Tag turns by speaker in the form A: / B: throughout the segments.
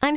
A: I'm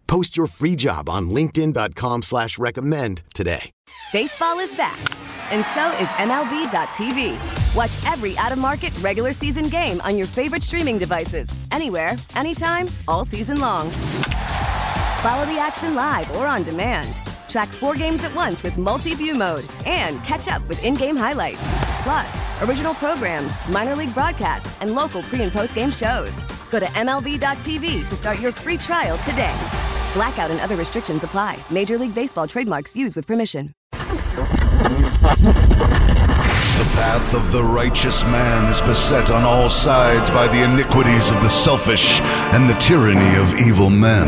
B: Post your free job on LinkedIn.com slash recommend today.
C: Baseball is back, and so is MLB.tv. Watch every out of market regular season game on your favorite streaming devices, anywhere, anytime, all season long. Follow the action live or on demand. Track four games at once with multi-view mode and catch up with in-game highlights. Plus, original programs, minor league broadcasts, and local pre- and post-game shows. Go to MLB.tv to start your free trial today. Blackout and other restrictions apply. Major League Baseball trademarks used with permission.
D: The path of the righteous man is beset on all sides by the iniquities of the selfish and the tyranny of evil men.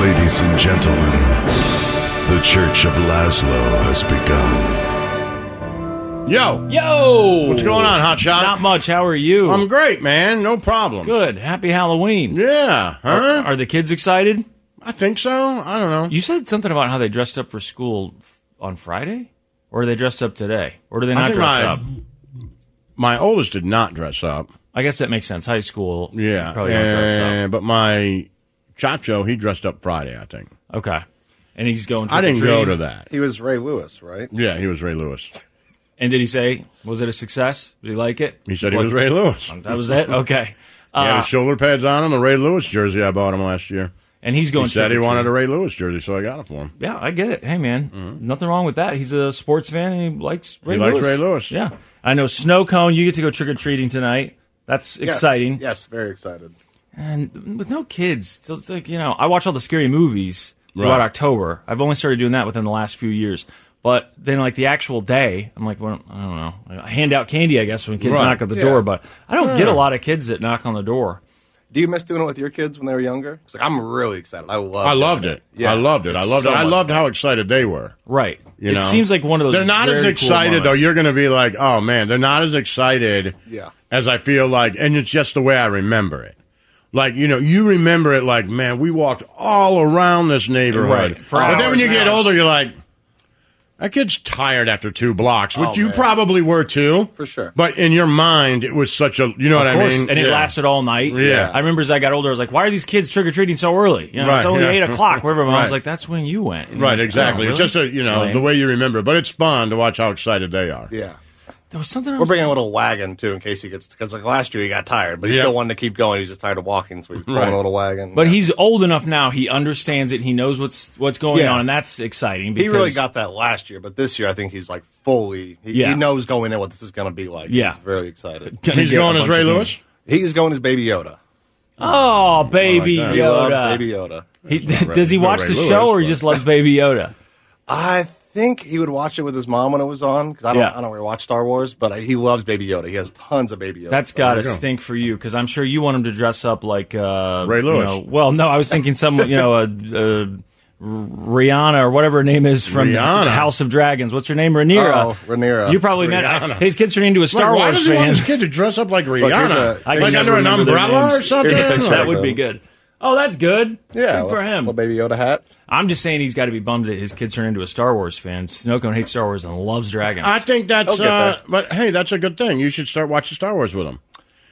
D: Ladies and gentlemen, the Church of Laszlo has begun.
E: Yo,
F: Yo!
E: what's going on, Hotshot?
F: Not much. How are you?
E: I'm great, man. No problem.
F: good. Happy Halloween.
E: Yeah, huh?
F: Are the kids excited?
E: I think so. I don't know.
F: You said something about how they dressed up for school f- on Friday? Or are they dressed up today? Or do they not
E: think
F: dress
E: my-
F: up?
E: My oldest did not dress up.
F: I guess that makes sense. High school.
E: Yeah,
F: you Probably don't dress
E: eh, but my Chacho, he dressed up Friday. I think
F: up. Okay. And he's going
E: I didn't go
F: trick-or-treating?
E: to that.
G: He was Ray Lewis, right?
E: Yeah, he was Ray Lewis.
F: And did he say, was it a success? Did he like it?
E: He said
F: What- Uh,
E: he was Ray Lewis. He
F: That was it? Okay. Uh,
E: had his shoulder pads on him. The Ray Lewis jersey I bought him last year.
F: and he's going
E: He said he
F: trick-or-treating.
E: wanted a Ray Lewis jersey, so I got it for him.
F: Yeah, I get it. Hey, man,
E: Mm-hmm.
F: nothing wrong with that. He's a sports fan and he likes Ray
E: He
F: Lewis.
E: likes Ray Lewis.
F: Yeah, I know. Snow cone, you get to go trick or treating tonight. That's
G: Yes.
F: exciting.
G: Yes, very excited.
F: And with no kids, so it's like you know, I watch all the scary movies throughout
E: Right.
F: October. I've only started doing that within the last few years. But then, like the actual day, I'm like, well, I don't know. I hand out candy, I guess, when kids
E: Right.
F: knock at the
G: Yeah.
F: door. But I don't get a lot of kids that knock on the door.
G: Do you miss doing it with your kids when they were younger? 'Cause, like, I'm really excited. I love.
E: I loved it. I loved it. I loved it. I
F: much
E: loved how excited they were.
F: Right.
E: You
F: it
E: know?
F: seems like one of those.
E: They're not
F: very
E: as
F: cool
E: excited though.
F: moments.
E: You're going to be like, oh man, they're not as excited.
G: Yeah.
E: As I feel like, and it's just the way I remember it. Like you know, you remember it like, man, we walked all around this neighborhood.
F: Right, for
E: but then
F: hours
E: when you
F: and
E: get
F: hours.
E: older, you're like, that kid's tired after two blocks, which
G: Oh,
E: you
G: man.
E: probably were too,
G: For sure.
E: But in your mind, it was such a, you know what
F: Of course,
E: I mean?
F: and it
E: Yeah.
F: lasted all night.
E: Yeah.
F: I remember as I got older, I was like, "Why are these kids trick or treating so early? You know,
E: Right,
F: it's only
E: yeah.
F: eight o'clock." Wherever I
E: Right.
F: was like, "That's when you went." And
E: Right,
F: like,
E: exactly.
F: "Oh,
E: It's
F: really?"
E: just a, you
F: It's
E: know,
F: lame.
E: the way you remember it. But it's fun to watch how excited they are.
G: Yeah.
F: there was something. I
G: We're
F: was-
G: bringing a little wagon too, in case he gets because like last year he got tired, but he
E: Yeah.
G: still wanted to keep going. He's just tired of walking, so he's pulling
E: Right.
G: a little wagon.
F: but
G: Yeah.
F: he's old enough now; he understands it. He knows what's what's going
G: Yeah.
F: on, and that's exciting. Because,
G: he really got that last year, but this year I think he's like fully. He,
F: Yeah.
G: he knows going in what this is going to be like.
F: Yeah.
G: he's very excited.
F: gonna
E: He's
F: get
E: going
F: a
E: as
F: bunch
E: Ray
F: of
E: Lewis.
G: He's going as Baby Yoda.
F: Oh, baby
E: I like that.
F: Yoda!
G: He loves Baby Yoda.
F: He-
E: Ray-
F: does he
E: no
F: watch
E: Ray
F: the
E: Lewis,
F: show, or he
E: but-
F: just loves Baby Yoda?
G: I think he would watch it with his mom when it was on because I don't.
F: Yeah.
G: I don't really watch Star Wars, but I, he loves Baby Yoda. He has tons of Baby Yoda.
F: That's
G: So-
F: got to
E: go.
F: stink for you because I'm sure you want him to dress up like uh,
E: Ray
F: you
E: Lewis.
F: know- well, no, I was thinking some, you know, uh, uh, Rihanna or whatever her name is from
E: Rihanna.
F: House of Dragons. What's her name? Rhaenyra.
G: Oh, Rhaenyra.
F: You probably
E: Rihanna.
F: met. His kids turned into a Star
E: Like, why
F: Wars
E: does he want
F: fan.
E: his kid to dress up like
G: here's
E: Rihanna?
G: a- I can
E: like
F: never
E: under an
F: remember their
E: umbrella or
F: names.
E: something?
G: Here's a picture.
F: that would be good. Oh, that's good.
G: Yeah,
F: good for
G: well-
F: him.
G: well, Baby Yoda hat.
F: I'm just saying he's got to be bummed that his kids turned into a Star Wars fan. Snowcone hates Star Wars and loves dragons.
E: I think
G: I'll
E: that's,
G: get
E: uh,
G: there.
E: but hey, that's a good thing. You should start watching Star Wars with them.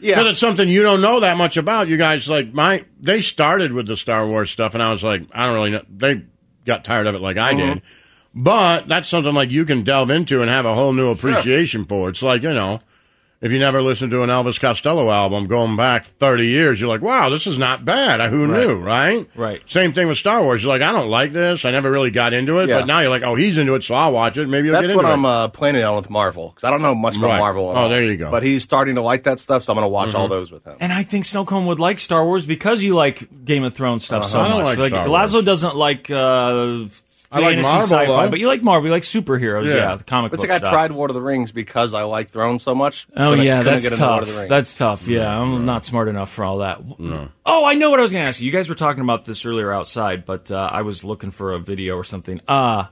G: Yeah,
E: Because it's something you don't know that much about. You guys, like, my, they started with the Star Wars stuff, and I was like, I don't really know. They got tired of it like I did.
G: Mm-hmm.
E: But that's something, like, you can delve into and have a whole new appreciation for. It's like, you know, if you never listened to an Elvis Costello album going back 30 years, you're like, wow, this is not bad. Uh, Who knew, right?
F: Right.
E: Same thing with Star Wars. You're like, I don't like this. I never really got into it.
G: Yeah.
E: But now you're like, oh, he's into it, so I'll watch it. Maybe you'll
G: That's
E: get
G: what
E: into
G: I'm
E: it.
G: uh, planning on with Marvel because I don't know much about
E: Right.
G: Marvel. At
E: Oh,
G: all.
E: there you go.
G: But he's starting to like that stuff, so I'm going to watch all those with him.
F: Mm-hmm. And I think Snowcone would like Star Wars because you like Game of Thrones stuff so
E: Uh-huh. I don't
F: much.
E: like Star
F: Lazo
E: Wars.
F: doesn't like uh,
E: I like
F: fantasy
E: Marvel,
F: sci-fi,
E: though.
F: but you like Marvel. You like superheroes,
E: Yeah.
F: yeah, the comic
G: But it's
F: book
G: like I
F: stuff.
G: tried Lord of the Rings because I like Thrones so much.
F: Oh
G: but I
F: yeah,
G: couldn't
F: that's
G: get into Lord
F: tough.
G: of the Rings.
F: That's tough. Yeah, I'm not smart enough for all that. Oh, I know what I was going to ask you. You guys were talking about this earlier outside, but uh, I was looking for a video or something. Uh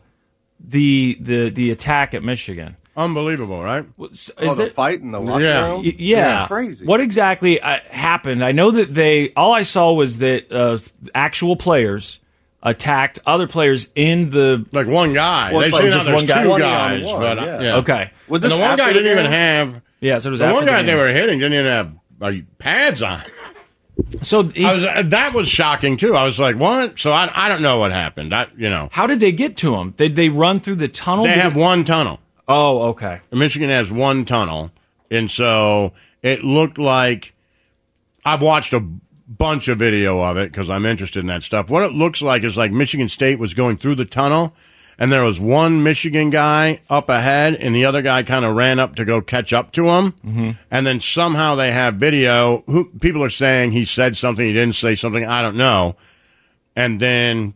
F: the the the attack at Michigan.
E: Unbelievable, right?
F: Is
G: oh, the
F: there-
G: fight in the locker
E: Yeah.
G: room.
F: Y- yeah,
G: It's crazy.
F: What exactly uh, happened? I know that they. All I saw was that uh, actual players attacked other players in the.
E: Like one guy.
G: Well,
E: they
G: it's like
E: see now
G: just
E: there's
G: one guy.
E: two
G: 20 on
E: guys.
G: one,
E: but, uh,
G: yeah.
E: yeah.
F: Okay.
G: Was
E: And
G: this
E: the one
G: after
E: guy
G: the
E: didn't even
G: game?
E: have.
F: Yeah, so it was
E: The
F: after
E: one
F: the
E: guy they
F: game.
E: were hitting didn't even have uh, pads on.
F: So he-
E: I was uh, that was shocking too. I was like, what? So I I don't know what happened. I you know
F: how did they get to him? Did they run through the tunnel?
E: they
F: Did-
E: have one tunnel.
F: oh, okay.
E: Michigan has one tunnel, and so it looked like I've watched a bunch of video of it because I'm interested in that stuff. What it looks like is like Michigan State was going through the tunnel, and there was one Michigan guy up ahead, and the other guy kind of ran up to go catch up to him, and then somehow they have video. Who people are saying he said something, he didn't say something, I don't know, and then.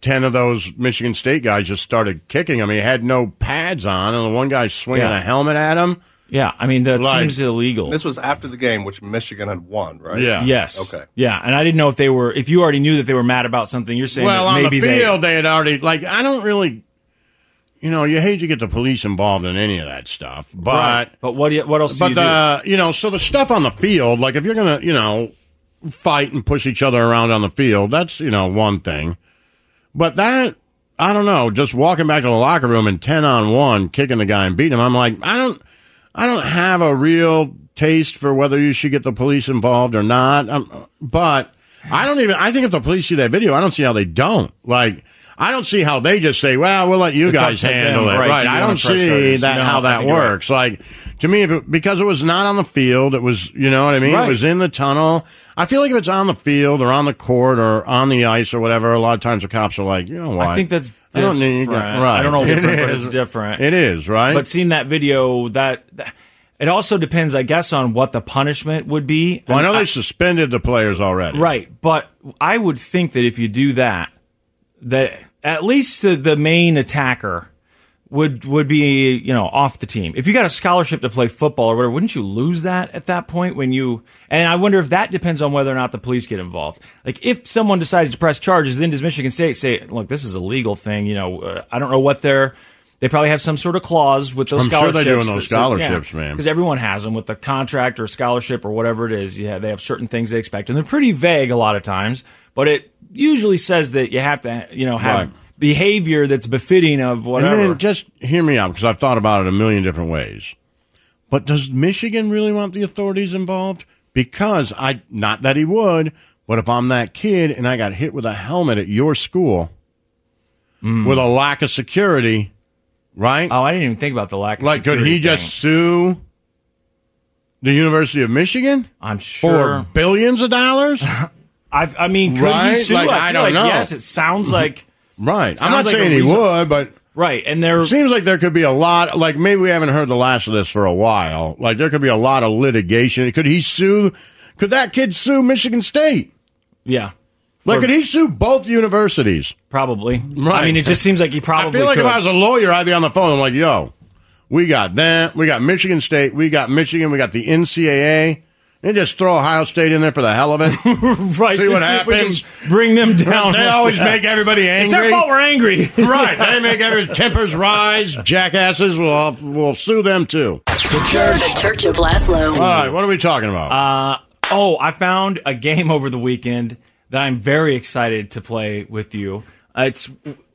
E: 10 of those Michigan State guys just started kicking him. He had no pads on, and the one guy swinging
F: Yeah.
E: a helmet at him.
F: Yeah, I mean that
E: Like-
F: seems illegal.
G: This was after the game, which Michigan had won, right?
E: Yeah.
F: yes.
G: Okay.
F: Yeah, and I didn't know if they were. If you already knew that they were mad about something, you're saying
E: well,
F: that
E: on
F: maybe
E: the
F: they-
E: field, they, had already like I don't really, you know, you hate to get the police involved in any of that stuff, but
F: Right. But what? do you- What else? do
E: but
F: you
E: the you know, so the stuff on the field, like if you're gonna you know fight and push each other around on the field, that's you know one thing, but that. I don't know. Just walking back to the locker room and ten on one, kicking the guy and beating him. I'm like, I don't, I don't have a real taste for whether you should get the police involved or not. Um, but I don't even. I think if the police see that video, I don't see how they don't. Like, I don't see how they just say, "Well, we'll let you
F: It's up
E: guys
F: to them,
E: handle it."
F: right,
E: Right?
F: do you
E: I
F: wanna
E: don't
F: press
E: see
F: those?
E: that
F: No, I
E: how that
F: think you're right.
E: works. Like to me, if it, because it was not on the field, it was you know what I mean.
F: Right.
E: It was in the tunnel. I feel like if it's on the field or on the court or on the ice or whatever, a lot of times the cops are like, you know what?
F: I think that's
E: I don't need
F: different.
E: right.
F: I don't know
E: It
F: different, but it's
E: is.
F: different.
E: It is right.
F: But seeing that video, that, that- it also depends, I guess, on what the punishment would be.
E: well, I know they suspended the players already.
F: right, but I would think that if you do that, that at least the, the main attacker would would be you know off the team. If you got a scholarship to play football or whatever, wouldn't you lose that at that point when you? And I wonder if that depends on whether or not the police get involved. Like if someone decides to press charges, then does Michigan State say, "Look, this is a legal thing"? You know, uh, I don't know what they're. They probably have some sort of clause with those
E: I'm sure
F: scholarships.
E: they do in those scholarships, man.
F: Because everyone has them with the contract or scholarship or whatever it is. Yeah, they have certain things they expect, and they're pretty vague a lot of times. But it usually says that you have to, you know, have
E: Right.
F: behavior that's befitting of whatever.
E: And then just hear me out because I've thought about it a million different ways. But does Michigan really want the authorities involved? Because I, not that he would, but if I'm that kid and I got hit with a helmet at your school
F: Hmm.
E: with a lack of security, right?
F: Oh, I didn't even think about the lack. Of
E: like, could he
F: security
E: just
F: thing.
E: sue the University of Michigan
F: I'm
E: for
F: sure.
E: billions of dollars?
F: I've, I mean, could he
E: Right?
F: sue?
E: Like,
F: I,
E: I
F: feel
E: don't
F: like,
E: know. Mm-hmm.
F: Yes, it sounds like
E: right. I'm
F: Sounds
E: not
F: like a
E: saying he
F: reason-
E: would, but
F: right, and they're
E: It seems like there could be a lot. Like maybe we haven't heard the last of this for a while. Like there could be a lot of litigation. Could he sue? Could that kid sue Michigan State?
F: yeah,
E: Like
F: For-
E: could he sue both universities?
F: probably.
E: Right.
F: I mean, it just seems like he probably.
E: I feel like
F: could.
E: if I was a lawyer, I'd be on the phone. I'm like, yo, we got that. We got Michigan State. We got Michigan. We got the NCAA. And just throw Ohio State in there for the hell of it.
F: right,
E: See what
F: just if we can
E: happens.
F: Bring them down.
E: they always make everybody
F: It's
E: angry.
F: their fault we're angry.
E: right. They make every tempers rise. Jackasses will will sue them too.
H: The Church of Laszlo.
E: All right, what are we talking about?
F: Oh, I found a game over the weekend that I'm very excited to play with you. Uh, it's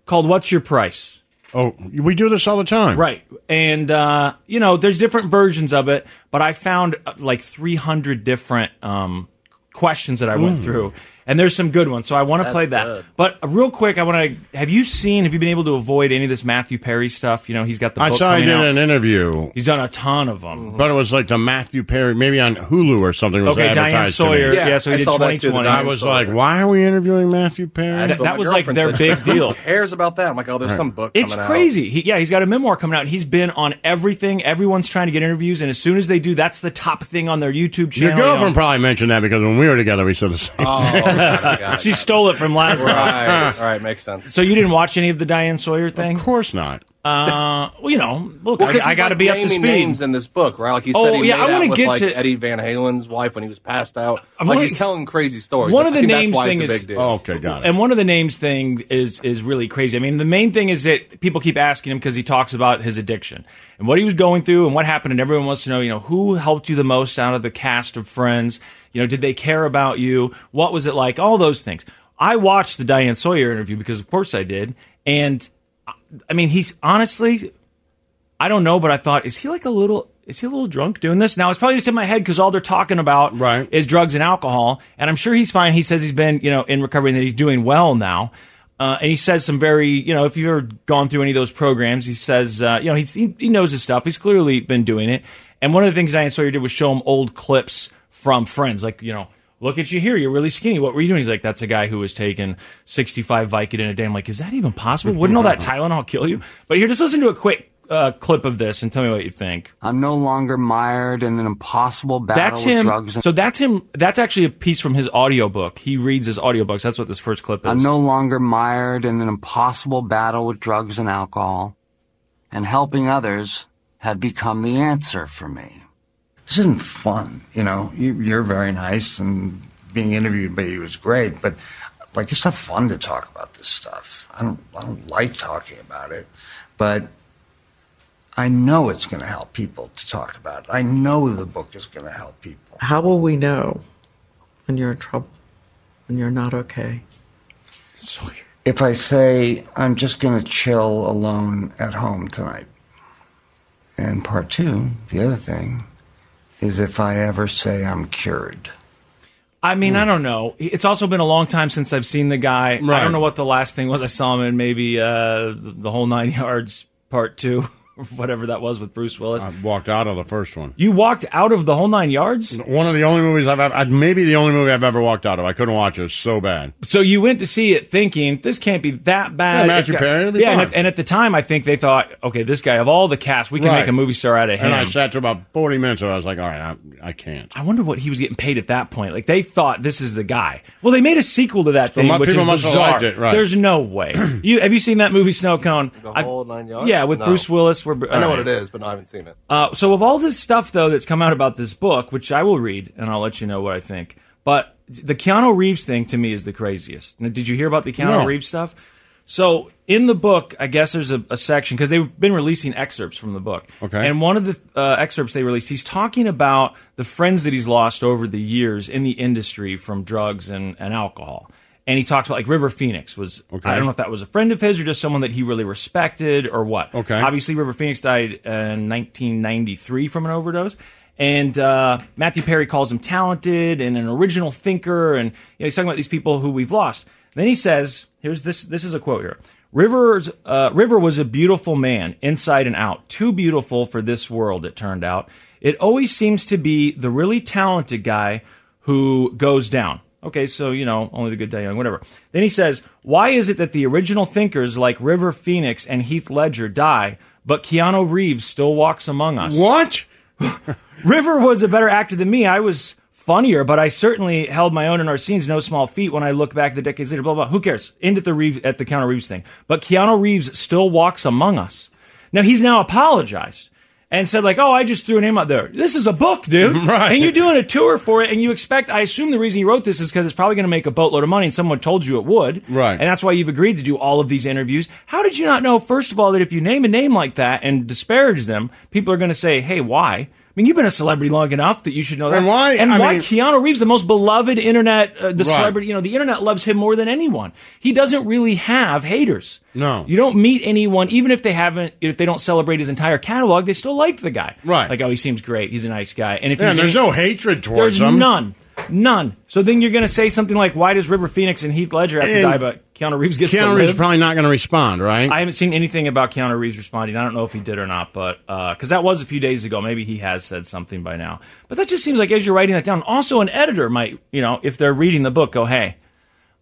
F: called What's Your Price?
E: Oh, we do this all the time.
F: Right. And, uh, you know, there's different versions of
E: Hmm.
F: it, but I found uh, like 300 different um, questions that I went through. and there's some good ones. So I want to
G: That's
F: play that.
G: good.
F: But uh, real quick, I want to. Have you seen? Have you been able to avoid any of this Matthew Perry stuff? You know, he's got the.
E: I
F: book
E: saw I
F: coming
E: did
F: out.
E: an interview,
F: He's done a ton of them.
E: but it was like the Matthew Perry, maybe on Hulu or something. Was
F: Okay, Diane
E: advertised to me.
F: Sawyer. Yeah,
G: Yeah,
F: so he
G: I
F: did
G: saw that too, the
F: 2020.
G: Diane
E: I was
G: Sawyer.
E: like, why are we interviewing Matthew Perry?
G: That's
F: That-
G: what
F: that
G: my
F: was like
G: girlfriend
F: their
G: said.
F: big deal.
G: Who cares about that? I'm like, oh, there's some book.
F: It's
G: coming out.
F: crazy. He, yeah, he's got a memoir coming out. He's been on everything. Everyone's trying to get interviews, and as soon as they do, that's the top thing on their YouTube
E: Your
F: channel. you know.
E: girlfriend probably mentioned that because when we were together, we said the same.
F: Uh,
G: Oh, I got it, got it.
F: she stole it from last time.
G: right. All right, makes sense.
F: So you didn't watch any of the Diane Sawyer thing?
E: Of course not.
F: Uh, well, you know, look,
G: Well, 'cause
F: I, I
G: he's,
F: got to
G: like,
F: be up to
G: naming
F: speed.
G: Names in this book, right? Like he said,
F: Oh,
G: he
F: yeah, I
G: made
F: wanna
G: out with
F: get
G: like
F: to-
G: Eddie Van Halen's wife when he was passed out.
F: I'm
G: like
F: only-
G: he's telling crazy stories.
F: One
G: I
F: of the
G: think that's
F: names
G: why
F: thing
G: it's a
F: is-
G: big
F: Oh,
G: deal.
E: Oh, Okay, got it.
F: And one of the names thing is is really crazy. I mean, the main thing is that people keep asking him because he talks about his addiction and what he was going through and what happened. And everyone wants to know, you know, who helped you the most out of the cast of Friends? You know, did they care about you? What was it like? All those things. I watched the Diane Sawyer interview because, of course, I did. And I- I mean, he's honestly, I don't know, but I thought, is he like a little? Is he a little drunk doing this? Now it's probably just in my head because all they're talking about
E: Right.
F: is drugs and alcohol, and I'm sure he's fine. He says he's been, you know, in recovery and that he's doing well now. Uh, and he says some very, you know, if you've ever gone through any of those programs, he says, uh, you know, he's, he, he knows his stuff. He's clearly been doing it. And one of the things Diane Sawyer did was show him old clips from friends, like, you know, look at you here, you're really skinny. What were you doing? He's like, that's a guy who was taking 65 Vicodin a day. I'm like, is that even possible? Wouldn't all that Tylenol kill you? But here, just listen to a quick uh, clip of this and tell me what you think.
I: I'm no longer mired in an impossible battle
F: That's
I: with
F: him.
I: drugs.
F: So that's him. That's actually a piece from his audiobook. He reads his audiobooks. That's what this first clip
I: I'm
F: is.
I: no longer mired in an impossible battle with drugs and alcohol, and helping others had become the answer for me. This isn't fun, you know. You, you're very nice, and being interviewed by you was great, but like it's not fun to talk about this stuff. I don't, I don't like talking about it, but I know it's going to help people to talk about it. I know the book is going to help people.
J: How will we know when you're in trouble, when you're not okay?
I: if I say I'm just going to chill alone at home tonight. And part two, the other thing, is if I ever say I'm cured.
F: I
E: Hmm.
F: mean, I don't know. It's also been a long time since I've seen the guy. I
E: Right.
F: don't know what the last thing was. I saw him in maybe uh, the whole nine yards part two, whatever that was with Bruce Willis.
E: I walked out of the first one.
F: you walked out of the whole nine yards.
E: One of the only movies I've ever, maybe the only movie I've ever walked out of. I couldn't watch it. It was so bad.
F: So you went to see it thinking this can't be that bad.
E: Yeah, Matthew
F: It's got-
E: Perry, it'll be
F: yeah, and
E: fine.
F: at, and at the time, I think they thought, okay, this guy of all the cast, we can
E: Right.
F: make a movie star out of him.
E: And I sat to about 40 minutes and I was like, all right, I, I can't.
F: I wonder what he was getting paid at that point. Like they thought this is the guy. Well, they made a sequel to that thing,
E: mu-
F: which is
E: people must have
F: bizarre.
E: liked it, right.
F: There's no way. you have you seen that movie Snow Cone?
G: The
F: I-
G: whole nine yards?
F: Yeah, with
G: No.
F: Bruce Willis. Where,
G: I know what it is, but no, I haven't seen it.
F: Uh, so of all this stuff though that's come out about this book, which I will read and I'll let you know what I think. But the Keanu Reeves thing to me is the craziest. Now, did you hear about the Keanu
E: No.
F: Reeves stuff? So in the book, I guess there's a, a section because they've been releasing excerpts from the book.
E: Okay.
F: And one of the uh, excerpts they released, he's talking about the friends that he's lost over the years in the industry from drugs and, and alcohol. And he talks about like River Phoenix was. I don't know if that was a friend of his or just someone that he really respected or what.
E: Okay.
F: Obviously, River Phoenix died uh, in 1993 from an overdose. And uh, Matthew Perry calls him talented and an original thinker. And you know, he's talking about these people who we've lost. Then he says, here's this, this is a quote here. Rivers, uh, River was a beautiful man, inside and out. Too beautiful for this world, it turned out. It always seems to be the really talented guy who goes down. Okay, so, you know, only the good die young, whatever. Then he says, Why is it that the original thinkers like River Phoenix and Heath Ledger die, but Keanu Reeves still walks among us?
E: What?
F: River was a better actor than me. I was funnier, but I certainly held my own in our scenes, no small feat when I look back the decades later, blah, blah. Who cares? End at the Reeves, at the Keanu Reeves thing. But Keanu Reeves still walks among us. Now he's now apologized and said like, oh, I just threw a name out there. This is a book, dude.
E: Right.
F: And you're doing a tour for it and you expect, I assume the reason you wrote this is because it's probably going to make a boatload of money and someone told you it would.
E: Right.
F: And that's why you've agreed to do all of these interviews. How did you not know, first of all, that if you name a name like that and disparage them, people are going to say, hey, why? I mean, you've been a celebrity long enough that you should know that.
E: And why-
F: And
E: I
F: why
E: mean-
F: Keanu Reeves, the most beloved internet, uh, the
E: Right.
F: celebrity, you know, the internet loves him more than anyone. He doesn't really have haters.
E: No.
F: You don't meet anyone, even if they haven't, if they don't celebrate his entire catalog, they still like the guy.
E: Right.
F: Like, oh, he seems great. He's a nice guy. And if
E: Yeah,
F: he's
E: there's
F: any-
E: no hatred towards
F: there's
E: them.
F: none. None. So then you're going to say something like, "Why does River Phoenix and Heath Ledger have to
E: And
F: die, but Keanu Reeves gets to
E: Keanu
F: live?"
E: Reeves is probably not going to respond, right?
F: I haven't seen anything about Keanu Reeves responding. I don't know if he did or not, but because that was a few days ago, maybe he has said something by now. But that just seems like as you're writing that down, also an editor might, you know, if they're reading the book, go, "Hey,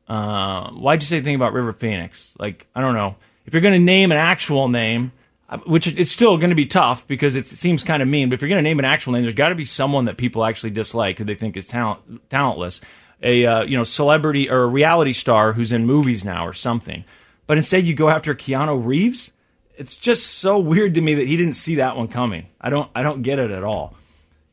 F: uh, why'd you say anything about River Phoenix?" Like, I don't know. If you're going to name an actual name, uh, which it- it's still going to be tough because it's, it seems kind of mean, but if you're going to name an actual name, there's got to be someone that people actually dislike who they think is talent talentless, a uh, you know celebrity or a reality star who's in movies now or something. But instead, you go after Keanu Reeves. It's just so weird to me that he didn't see that one coming. I don't I don't get it at all.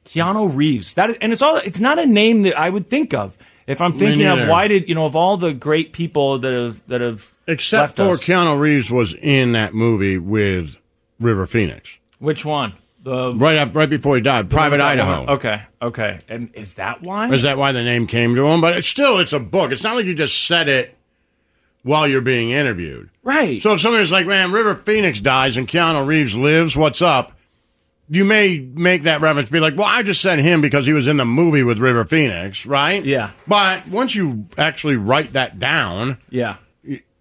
F: Keanu Reeves. That is, and it's all it's not a name that I would think of if I'm thinking of
E: neither.
F: why did you know of all the great people that have that have
E: Except
F: left
E: for
F: us.
E: Keanu Reeves was in that movie with River Phoenix
F: Which one? The
E: right up right before he died. Private Idaho.
F: Oh, Okay, okay. And is that why?
E: Is that why the name came to him? But it's still, it's a book. It's not like you just said it while you're being interviewed.
F: right?
E: So if somebody's like, man, River Phoenix dies and Keanu Reeves lives, what's up? You may make that reference, be like, well, I just said him because he was in the movie with River Phoenix, right?
F: Yeah.
E: But once you actually write that down,
F: yeah.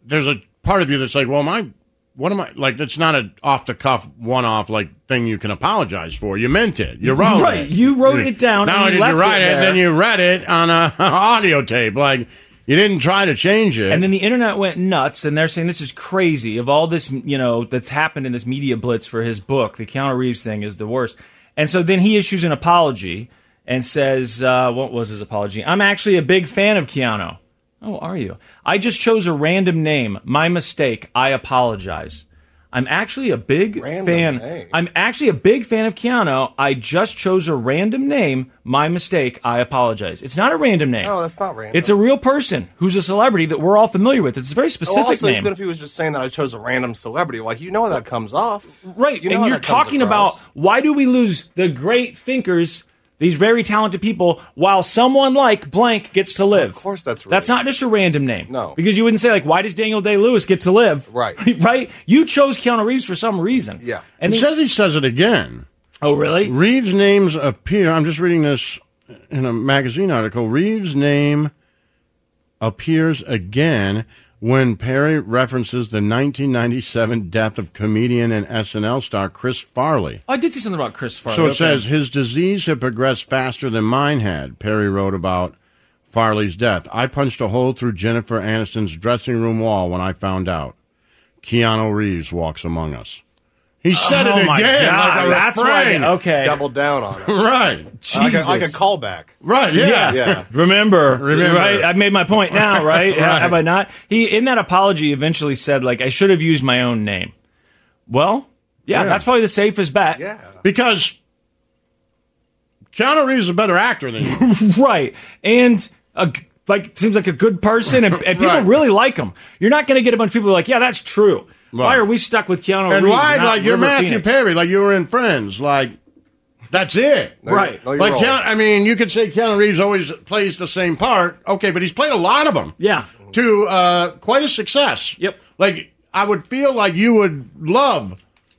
E: there's a part of you that's like, well, my, what am I like? That's not an off the cuff, one off like thing you can apologize for. You meant it. You wrote
F: Right.
E: it.
F: You wrote it down
E: Not
F: and
E: only
F: you
E: did you
F: left
E: write
F: it
E: it,
F: there.
E: then you read it on a audio tape. Like you didn't try to change it.
F: And then the internet went nuts, and they're saying this is crazy. Of all this, you know, that's happened in this media blitz for his book, the Keanu Reeves thing is the worst. And so then he issues an apology and says, uh, "What was his apology? I'm actually a big fan of Keanu. Oh, are you? I just chose a random name. My mistake. I apologize." I'm actually a big
G: Random
F: fan.
G: name.
F: I'm actually a big fan of Keanu. I just chose a random name. My mistake. I apologize. It's not a random name.
G: No, that's not random.
F: It's a real person who's a celebrity that we're all familiar with. It's a very
G: Well,
F: specific
G: Oh, also,
F: name.
G: even if he was just saying that I chose a random celebrity, like you know how that comes off,
F: right.
G: You know
F: and
G: how
F: you're
G: that comes
F: talking
G: across.
F: about why do we lose the great thinkers, these very talented people, while someone like blank gets to live?
G: Of course that's
F: That's
G: right.
F: not just a random name.
G: No.
F: Because you wouldn't say, like, why does Daniel Day Lewis get to live?
G: Right.
F: right? You chose Keanu Reeves for some reason.
G: Yeah.
F: And
E: it
F: then-
E: says he says it again.
F: oh, really?
E: Reeves' names appear. I'm just reading this in a magazine article. Reeves' name appears again when Perry references the 1997 death of comedian and SNL star Chris Farley.
F: Oh, I did see something about Chris Farley.
E: So it
F: Okay.
E: says his disease had progressed faster than mine had. Perry wrote about Farley's death. I punched a hole through Jennifer Aniston's dressing room wall when I found out. Keanu Reeves walks among us. He said
F: Oh
E: it
F: my
E: again.
F: God,
E: like a
F: that's right.
E: refrain.
F: Okay.
G: double down on it,
E: Right.
G: like a,
F: Jesus.
G: like a callback.
E: Right. Yeah.
G: Yeah.
F: Remember,
E: Remember.
F: right? I've made my point now, right?
E: Right.
F: Have I not? He in that apology eventually said, like, I should have used my own name. Well, yeah,
E: Yeah.
F: that's probably the safest bet.
G: Yeah,
E: Because Keanu Reeves is a better actor than you.
F: Right. And a, g- like seems like a good person and, and people
E: Right.
F: really like him. You're not gonna get a bunch of people like, Yeah, that's true. Why
E: Right.
F: are we stuck with Keanu
E: and
F: Reeves?
E: why?
F: not
E: Like you're
F: River
E: Matthew
F: Phoenix?
E: Perry. Like you were in Friends. Like that's it.
F: Right.
G: No, you're
E: Like
G: wrong.
E: Keanu, I mean, you could say Keanu Reeves always plays the same part. Okay, but he's played a lot of them.
F: Yeah.
E: To uh, quite a success.
F: Yep.
E: Like I would feel like you would love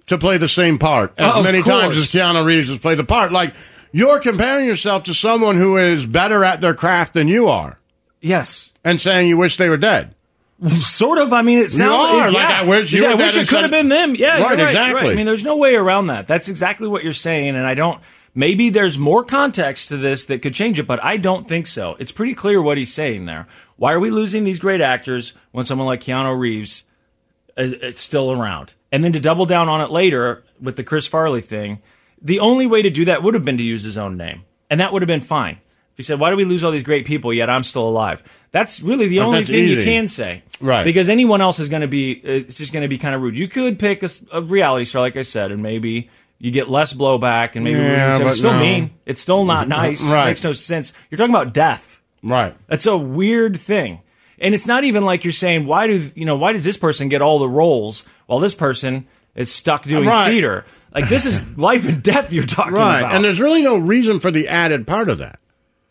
E: to play the same part as
F: Oh, of
E: many times as
F: course.
E: Keanu Reeves has played the part. Like you're comparing yourself to someone who is better at their craft than you are,
F: Yes.
E: and saying you wish they were dead.
F: Sort of. I mean, it sounds
E: are,
F: it-
E: like,
F: yeah.
E: I wish you
F: Yeah, I
E: were
F: wish
E: better
F: it could have
E: than-
F: been them. Yeah,
E: Right,
F: you're right,
E: exactly.
F: right. I mean, there's no way around that. That's exactly what you're saying, and I don't. Maybe there's more context to this that could change it, but I don't think so. It's pretty clear what he's saying there. Why are we losing these great actors when someone like Keanu Reeves is, is still around? And then to double down on it later with the Chris Farley thing, the only way to do that would have been to use his own name, and that would have been fine. If he said, "Why do we lose all these great people yet I'm still alive?" That's really the
E: But
F: only
E: that's
F: thing you
E: easy.
F: can say,
E: Right.
F: Because anyone else is going to be, it's just going to be kind of rude. You could pick a, s- a reality star, like I said, and maybe you get less blowback, and maybe
E: Yeah, but
F: it's still
E: no.
F: mean. It's still not nice.
E: Right.
F: It makes no sense. You're talking about death.
E: Right.
F: That's a weird thing. And it's not even like you're saying, why do you know, why does this person get all the roles while this person is stuck doing
E: Right.
F: theater? Like this is life and death you're talking
E: Right.
F: about.
E: And there's really no reason for the added part of that.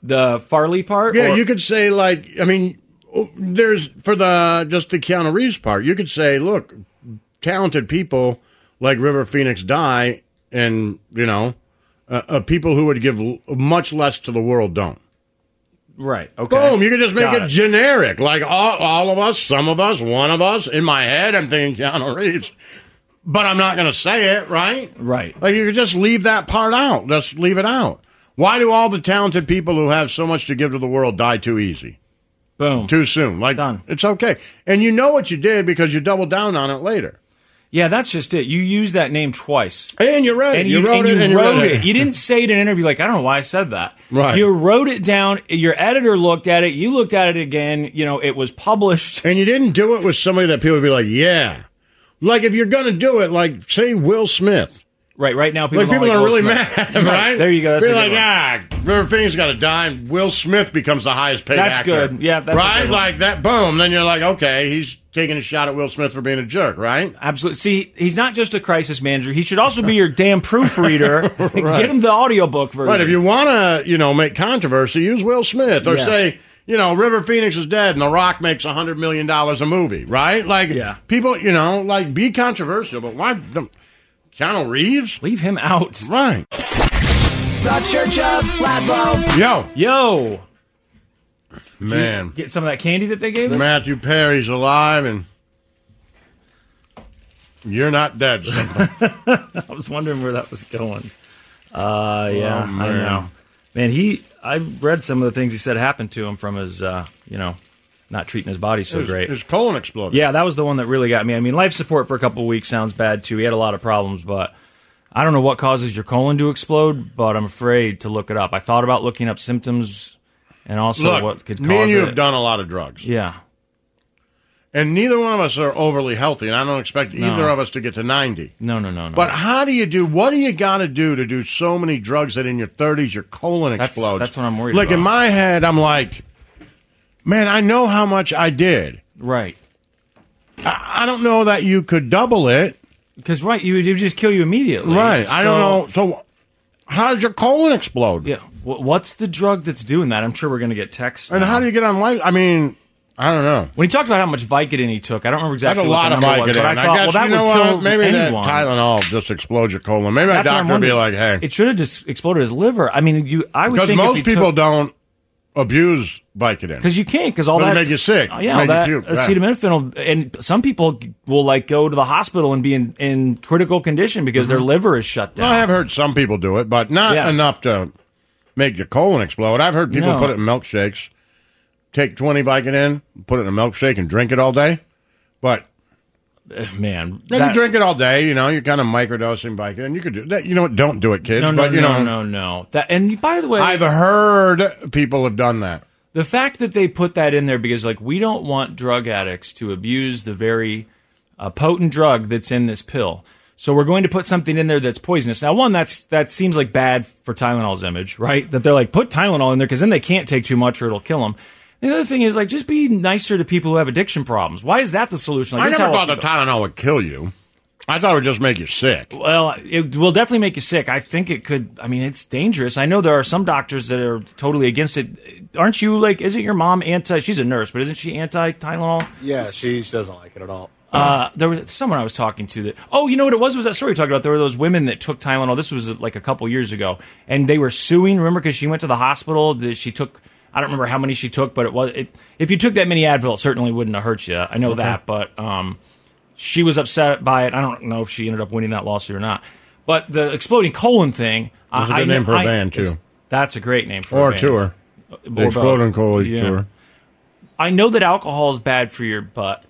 F: the Farley part.
E: Yeah,
F: or-
E: you could say like I mean, oh, there's for the just the Keanu Reeves part. You could say, look, talented people like River Phoenix die, and you know, uh, uh, people who would give l- much less to the world don't.
F: Right. Okay.
E: Boom! You can just make
F: Got
E: it, generic, like all, all of us, some of us, one of us. In my head, I'm thinking Keanu Reeves, but I'm not going to say it, right?
F: Right.
E: Like you could just leave that part out. Just leave it out. Why do all the talented people who have so much to give to the world die too easy,
F: Boom.
E: too soon? Like
F: Done.
E: It's okay, and you know what you did because you doubled down on it later,
F: Yeah, that's just it. You use that name twice.
E: and you read it,
F: and
E: you,
F: you,
E: wrote
F: and
E: it,
F: you
E: and you
F: wrote
E: read
F: it. You didn't say it in an interview. Like I don't know why I said that.
E: Right.
F: You wrote it down. Your editor looked at it. You looked at it again. You know, it was published.
E: and you didn't do it with somebody that people would be like, yeah. Like if you're going to do it, like say Will Smith.
F: Right. Right now, people,
E: Like people
F: don't
E: are
F: Will
E: really
F: Smith.
E: mad, right?
F: There you go. That's a
E: They're
F: good
E: like,
F: one.
E: ah, everything's got to die. and Will Smith becomes the highest paid
F: That's
E: actor.
F: good. Yeah, that's a
E: right.
F: good one.
E: like that. Boom. Then you're like, okay, he's taking a shot at Will Smith for being a jerk, right?
F: Absolutely. See, he's not just a crisis manager. He should also be your damn proofreader. Get him the audiobook version.
E: Right. If you want to, you know, make controversy, use Will Smith or
F: Yes.
E: say, you know, River Phoenix is dead and The Rock makes a hundred million dollars a movie, right? Like,
F: Yeah.
E: people, you know, like be controversial, but why the Keanu Reeves?
F: Leave him out.
E: Right.
I: The Church of Laszlo.
E: Yo,
F: Yo,
E: man.
F: get some of that candy that they gave us.
E: Matthew Perry's alive and you're not dead. son.
F: I was wondering where that was going. Uh, yeah,
E: Oh,
F: I
E: man.
F: know. Man, he. I read some of the things he said happened to him from his, uh, you know, not treating his body so
E: his,
F: great.
E: his colon exploded.
F: yeah, that was the one that really got me. I mean, life support for a couple of weeks sounds bad too. He had a lot of problems, but I don't know what causes your colon to explode. But I'm afraid to look it up. I thought about looking up symptoms and also
E: Look,
F: what could cause
E: me and you
F: it.
E: have done a lot of drugs,
F: yeah,
E: and neither one of us are overly healthy, and I don't expect either of us to get to ninety.
F: no, no, no, no.
E: But how do you do? What do you got to do to do so many drugs that in your thirties your colon
F: That's-
E: explodes?
F: that's what I'm worried
E: Like in
F: about.
E: my head, I'm like, man, I know how much I did.
F: right,
E: I, I don't know that you could double it,
F: because right, you would it would just kill you immediately.
E: right? I don't
F: So-
E: know. So, how did your colon explode?
F: Yeah. Wh- What's the drug that's doing that? I'm sure we're going to get texts.
E: And
F: now.
E: how do you get on life? I mean, I don't know.
F: When he talked about how much Vicodin he took, I don't remember
E: That's
F: exactly
E: a lot
F: what
E: of
F: the number was,
E: Vicodin.
F: but
E: I,
F: I thought,
E: guess
F: well, that
E: you know
F: would kill
E: what? Maybe
F: anyone.
E: that Tylenol just explodes your colon. Maybe
F: That's
E: a
F: what I'm
E: doctor would be
F: wondering.
E: like, "Hey,"
F: it should have just exploded his liver. I mean, you, I would
E: because
F: think if
E: most
F: he
E: people
F: took,
E: don't abuse Vicodin.
F: because you can't because all
E: It'll
F: that
E: make you sick.
F: Oh, yeah, all
E: Make you
F: that
E: puke, right.
F: acetaminophen, will- and some people will like go to the hospital and be in, in critical condition because
E: Mm-hmm.
F: their liver is shut
E: Well, I
F: down.
E: have heard some people do it, but not
F: Yeah.
E: enough to make your colon explode. I've heard people
F: No.
E: put it in milkshakes. Take twenty Vicodin, put it in a milkshake, and drink it all day. But
F: Man,
E: if
F: that-
E: you drink it all day, you know you're kind of microdosing Vicodin. You could do that. You know what? Don't do it, kids.
F: no, no,
E: but you
F: no,
E: know,
F: no, no. That and by the way,
E: I've heard people have done that.
F: the fact that they put that in there because like we don't want drug addicts to abuse the very uh, potent drug that's in this pill so we're going to put something in there that's poisonous now one that's that seems like bad for tylenol's image right that they're like put tylenol in there because then they can't take too much or it'll kill them the other thing is like just be nicer to people who have addiction problems why is that the solution like,
E: I
F: this is
E: never
F: how
E: thought the Tylenol would kill you. I thought it would just make you sick.
F: well, it will definitely make you sick. I think it could. I mean, it's dangerous. I know there are some doctors that are totally against it. Aren't you like? Isn't your mom anti? She's a nurse, but isn't she anti Tylenol?
G: Yeah, she, she doesn't like it at all.
F: Uh, there was someone I was talking to that. Oh, you know what it was? Was that story we talked about? There were those women that took Tylenol. This was like a couple years ago, and they were suing. Remember, because she went to the hospital. That she took. I don't remember how many she took, but it was. It, if you took that many Advil, it certainly wouldn't have hurt you. I know that, but um, she was upset by it. I don't know if she ended up winning that lawsuit or not. But the exploding colon thing.
E: That's a
F: I,
E: good
F: I,
E: name for a
F: I-
E: band,
F: it's-
E: too.
F: That's a great name for
E: Or
F: a
E: a
F: band.
E: tour.
F: Or
E: The exploding
F: both.
E: colon
F: Yeah.
E: tour.
F: I know that alcohol is bad for your butt.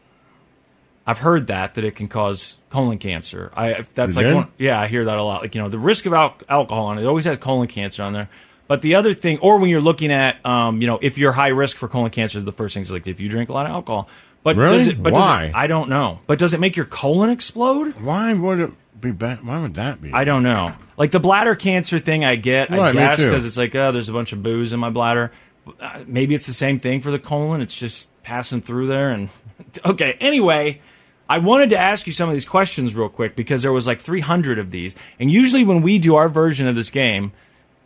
F: I've heard that that it can cause colon cancer. I that's
E: You
F: like
E: did?
F: one, yeah, I hear that a lot. Like you know, the risk of al- alcohol on it always has colon cancer on there. But the other thing, or when you're looking at, um, you know, if you're high risk for colon cancer, the first thing is like if you drink a lot of alcohol. But does
E: Really?
F: it? But
E: Why?
F: Does it, I don't know. But does it make your colon explode?
E: Why would it be bad? Why would that be?
F: I don't know. Like the bladder cancer thing, I get, I
E: Right, me
F: guess,
E: too.
F: because it's like, oh, there's a bunch of booze in my bladder. Uh, Maybe it's the same thing for the colon. It's just passing through there. And okay, anyway, I wanted to ask you some of these questions real quick because there was like 300 of these. And usually when we do our version of this game,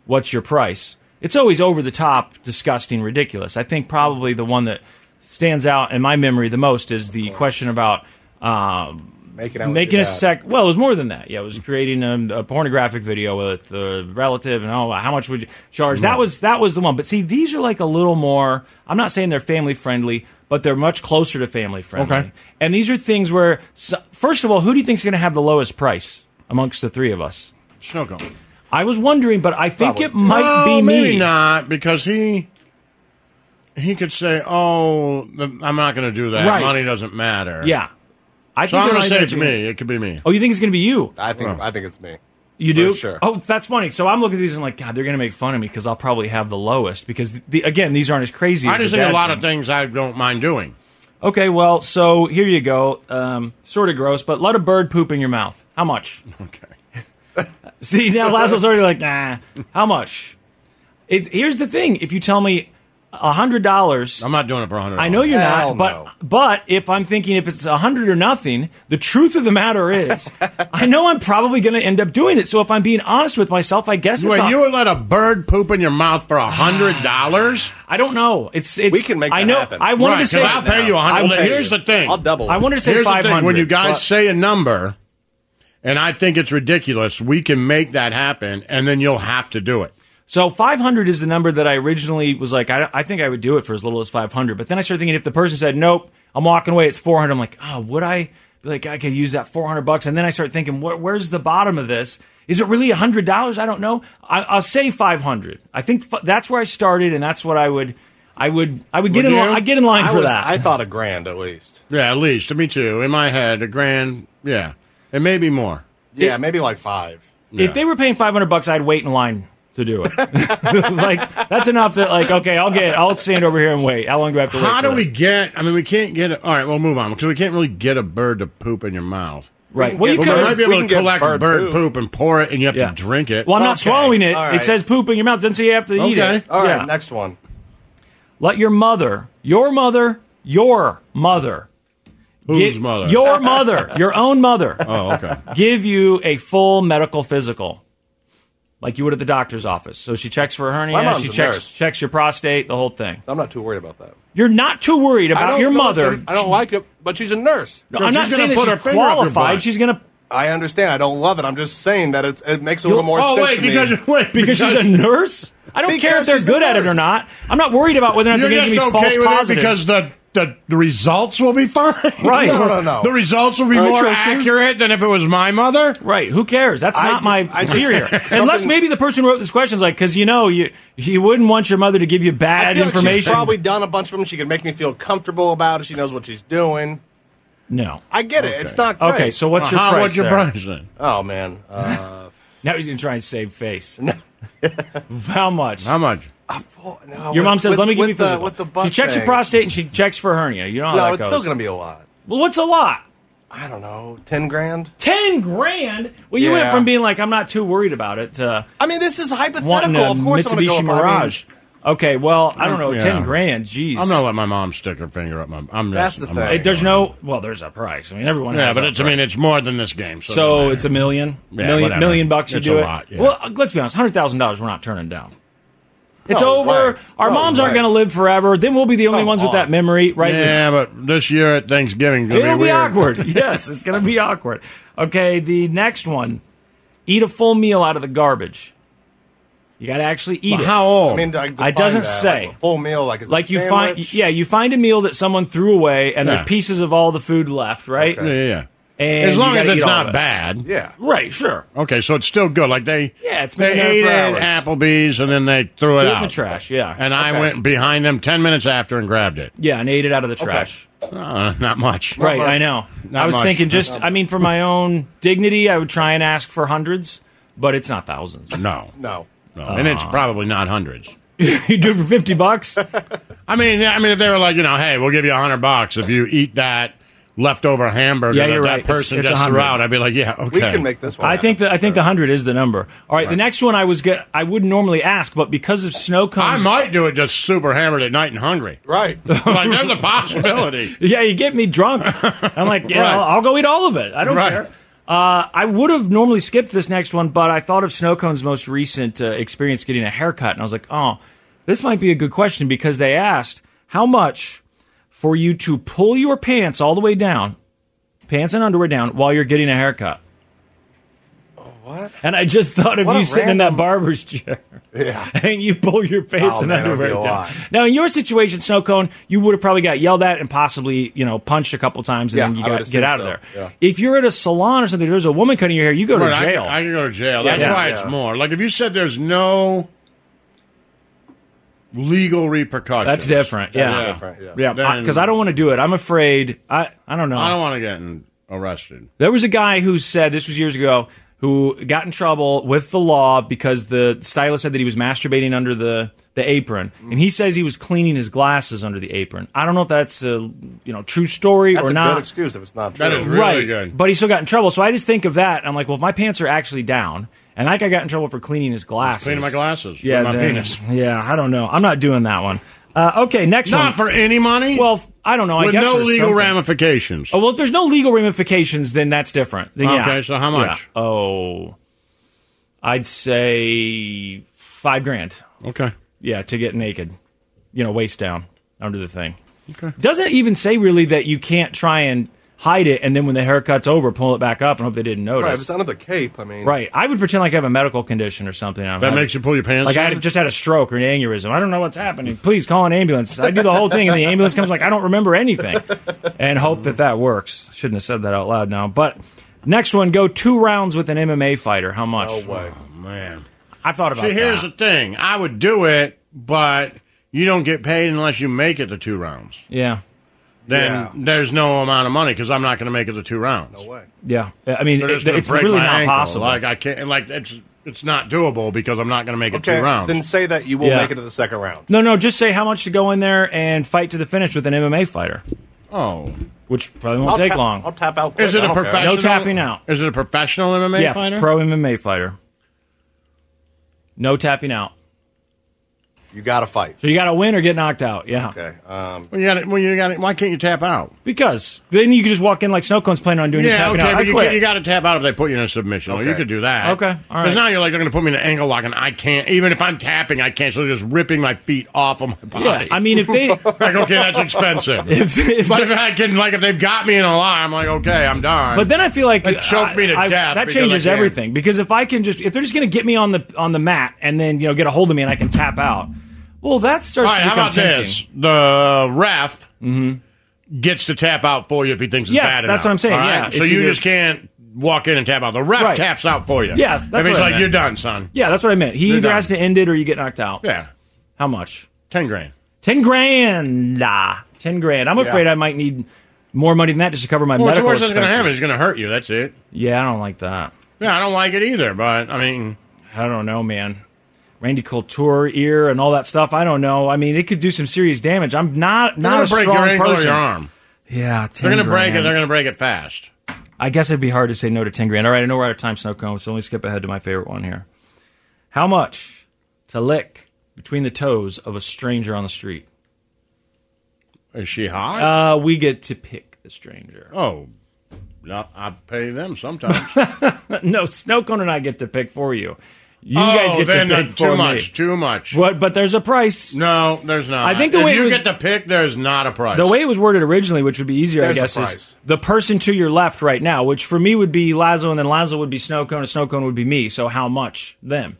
F: what's your price? It's always over the top, disgusting, ridiculous. I think probably the one that stands out in my memory the most is the question about um,
G: Making out with
F: making
G: your
F: a
G: dad.
F: sec. Well, it was more than that. Yeah, it was creating a, a pornographic video with the relative and all. that. How much would you charge? That was that was the one. But see, these are like a little more. I'm not saying they're family friendly, but they're much closer to family friendly.
K: Okay.
F: And these are things where, so- first of all, who do you think is going to have the lowest price amongst the three of us?
E: Snow cone.
F: I was wondering, but I think it might
E: No,
F: be
E: maybe
F: me.
E: not because he he could say, "Oh, th- I'm not going to do that.
F: Right.
E: Money doesn't matter."
F: Yeah. I
E: so
F: think
E: I'm
F: it
E: going to
F: might
E: say
F: be
E: it's me. It could be me.
F: Oh, you think it's going to be you?
G: I think I think it's me.
F: You do?
G: For sure.
F: Oh, that's funny. So I'm looking at these and I'm like, God, they're going to make fun of me because I'll probably have the lowest because, the, again, these aren't as crazy
E: I
F: as
E: just
F: the
E: think a
F: dad
E: lot
F: thing.
E: of things I don't mind doing.
F: Okay, well, so here you go. Um, sort of gross, but let a bird poop in your mouth. How much?
E: Okay.
F: See, now Laszlo's already like, nah. How much? It, here's the thing. If you tell me a hundred dollars,
E: I'm not doing it for 100.
F: I know you're
G: Hell
F: not, but
G: no.
F: but if I'm thinking if it's a hundred or nothing, the truth of the matter is, I know I'm probably going to end up doing it. So if I'm being honest with myself, I guess it's
E: Wait,
F: a-
E: you would let a bird poop in your mouth for a hundred dollars?
F: I don't know. It's it's
G: We can make
F: I
G: that
F: know.
G: happen.
F: I wanted
E: Right,
F: to
E: 'cause
F: say
E: I'll pay you a
F: I-
E: hundred.
G: I'll pay
E: Here's
G: you.
E: the thing.
G: I'll double.
F: I
G: it.
F: wanted to say
E: Here's the
F: five
E: thing:
F: hundred.
E: when you guys
G: but-
E: say a number, and I think it's ridiculous, we can make that happen, and then you'll have to do it.
F: So 500 is the number that I originally was like, I, I think I would do it for as little as 500. But then I started thinking if the person said, nope, I'm walking away, it's 400. I'm like, oh, would I? Like, I could use that 400 bucks. And then I start thinking, where, where's the bottom of this? Is it really $100? I don't know. I, I'll say 500. I think f- that's where I started, and that's what I would. I would, I would get
E: Would
F: in,
E: you?
F: line. I get in line
G: I
F: for
G: was-
F: that.
G: I thought a grand at least.
E: Yeah, at least me too. In my head, a grand. Yeah, and maybe more.
G: Yeah, maybe like five.
E: Yeah.
F: If they were paying 500 bucks, I'd wait in line to do it. like that's enough that like, okay, I'll get, I'll stand over here and wait. How long do I have to wait?
E: How
F: for
E: do we
F: this?
E: get? I mean, we can't get. A, all right, we'll move on because we can't really get a bird to poop in your mouth.
F: Right. Well, you
E: But
F: could.
E: we might be
G: we
E: able to
G: can get
E: collect bird,
G: bird
E: bird
G: poop.
E: poop and pour it, and you have
F: Yeah.
E: to drink it.
F: Well, I'm not
G: Okay.
F: swallowing it.
G: All
F: It
G: right.
F: says poop in your mouth. Doesn't say you have to eat
E: Okay.
F: it.
G: All right,
F: Yeah.
G: next one.
F: Let your mother, your mother, your mother,
E: Whose
F: get-
E: mother?
F: your mother, your own mother,
E: Oh, okay.
F: give you a full medical physical, like you would at the doctor's office. So she checks for hernia.
G: My mom's
F: she
G: a
F: checks
G: nurse.
F: checks your prostate, the whole thing.
G: I'm not too worried about that.
F: You're not too worried
G: I
F: about
G: don't
F: your
G: know if
F: mother.
G: they're- I don't like it, but she's a nurse.
F: No, I'm
E: She's
F: not
E: gonna
F: saying that
E: put her
F: she's
E: finger up your
F: qualified.
E: butt.
F: She's gonna
G: I understand. I don't love it. I'm just saying that it's, it makes a little more
E: oh
G: sense
E: wait,
G: to me.
E: because wait,
F: because she's a nurse. I don't care
G: Because
F: if they're
G: she's a
F: good at it or
G: nurse.
F: not. I'm not worried about whether or not
E: You're
F: they're going to
E: just
F: give me
E: okay
F: false
E: with
F: positives.
E: it because the, the the results will be fine.
F: Right.
G: No, no, no.
E: The results will be more
F: Interesting.
E: accurate than if it was my mother.
F: Right? Who cares? That's
G: I
F: not
G: ju-
F: my
G: I just-
F: superior.
G: something-
F: Unless maybe the person who wrote this question is like, because you know, you you wouldn't want your mother to give you
G: I
F: bad
G: feel like
F: information.
G: she's probably done a bunch of them. She can make me feel comfortable about it. She knows what she's doing.
F: no.
G: I Uh-huh, get it. It's not great.
F: Okay, so what's your
E: How
F: price?
E: would you
F: there?
E: price it?
G: Oh man, uh,
F: Now he's gonna try and save face. How much?
E: How much?
G: full- no,
F: your mom
G: with-
F: says, "Let me give
G: with
F: you
G: the,
F: physical."
G: with the butt
F: she checks
G: thing.
F: your prostate and she checks for hernia. You know how
G: No,
F: that
G: it's
F: goes.
G: still gonna be a lot.
F: well, what's a lot?
G: I don't know, ten grand.
F: Ten grand. Well, you went
G: Yeah.
F: from being like, "I'm not too worried about it," to
G: I mean, this is
F: wanting
G: hypothetical.
F: a
G: Of course,
F: Mitsubishi
G: I'm gonna go up. I mean,
F: Mirage. okay, well, I don't know,
E: Yeah.
F: ten grand. Jeez,
E: I'm gonna let my mom stick her finger up my. I'm
G: That's
E: just,
G: the
E: I'm
G: thing.
E: not
F: It- there's
E: doing
F: no. Well, there's a price. I mean, everyone.
E: it. Yeah,
F: has
E: but
F: a
E: it's. I mean,
F: price.
E: it's more than this game. So,
F: So
E: no
F: it's a million,
E: Yeah,
F: million,
E: whatever.
F: million bucks. You
E: It's
F: do
E: a
F: it.
E: lot, yeah.
F: Well, uh, let's be honest. Hundred thousand dollars, we're not turning down. It's
G: No
F: over.
G: way.
F: Our
G: No
F: moms aren't
G: way.
F: going to live forever. Then we'll be the only
G: Come
F: ones with
G: on.
F: that memory, right?
E: Yeah, but this year at Thanksgiving, it's gonna
F: It'll be,
E: weird.
F: awkward. yes, it's going to be awkward. Okay, the next one: eat a full meal out of the garbage. You got to actually eat
E: But
F: it.
E: How old?
G: I mean, like, define
F: doesn't
G: that,
F: say.
G: like, a full meal, like is it
F: like
G: a
F: you
G: sandwich?
F: find, yeah, you find a meal that someone threw away, and
E: Yeah.
F: there's pieces of all the food left, right?
E: yeah, yeah. yeah.
F: And
E: as
F: you
E: long as
F: gotta
E: it's
F: eat all of
E: not
F: it.
E: bad.
G: yeah.
F: Right, sure.
E: Okay, so it's still good. Like they,
F: Yeah, it's been
E: they
F: in there
E: ate it
F: for
E: at
F: hours.
E: Applebee's and then they threw it
F: Threw it in
E: out
F: the trash, yeah.
E: and I went behind them ten minutes after and grabbed it.
F: Yeah, and ate it out of the trash.
E: Uh, not much.
F: Right, I know.
E: Not
F: I was
E: much.
F: thinking just, I mean, for my own dignity, I would try and ask for hundreds, but it's not thousands.
E: No.
G: No.
E: No. and it's probably not hundreds.
F: you do it for 50 bucks?
E: I mean, I mean, if they were like, you know, hey, we'll give you a hundred bucks if you eat that leftover hamburger
F: Yeah,
E: that
F: you're
E: that
F: right. It's-
E: person
F: it's
E: just
F: 100.
E: threw out, I'd be like, Oh, yeah, okay.
G: We can make this one.
F: I think
G: happen.
F: that I think the hundred is the number. All right, the next one I was get I wouldn't normally ask, but because of snow
E: I
F: cones,
E: might do it just super hammered at night and hungry.
G: right.
E: like, there's a possibility.
F: Yeah, you get me drunk. I'm like, yeah,
E: Right.
F: I'll, I'll go eat all of it. I don't
E: Right.
F: care. Uh, I would have normally skipped this next one, but I thought of Snow Cone's most recent uh, experience getting a haircut, and I was like, oh, this might be a good question because they asked how much for you to pull your pants all the way down, pants and underwear down while you're getting a haircut.
G: What?
F: And I just thought of
G: What
F: you
G: a
F: sitting in that barber's chair.
G: Yeah.
F: and you pull your pants
G: Oh,
F: and
G: man, that would be
F: underwear
G: a
F: down.
G: lot.
F: Now, in your situation, snow cone, you would have probably got yelled at and possibly, you know, punched a couple times, and
G: Yeah,
F: then you
G: I would
F: got
G: assume
F: get out of
G: so,
F: there.
G: yeah.
F: If you're at a salon or something, there's a woman cutting your hair, you go
E: Right,
F: to
E: I
F: jail.
E: can- I, can go to jail. That's
F: Yeah.
E: why
G: Yeah.
E: it's more. Like if you said there's no legal repercussions.
F: That's different.
G: That's
F: Yeah,
G: different, yeah.
F: yeah.
E: Then-
F: Because I don't want to do it. I'm afraid. I I don't know.
E: I don't want to get in- arrested.
F: There was a guy who said this was years ago who got in trouble with the law because the stylist said that he was masturbating under the the apron,
E: Mm.
F: and he says he was cleaning his glasses under the apron. I don't know if that's a you know true story
G: That's
F: or
G: a
F: not.
G: good excuse if it's not true.
E: That is really
F: right,
E: good.
F: but he still got in trouble. So I just think of that. I'm like, well, if my pants are actually down, and that guy got in trouble for cleaning his glasses,
E: Cleaning my glasses.
F: yeah,
E: with my
F: then-
E: penis.
F: yeah. I don't know. I'm not doing that one. Uh, okay, next one.
E: Not for any money.
F: well, f- I don't know. I
E: with
F: guess
E: no
F: there's
E: legal
F: something.
E: ramifications.
F: Oh, well, if there's no legal ramifications, then that's different. Then, yeah.
E: Okay, so how much?
F: Yeah. Oh, I'd say five grand.
E: Okay.
F: Yeah, to get naked, you know, waist down under the thing.
E: Okay.
F: Doesn't it even say really that you can't try and hide it, and then when the haircut's over, pull it back up and hope they didn't
G: Right, if
F: notice.
G: it's under the cape, I mean.
F: Right. I would pretend like I have a medical condition or something. I'm
E: That
F: having-
E: makes you pull your pants.
F: like I
E: down?
F: had, just had a stroke or an aneurysm. I don't know what's happening. Please call an ambulance. I do the whole thing, and the ambulance comes like I don't remember anything, and hope that that works. Shouldn't have said that out loud now. But next one, go two rounds with an MMA fighter. How much?
G: No way.
E: man.
F: I thought about
E: Oh, See, here's the
F: that.
E: thing. I would do it, but you don't get paid unless you make it the two rounds.
F: yeah,
E: Then
G: Yeah.
E: there's no amount of money because I'm not going to make it the two rounds.
G: No way.
F: yeah. I mean,
E: They're
F: it-
E: just gonna
F: it's
E: break
F: really
E: my
F: not
E: ankle.
F: possible.
E: Like I can't. Like it's it's not doable because I'm not going to make it
G: Okay,
E: two rounds.
G: then say that you will
F: Yeah.
G: make it to the second round.
F: no, no. Just say how much to go in there and fight to the finish with an MMA fighter,
E: oh,
F: which probably won't take
G: tap,
F: long.
G: I'll tap out quick.
E: is it
G: I
E: a
G: don't care.
E: professional?
F: No tapping out.
E: Is it a professional MMA
F: yeah,
E: fighter?
F: pro MMA fighter. No tapping out.
G: You got to fight.
F: So you got to win or get knocked out. Yeah.
G: Okay. Um,
E: Well, you got Well, you got Why can't you tap out?
F: Because then you can just walk in like Snow Cone's planning on doing. his
E: yeah,
F: tapping
E: okay,
F: out. I
E: but you,
F: quit.
E: can- you got to tap out if they put you in a submission. Well, you
G: Okay.
E: could do that.
F: Okay, all right.
E: Because now you're like they're going to put me in an angle lock, and I can't. Even if I'm tapping, I can't. So they're just ripping my feet off of my
F: Yeah,
E: body.
F: I mean, if they,
E: like okay, that's expensive.
F: If- if-
E: but if I can, like, if they've got me in a lie, I'm like, okay, I'm done.
F: but then I feel like
E: They choke me to
F: I- I-
E: death
F: That
E: because I
F: changes
E: can't.
F: everything because if I can just, if they're just going to get me on the on the mat and then you know get a hold of me and I can tap out, well that
E: all
F: starts
E: right,
F: to
E: how
F: become
E: about
F: tempting.
E: this? The ref gets to tap out for you if he thinks it's
F: Mm-hmm. Yes,
E: bad
F: that's
E: enough,
F: what I'm saying,
E: all right?
F: yeah.
E: so
F: It's
E: you
F: either-
E: just can't walk in and tap out. The ref
F: Right.
E: taps out for you.
F: Yeah, that's
E: if
F: what
E: he's
F: I
E: like,
F: meant.
E: you're done, son.
F: Yeah, that's what I meant. He
E: You're
F: either
E: done.
F: has to end it or you get knocked out.
E: Yeah,
F: How much?
E: ten grand.
F: Ten grand. Nah, ten grand. I'm afraid I might need more money than that just to cover my
E: Well, what's the
F: medical
E: worst that's going to
F: expenses.
E: happen? It's going to hurt you. That's it.
F: yeah, I don't like that.
E: Yeah, I don't like it either, but I mean,
F: I don't know, man. Randy Couture ear and all that stuff. I don't know. I mean, it could do some serious damage. I'm not
E: they're
F: not
E: going
F: a
E: to break
F: strong
E: your ankle
F: person.
E: or your arm.
F: Yeah,
E: They're going to break it. They're going to break it fast.
F: I guess it'd be hard to say no to ten grand. All right, I know we're out of time, snow cone. So let me skip ahead to my favorite one here. How much to lick between the toes of a stranger on the street?
E: Is she hot?
F: Uh, we get to pick the stranger.
E: oh, no, I pay them sometimes.
F: No, snow cone and I get to pick for you. You guys get
E: then
F: to pick
E: uh,
F: for
E: too much.
F: me.
E: Too much.
F: What? But there's a price.
E: No, there's not.
F: I think the
E: if
F: way it
E: you
F: was-
E: get to pick, there's not a price.
F: The way it was worded originally, which would be easier,
G: There's
F: I
G: the
F: guess, is
G: price.
F: the person to your left right now, which for me would be Lazo, and then Lazo would be Snow Cone, and Snow Cone would be me. So how much them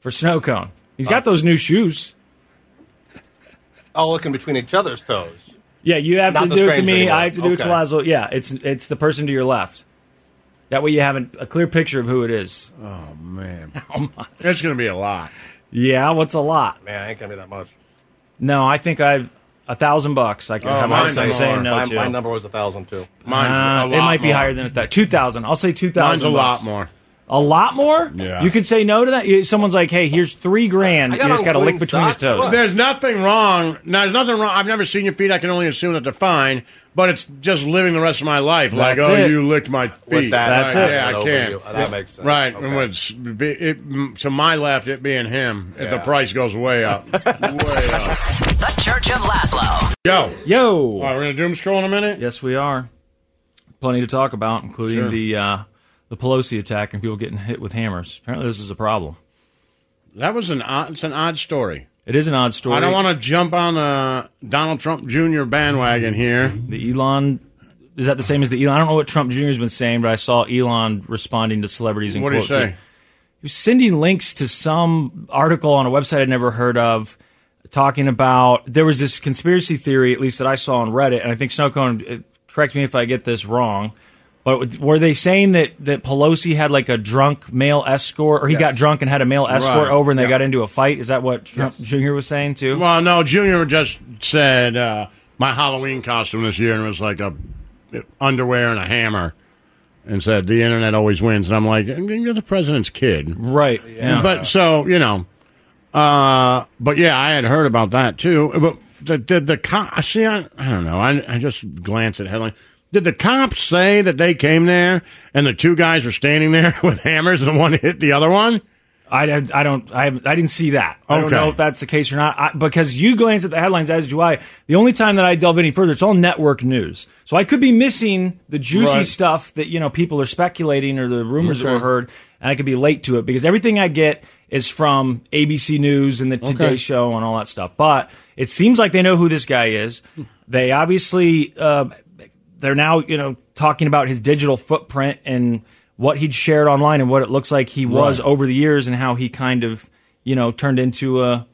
F: for Snow Cone? He's got
E: Uh,
F: those new shoes.
G: all looking oh, between each other's toes.
F: Yeah, you have
G: Not
F: to
G: the
F: do it to
G: stranger
F: me.
G: anymore.
F: I have to do it to
G: Okay.
F: Lazo. Yeah, it's it's the person to your left. That way, you have an- a clear picture of who it is.
E: man, it's going to be a lot.
F: Yeah, what's a lot?
G: Man, I ain't gonna be that much.
F: No, I think I've a thousand bucks. I can
E: Oh,
F: have
E: mine's
F: myself
E: more.
F: saying no
G: my,
F: to.
G: my number was a thousand too.
E: Mine's a
F: Uh,
E: lot
F: it might be
E: more.
F: higher than a thousand. Two thousand. I'll say two thousand.
E: Mine's a lot more.
F: A lot more?
E: Yeah.
F: You could say no to that. You- Someone's like, "Hey, here's three grand.
G: I
F: You
G: got
F: just
G: on
F: got to lick
G: clean
F: between his
G: socks,
F: toes."
G: what?
E: There's nothing wrong. Now, there's nothing wrong. I've never seen your feet. I can only assume that they're fine. But it's just living the rest of my life like,
F: That's
E: oh,
F: it.
E: you licked my feet.
G: With that,
F: That's
E: Right,
F: it.
E: Yeah,
G: that
E: I
G: over
E: can't.
G: you. That makes sense.
E: Right,
G: Okay.
E: and when it's, it, m- to my left, it being him, if the
G: Yeah.
E: price goes way up, way up.
H: The Church of Laszlo.
E: Yo,
F: Yo.
E: all right, we're gonna doom scroll in a minute.
F: Yes, we are. Plenty to talk about, including
E: Sure.
F: the uh, the Pelosi attack and people getting hit with hammers. Apparently, this is a problem.
E: That was an odd, it's an odd story.
F: It is an odd story.
E: I don't want to jump on the Donald Trump Jr. bandwagon here.
F: the Elon Is that the same as the Elon? I don't know what Trump Jr. has been saying, but I saw Elon responding to celebrities in
E: What did he
F: quotes.
E: say?
F: He was sending links to some article on a website I'd never heard of, talking about there was this conspiracy theory, at least that I saw on Reddit, and I think Snowcone, uh, correct me if I get this wrong, but were they saying that that Pelosi had like a drunk male escort, or he got drunk and had a male escort
E: Right.
F: over, and they got into a fight? Is that what Trump Jr. was saying too?
E: Well, no, Junior just said uh, my Halloween costume this year, and it was like a underwear and a hammer, and said the internet always wins. And I'm like, you're the president's kid,
F: right? Yeah.
E: But so you know, uh, but yeah, I had heard about that too. But the did the cop see? I, I don't know. I, I just glance at headline. Did the cops say that they came there and the two guys were standing there with hammers and one hit the other one?
F: I, I don't I, haven't- I didn't see that. I don't
E: Okay.
F: know if that's the case or not I, because you glance at the headlines as do I. The only time that I delve any further, it's all network news. So I could be missing the juicy
E: Right.
F: stuff that you know people are speculating or the rumors that were
E: Okay.
F: heard, and I could be late to it because everything I get is from ABC News and the Today
E: Okay.
F: Show and all that stuff. But it seems like they know who this guy is. They obviously uh, they're now you know talking about his digital footprint and what he'd shared online and what it looks like he was
E: Right.
F: over the years and how he kind of you know turned into a,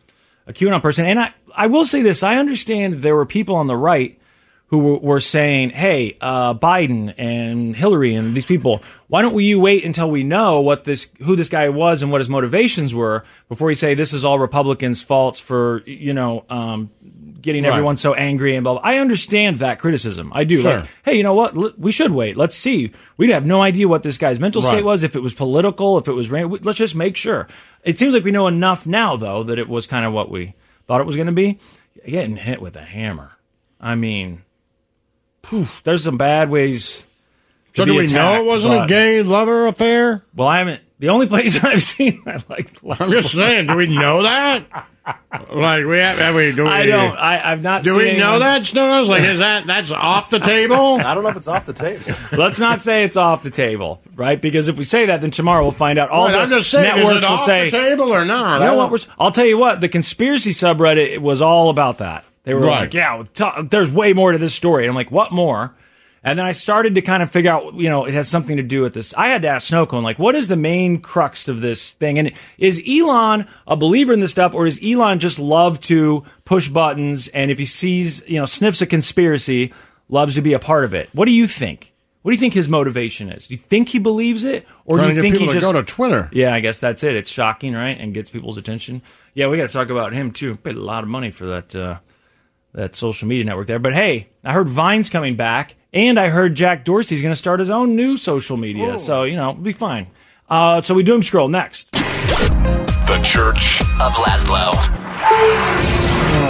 F: a QAnon person. And I I will say this: I understand there were people on the right who were, were saying, "Hey, uh, Biden and Hillary and these people, why don't you wait until we know what this who this guy was and what his motivations were before you say this is all Republicans' faults for you know um, getting
E: Right.
F: everyone so angry and blah." blah. I understand that criticism. I do.
E: Sure.
F: Like, hey, you know what? L- we should wait. Let's see. We'd have no idea what this guy's mental state
E: Right.
F: was, if it was political, if it was. Ran- we- let's just make sure. It seems like we know enough now, though, that it was kind of what we thought it was going to be. Getting hit with a hammer. I mean, poof, there's some bad ways. To
E: So
F: be
E: do we know
F: attacked,
E: it wasn't
F: but-
E: a gay lover affair?
F: Well, I haven't. The only place I've seen that like.
E: I'm just saying. Do we know that? Like we have, have we? Do we?
F: I don't. I, I've not.
E: do
F: seen
E: we know
F: anyone-
E: that, Snows? Like, is that that's off the table?
G: I don't know if it's off the table.
F: Let's not say it's off the table, right? Because if we say that, then tomorrow we'll find out. All
E: Right,
F: the
E: I'm just saying, is
F: networks
E: it
F: will
E: off
F: say
E: the table or not? I
F: You know
E: don't-
F: what? We're, I'll tell you what. The conspiracy subreddit it was all about that. They were
E: Right.
F: like, "Yeah, t- there's way more to this story." And I'm like, "What more?" And then I started to kind of figure out, you know, it has something to do with this. I had to ask Snowcone, like, what is the main crux of this thing? And is Elon a believer in this stuff, or does Elon just love to push buttons? And if he sees, you know, sniffs a conspiracy, loves to be a part of it. What do you think? What do you think his motivation is? Do you think he believes it, or
E: Trying
F: do
E: to get
F: you think he
E: people to
F: just
E: go to Twitter.
F: yeah, I guess that's it. It's shocking, right? And gets people's attention. Yeah, we got to talk about him too. Paid a lot of money for that uh, that social media network there. But hey, I heard Vine's coming back, and I heard Jack Dorsey's going to start his own new social media. So you know, it'll be fine. Uh, so we doom scroll next.
D: The Church
H: Of Laszlo.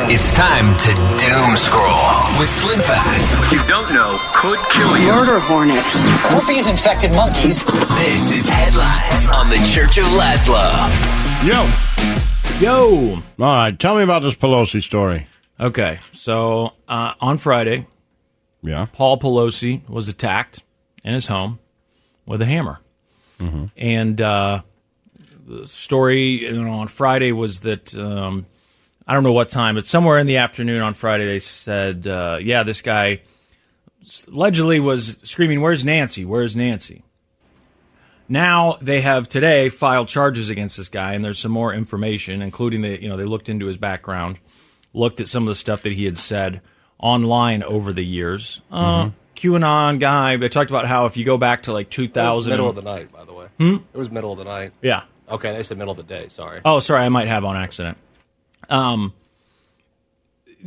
H: It's time to doom scroll with Slim Fast. What you don't know could kill you.
K: Murder hornets.
H: Herpes infected monkeys. This is headlines on the Church of Laszlo.
E: Yo.
F: Yo.
E: All right, tell me about this Pelosi story.
F: Okay, so uh, on Friday,
E: Yeah.
F: Paul Pelosi was attacked in his home with a hammer. And uh, the story you know, on Friday was that um, I don't know what time, but somewhere in the afternoon on Friday, they said, uh, yeah, this guy allegedly was screaming, Where's Nancy? Where's Nancy? Now they have today filed charges against this guy, and there's some more information, including the you know they looked into his background, looked at some of the stuff that he had said online over the years. Uh,
G: Mm-hmm.
F: QAnon guy. They talked about how if you go back to like
G: It was
F: 2000,
G: middle of the night, by the way. Hmm? It was middle of the night.
F: yeah.
G: Okay, they said middle of the day. Sorry.
F: Oh, sorry, I might have on accident. Um,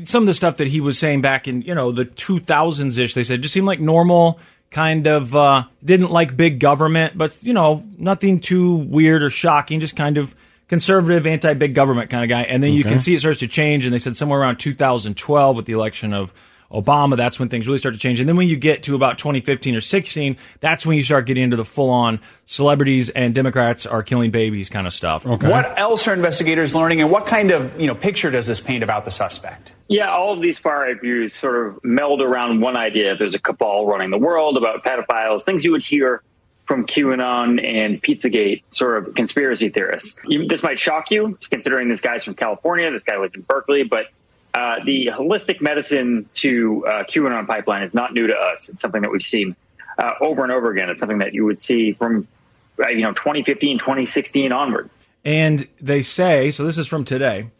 F: some of the stuff that he was saying back in you know the 2000s ish, they said just seemed like normal kind of uh, didn't like big government, but you know nothing too weird or shocking, just kind of conservative, anti big government kind of guy. And then you can see it starts to change, and they said somewhere around 2012 with the election of. Obama, that's when things really start to change. And then when you get to about 2015 or 16, that's when you start getting into the full on celebrities and Democrats are killing babies kind of stuff.
L: What else are investigators learning, and what kind of you know picture does this paint about the suspect?
M: Yeah, all of these far right views sort of meld around one idea. There's a cabal running the world about pedophiles, things you would hear from QAnon and Pizzagate, sort of conspiracy theorists. You, this might shock you, considering this guy's from California, this guy lived in Berkeley, but uh, uh, the holistic medicine to uh, QAnon pipeline is not new to us. It's something that we've seen uh, over and over again. It's something that you would see from uh, you know 2015, 2016 onward.
F: And they say so. This is from today.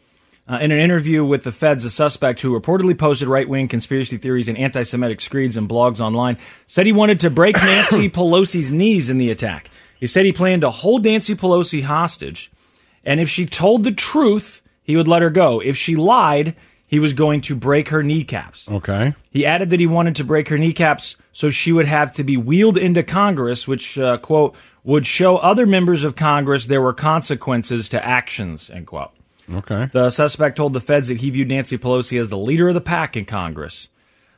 F: Uh, in an interview with the feds, a suspect who reportedly posted right wing conspiracy theories and anti Semitic screeds and blogs online said he wanted to break Nancy Pelosi's knees in the attack. He said he planned to hold Nancy Pelosi hostage, and if she told the truth, he would let her go. If she lied, he was going to break her kneecaps.
E: Okay.
F: He added that he wanted to break her kneecaps so she would have to be wheeled into Congress, which, uh, quote, would show other members of Congress there were consequences to actions, end quote.
E: Okay.
F: The suspect told the feds that he viewed Nancy Pelosi as the leader of the pack in Congress.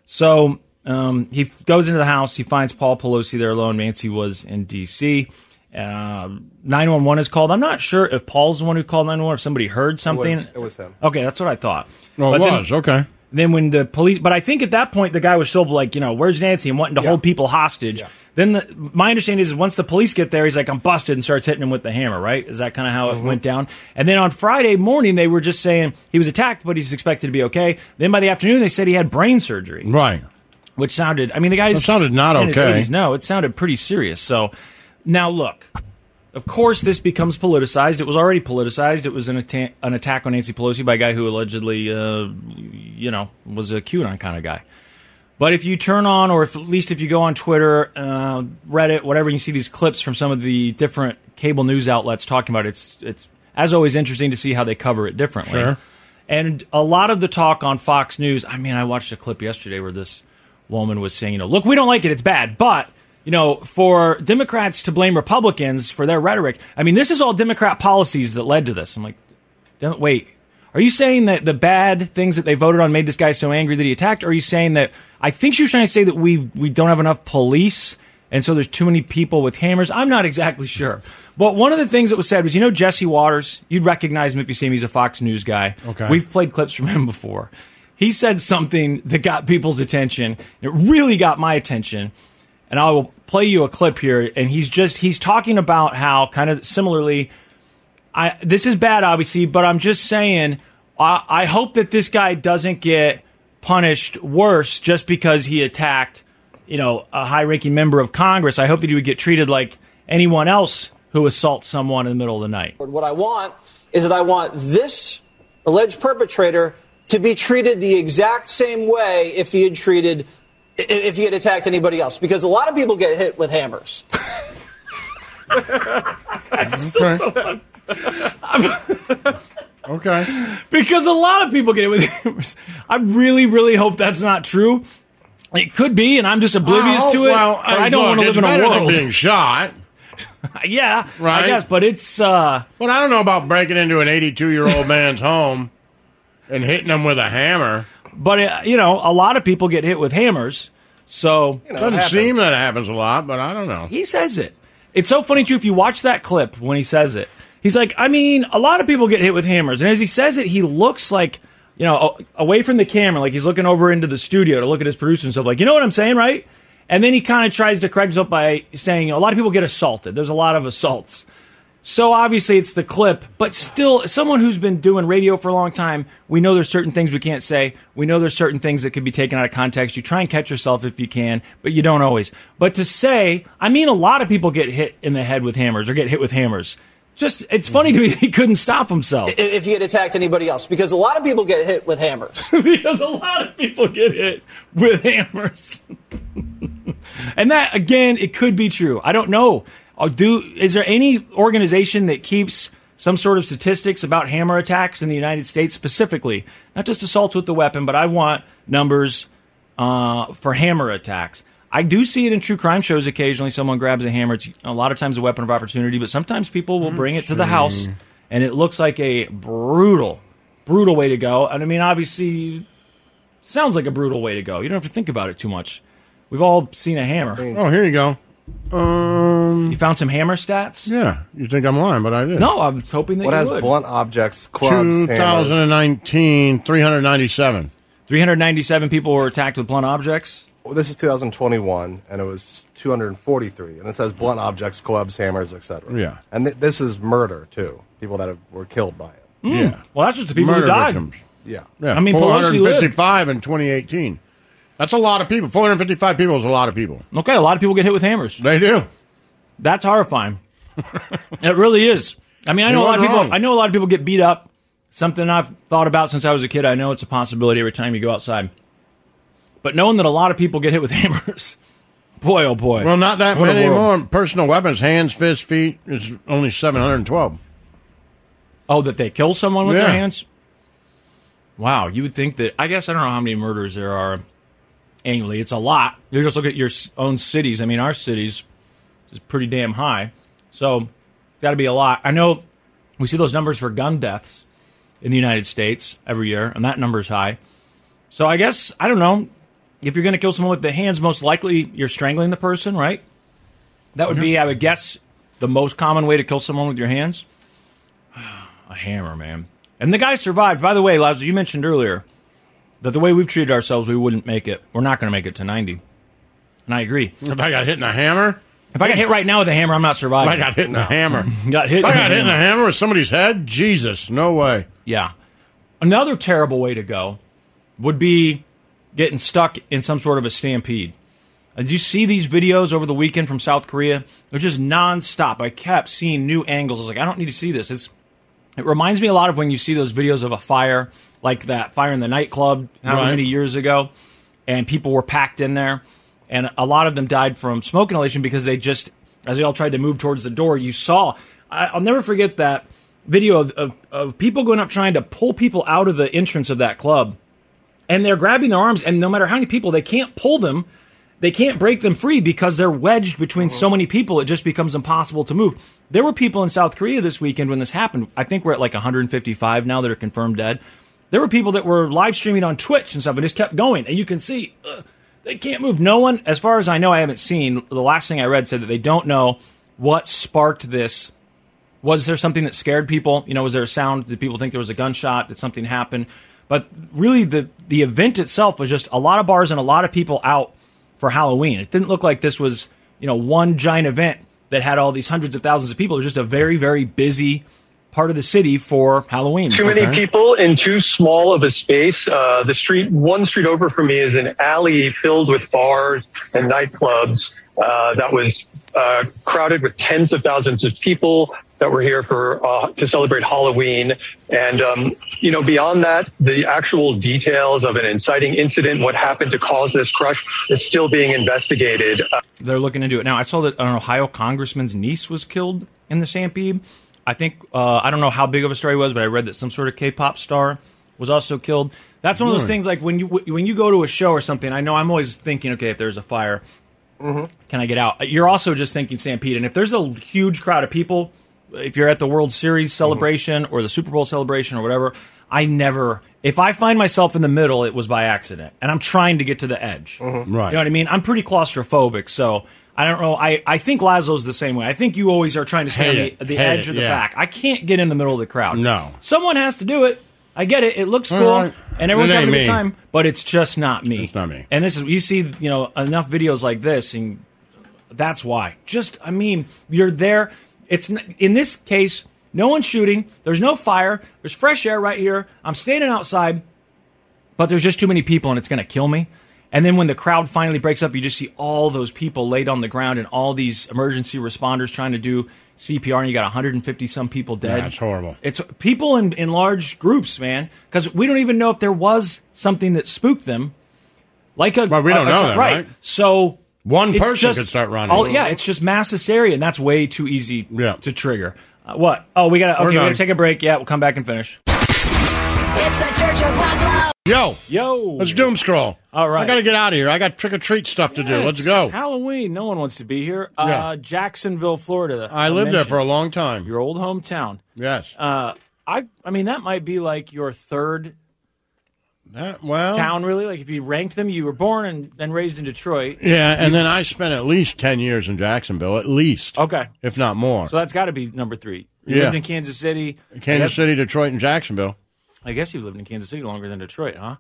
F: So um, he f- goes into the house. He finds Paul Pelosi there alone. Nancy was in D.C. Nine one one is called. I'm not sure if Paul's the one who called nine one one. If somebody heard something,
G: it was him.
F: Okay, that's what I thought.
E: Oh, it
F: But then-
E: was. okay.
F: Then when the police, but I think at that point the guy was still like, you know, where's Nancy and wanting to hold people hostage. Then the, my understanding is once the police get there, he's like, I'm busted and starts hitting him with the hammer. Right? Is that kind of how it went down? And then on Friday morning they were just saying he was attacked, but he's expected to be okay. Then by the afternoon they said he had brain surgery.
E: Right.
F: Which sounded, I mean, the guy's
E: That sounded not
F: in his
E: okay.
F: 80s. no, it sounded pretty serious. So now look. Of course, this becomes politicized. It was already politicized. It was an, atta- an attack on Nancy Pelosi by a guy who allegedly, uh, you know, was a QAnon kind of guy. But if you turn on, or if, at least if you go on Twitter, uh, Reddit, whatever, you see these clips from some of the different cable news outlets talking about it. It's, it's as always interesting to see how they cover it differently.
E: Sure.
F: And a lot of the talk on Fox News, I mean, I watched a clip yesterday where this woman was saying, you know, look, we don't like it, it's bad, but. You know, for Democrats to blame Republicans for their rhetoric, I mean, this is all Democrat policies that led to this. I'm like, don't, wait, are you saying that the bad things that they voted on made this guy so angry that he attacked? Or are you saying that I think she was trying to say that we we don't have enough police and so there's too many people with hammers? I'm not exactly sure. But one of the things that was said was, you know, Jesse Waters, you'd recognize him if you see him. He's a Fox News guy.
E: Okay.
F: We've played clips from him before. He said something that got people's attention. It really got my attention and I will play you a clip here. And he's just he's talking about how kind of similarly. I this is bad, obviously, but I'm just saying. I, I hope that this guy doesn't get punished worse just because he attacked, you know, a high-ranking member of Congress. I hope that he would get treated like anyone else who assaults someone in the middle of the night.
K: What I want is that I want this alleged perpetrator to be treated the exact same way if he had treated, i- if he had attacked anybody else, because a lot of people get hit with hammers.
E: Okay. okay.
F: because a lot of people get it with hammers. I really, really hope that's not true. It could be, and I'm just oblivious
E: Well,
F: to it.
E: well,
F: but I, don't
E: look,
F: want to
E: it's
F: live in
E: better
F: a
E: than
F: world.
E: being shot.
F: yeah,
E: Right?
F: I guess, but it's. uh
E: But I don't know about breaking into an 82 year old man's home and hitting him with a hammer.
F: But uh, you know, a lot of people get hit with hammers, so
E: it Doesn't seem that it happens a lot, but I don't know.
F: He says it. It's so funny too. If you watch that clip when he says it, he's like, I mean, a lot of people get hit with hammers, and as he says it, he looks like you know a- away from the camera, like he's looking over into the studio to look at his producer and stuff. Like, you know what I'm saying, right? And then he kind of tries to correct himself by saying, you know, a lot of people get assaulted. There's a lot of assaults. So obviously it's the clip, but still, someone who's been doing radio for a long time, we know there's certain things we can't say. We know there's certain things that could be taken out of context. You try and catch yourself if you can, but you don't always. But to say, I mean, a lot of people get hit in the head with hammers or get hit with hammers. Just, it's funny to me that he couldn't stop himself.
K: i- If he had attacked anybody else, because a lot of people get hit with hammers.
F: because a lot of people get hit with hammers. and that again, it could be true. I don't know. Uh, Do is there any organization that keeps some sort of statistics about hammer attacks in the United States specifically? Not just assaults with the weapon, but I want numbers uh, for hammer attacks. I do see it in true crime shows occasionally. Someone grabs a hammer. It's a lot of times a weapon of opportunity, but sometimes people will bring it to the house, and it looks like a brutal, brutal way to go. And I mean, obviously, sounds like a brutal way to go. You don't have to think about it too much. We've all seen a hammer.
E: Oh, here you go. Um,
F: you found some hammer stats?
E: Yeah. You think I'm lying, but I did.
F: No, I was hoping that
G: What
F: you
G: has
F: would.
G: blunt objects, clubs, hammers?
E: 2019, 397.
F: 397 people were attacked with blunt objects.
G: Well, this is 2021, and it was 243, and it says blunt objects, clubs, hammers, etc.
E: Yeah.
G: and th- this is murder too. People that have, were killed by it.
F: Mm. Well, that's just the people who
E: Murder
F: died.
E: victims.
G: Yeah.
E: Yeah,
F: I mean, Pelosi lived.
E: 455 in 2018. That's a lot of people. 455 people is a lot of people.
F: Okay, a lot of people get hit with hammers.
E: They do.
F: That's horrifying. it really is. I mean, I
E: You
F: know a lot of
E: weren't
F: people.
E: wrong.
F: I know a lot of people get beat up. Something I've thought about since I was a kid. I know it's a possibility every time you go outside. But knowing that a lot of people get hit with hammers, boy, oh boy.
E: Well, not that
F: What a
E: many
F: world.
E: more. Personal weapons, hands, fists, feet, is only 712.
F: Oh, that they kill someone with their
E: Yeah.
F: hands? Wow, you would think that. I guess I don't know how many murders there are annually. It's a lot. You just look at your s- own cities. I mean, our cities is pretty damn high. So it's got to be a lot. I know we see those numbers for gun deaths in the United States every year, and that number's high. So I guess, I don't know. If you're going to kill someone with the hands, most likely you're strangling the person, right? That would be, I would guess, the most common way to kill someone with your hands. A hammer, man. And the guy survived. By the way, Lazar, you mentioned earlier that the way we've treated ourselves, we wouldn't make it. We're not going to make it to 90. And I agree.
E: If I got hit in a hammer?
F: If I got hit right now with a hammer, I'm not
E: If
F: surviving.
E: I got hit in a hammer.
F: got hit.
E: If I got hit in a hammer with somebody's head? Jesus, no way.
F: Yeah. Another terrible way to go would be getting stuck in some sort of a stampede. Did you see these videos over the weekend from South Korea? They're just nonstop. I kept seeing new angles. I was like, I don't need to see this. It's it reminds me a lot of when you see those videos of a fire, like that fire in the nightclub, how
E: Right.
F: many years ago, and people were packed in there, and a lot of them died from smoke inhalation because they just, as they all tried to move towards the door, you saw. I, I'll never forget that video of, of, of people going up trying to pull people out of the entrance of that club, and they're grabbing their arms, and no matter how many people, they can't pull them. They can't break them free because they're wedged between so many people, it just becomes impossible to move. There were people in South Korea this weekend when this happened. I think we're at like 155 now that are confirmed dead. There were people that were live streaming on Twitch and stuff and just kept going. And you can see ugh, they can't move. No one, as far as I know, I haven't seen. The last thing I read said that they don't know what sparked this was there something that scared people? You know, was there a sound? Did people think there was a gunshot? Did something happen? But really, the the event itself was just a lot of bars and a lot of people out for Halloween. It didn't look like this was you know one giant event that had all these hundreds of thousands of people. It was just a very very busy part of the city for Halloween.
N: Too many
F: Okay.
N: people in too small of a space. Uh, the street, one street over from me, is an alley filled with bars and nightclubs uh, that was uh, crowded with tens of thousands of people that were here for uh, to celebrate Halloween. And um, you know, beyond that, the actual details of an inciting incident, what happened to cause this crush, is still being investigated. Uh,
F: They're looking into it now. I saw that an Ohio congressman's niece was killed in the stampede. I think uh, I don't know how big of a story it was, but I read that some sort of K-pop star was also killed. That's one of those
O: Really?
F: things like when you when you go to a show or something. I know I'm always thinking, okay, if there's a fire, can I get out? You're also just thinking stampede, and if there's a huge crowd of people, if you're at the World Series celebration or the Super Bowl celebration or whatever, I never. If I find myself in the middle, it was by accident, and I'm trying to get to the edge.
E: Right.
F: You know what I mean? I'm pretty claustrophobic, so I don't know. I, I think Lazo's the same way. I think you always are trying to stay
E: Hate
F: on the,
E: it.
F: the
E: Hate
F: edge
E: it,
F: or the
E: yeah.
F: back. I can't get in the middle of the crowd.
E: No.
F: Someone has to do it. I get it. It looks
E: All
F: cool,
E: right.
F: and everyone's
E: It
F: having
E: ain't
F: a good
E: me.
F: time, but it's just not me.
E: It's not me.
F: And this is you see, you know, enough videos like this, and that's why. Just I mean, you're there. It's n- in this case, no one's shooting. There's no fire. There's fresh air right here. I'm standing outside, but there's just too many people, and it's going to kill me. And then when the crowd finally breaks up, you just see all those people laid on the ground and all these emergency responders trying to do CPR, and you got 150 some people dead.
E: That's horrible.
F: It's people in, in large groups, man, because we don't even know if there was something that spooked them. Like a,
E: Well, we don't
F: a- a-
E: know that, right?
F: So
E: One
F: it's
E: person
F: just-
E: could start running.
F: all- yeah, it's just mass hysteria, and that's way too easy to trigger. Uh, what? Oh, we gotta
E: We're
F: okay. We gotta
E: done.
F: take a break. Yeah, we'll come back and finish.
H: It's the Church of Laszlo.
E: Yo.
F: Yo.
E: Let's doom scroll.
F: All right.
E: I got to get out of here. I got trick or treat stuff to do.
F: Yeah,
E: Let's
F: it's
E: go.
F: Halloween. No one wants to be here. Uh,
E: Yeah.
F: Jacksonville, Florida. the-
E: I lived there
F: mentioned.
E: for a long time.
F: Your old hometown.
E: Yes.
F: Uh, I I mean that might be like your third
E: That, well,
F: town really. Like if you ranked them, you were born and, and raised in Detroit.
E: Yeah, and
F: You-
E: then I spent at least 10 years in Jacksonville, at least.
F: Okay.
E: If not more.
F: so that's got to be number three. You
E: Yeah.
F: lived in Kansas City. I
E: Kansas
F: guess-
E: City, Detroit, and Jacksonville.
F: I guess you've lived in Kansas City longer than Detroit, huh?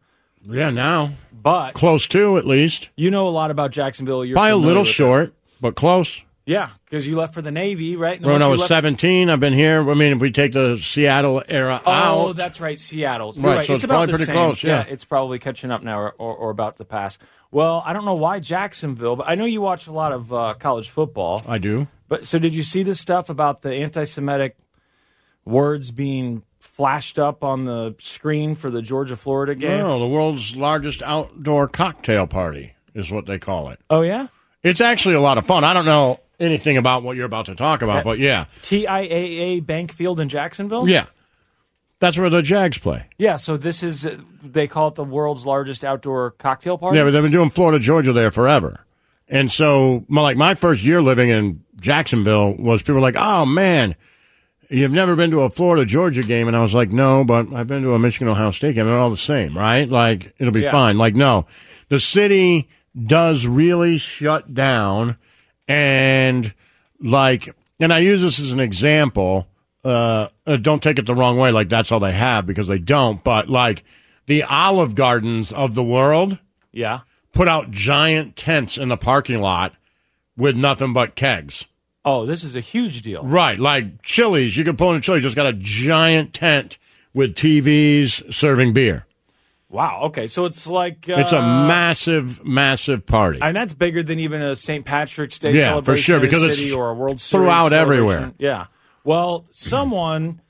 E: Yeah, now.
F: But
E: Close to, at least.
F: you know a lot about Jacksonville. You're
E: Probably a
F: familiar
E: little
F: with it.
E: short, but close.
F: Yeah, because you left for the Navy, right? And
E: When
F: once
E: I
F: you
E: was
F: left-
E: 17, I've been here. I mean, if we take the Seattle era
F: Oh,
E: out,
F: that's right, Seattle. You're
E: Right, so it's
F: about
E: probably
F: the
E: pretty
F: same.
E: close, yeah.
F: it's probably catching up now, or, or, or about to pass. Well, I don't know why Jacksonville, but I know you watch a lot of uh, college football.
E: I do.
F: But so, did you see this stuff about the anti-Semitic words being flashed up on the screen for the Georgia Florida game?
E: No, the world's largest outdoor cocktail party is what they call it.
F: Oh yeah,
E: it's actually a lot of fun. I don't know anything about what you're about to talk about, but yeah,
F: TIAA Bank Field in Jacksonville.
E: yeah, that's where the Jags play.
F: yeah. So this is uh, they call it the world's largest outdoor cocktail party.
E: Yeah, but they've been doing Florida Georgia there forever, and so my, like my first year living in Jacksonville was people were like, oh man. You've never been to a Florida Georgia game, and I was like, no, but I've been to a Michigan Ohio State game. They're all the same, right? Like it'll be
O: Yeah.
E: fine. Like no, the city does really shut down, and like, and I use this as an example. Uh, uh, don't take it the wrong way. Like that's all they have because they don't. But like the Olive Gardens of the world,
F: yeah,
E: put out giant tents in the parking lot with nothing but kegs.
F: Oh, this is a huge deal.
E: Right, like Chili's. You can pull in a Chili's. Just got a giant tent with TVs serving beer.
F: Wow. Okay. So it's like uh,
E: it's a massive, massive party.
F: And that's bigger than even a St. Patrick's Day
E: Yeah,
F: celebration
E: for sure,
F: in a
E: because it's
F: city or a World Series
E: throughout
F: celebration.
E: everywhere.
F: Yeah. Well, someone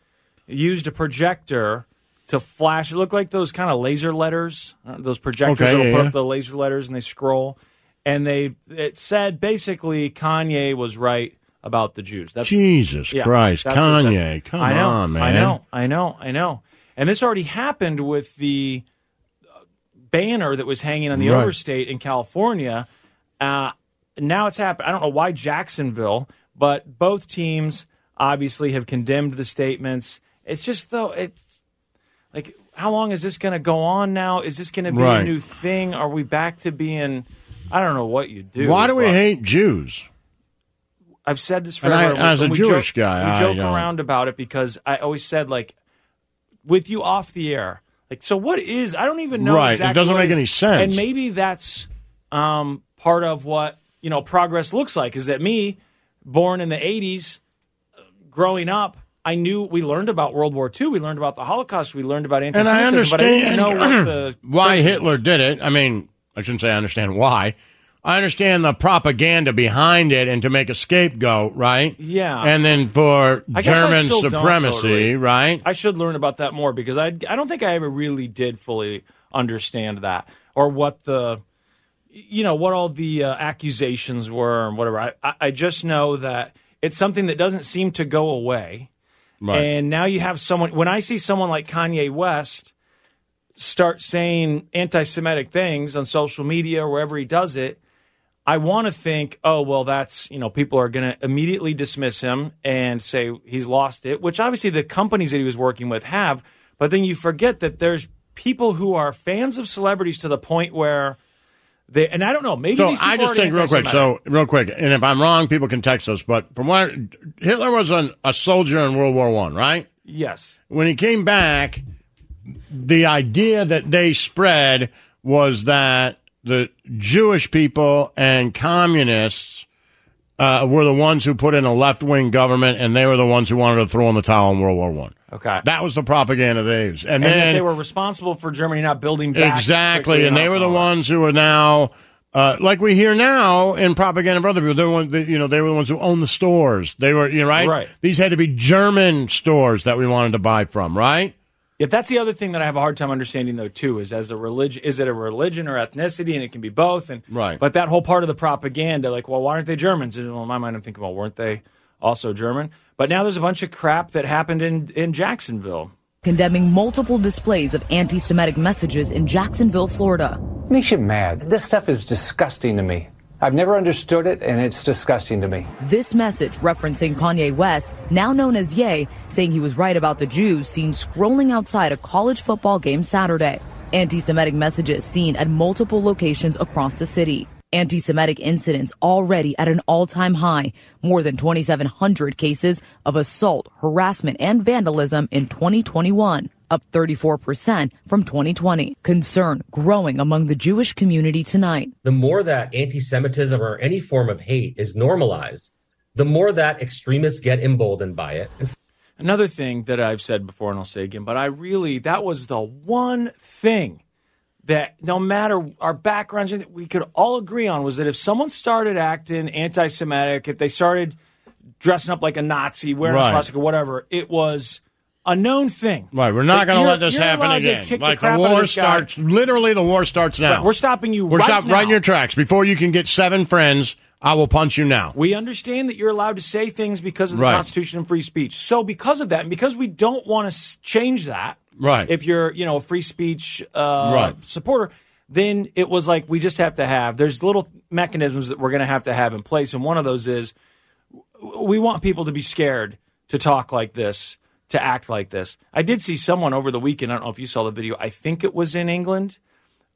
F: used a projector to flash. It looked like those kind of laser letters, uh, those projectors
E: Okay,
F: that'll
E: yeah,
F: put
E: yeah.
F: up the laser letters and they scroll. And they it said basically Kanye was right about the Jews. That's,
E: Jesus
F: Yeah,
E: Christ,
F: that's what's
E: Kanye,
F: happening.
E: come
F: I know,
E: on, man.
F: I know, I know, I know. And this already happened with the uh, banner that was hanging on the
E: Right.
F: overstate in California. Uh, now it's happened. I don't know why Jacksonville, but both teams obviously have condemned the statements. It's just though it's like how long is this going to go on now? Is this going to be a
E: Right.
F: new thing? Are we back to being? I don't know what you do.
E: Why do we
F: but
E: hate Jews?
F: I've said this
E: And
F: forever.
E: I-
F: We-
E: as a
F: we
E: Jewish
F: joke,
E: guy,
F: we
E: I
F: joke
E: don't-
F: around about it because I always said like, with you off the air. Like, so what is? I don't even know.
E: Right, it
F: exactly
E: doesn't
F: what
E: make
F: is-
E: any sense.
F: And maybe that's um, part of what you know progress looks like. Is that me, born in the '80s, uh, growing up. I knew we learned about World War II. We learned about the Holocaust. We learned about
E: And I
F: anti-Semitism. but I didn't
E: understand
F: know what the
E: why
F: principle-
E: Hitler did it. I mean, I shouldn't say I understand why. I understand the propaganda behind it and to make a scapegoat, right?
F: Yeah.
E: And then for
F: I guess I
E: German
F: still don't
E: supremacy,
F: totally.
E: right?
F: I should learn about that more because I I don't think I ever really did fully understand that or what the you know what all the uh, accusations were and whatever. I I- I just know that it's something that doesn't seem to go away.
E: Right.
F: And now you have someone. When I see someone like Kanye West start saying anti-Semitic things on social media or wherever he does it, I want to think, oh well, that's you know people are going to immediately dismiss him and say he's lost it, which obviously the companies that he was working with have. But then you forget that there's people who are fans of celebrities to the point where they and I don't know maybe
E: So
F: these people
E: I just
F: already
E: think real quick.
F: anti-Semitic.
E: So real quick, and if I'm wrong, people can text us. But from what Hitler was an, a soldier in World War One, right?
F: yes,
E: When he came back, the idea that they spread was that the Jewish people and communists uh, were the ones who put in a left wing government, and they were the ones who wanted to throw in the towel in World War One.
F: Okay.
E: that was the propaganda they used, and,
F: and,
E: then
F: that they were responsible for Germany not building back
E: Exactly,
F: quickly
E: and they
F: enough.
E: were the ones who are now, uh, like we hear now in propaganda for other people. They were one, they, you know, they were the ones who owned the stores. They were, you know, right?
F: Right.
E: These had to be German stores that we wanted to buy from, right?
F: Yeah, that's the other thing that I have a hard time understanding though too is as a religion is it a religion or ethnicity and it can be both and
E: Right.
F: But that whole part of the propaganda, like, well, why aren't they Germans? And well, in my mind, I'm thinking, well, weren't they also German? But now there's a bunch of crap that happened in in Jacksonville.
P: condemning multiple displays of anti Semitic messages in Jacksonville, Florida.
Q: makes you mad. This stuff is disgusting to me. I've never understood it, and it's disgusting to me.
P: This message referencing Kanye West, now known as Ye, saying he was right about the Jews, seen scrolling outside a college football game Saturday. Anti Semitic messages seen at multiple locations across the city. Anti Semitic incidents already at an all time high. More than 2,700 cases of assault, harassment, and vandalism in 2021, up 34% from 2020. Concern growing among the Jewish community tonight.
R: the more that anti Semitism or any form of hate is normalized,
O: the more that extremists get emboldened by it.
F: Another thing that I've said before, and I'll say again, but I really, that was the one thing that no matter our backgrounds, we could all agree on was that if someone started acting anti Semitic, if they started dressing up like a Nazi, wearing
E: Right.
F: a swastika, whatever, it was a known thing.
E: Right, we're not
F: But
E: going to
F: you're-
E: let this
F: you're
E: happen
F: allowed to
E: again.
F: kick the
E: like
F: crap out
E: the
F: of
E: war
F: this guy.
E: starts, literally, the war starts now.
F: Right, we're stopping you
E: We're
F: right
E: stop
F: now.
E: right in your tracks before you can get seven friends. I will punch you now.
F: We understand that you're allowed to say things because of the
E: Right.
F: Constitution and free speech. So, because of that, and because we don't want to s- change that,
E: Right.
F: If you're, you know, a free speech uh,
E: Right.
F: supporter, then it was like we just have to have. There's little mechanisms that we're going to have to have in place, and one of those is w- we want people to be scared to talk like this, to act like this. I did see someone over the weekend. I don't know if you saw the video. I think it was in England.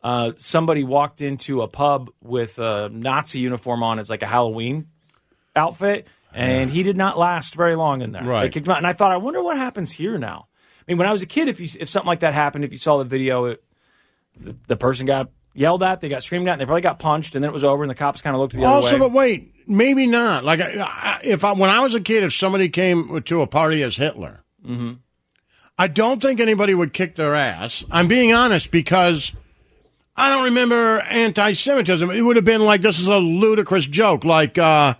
F: Uh, somebody walked into a pub with a Nazi uniform on. It's like a Halloween outfit, and he did not last very long in there.
E: Right.
F: They kicked him out, and I thought, I wonder what happens here now. I mean, when I was a kid, if you if something like that happened, if you saw the video, it, the, the person got yelled at, they got screamed at, and they probably got punched, and then it was over, and the cops kind of looked the other
E: also,
F: way.
E: but wait, maybe not. Like, I, I, if I, when I was a kid, if somebody came to a party as Hitler,
F: Mhm.
E: I don't think anybody would kick their ass. I'm being honest because I don't remember anti-Semitism. It would have been like this is a ludicrous joke, like uh,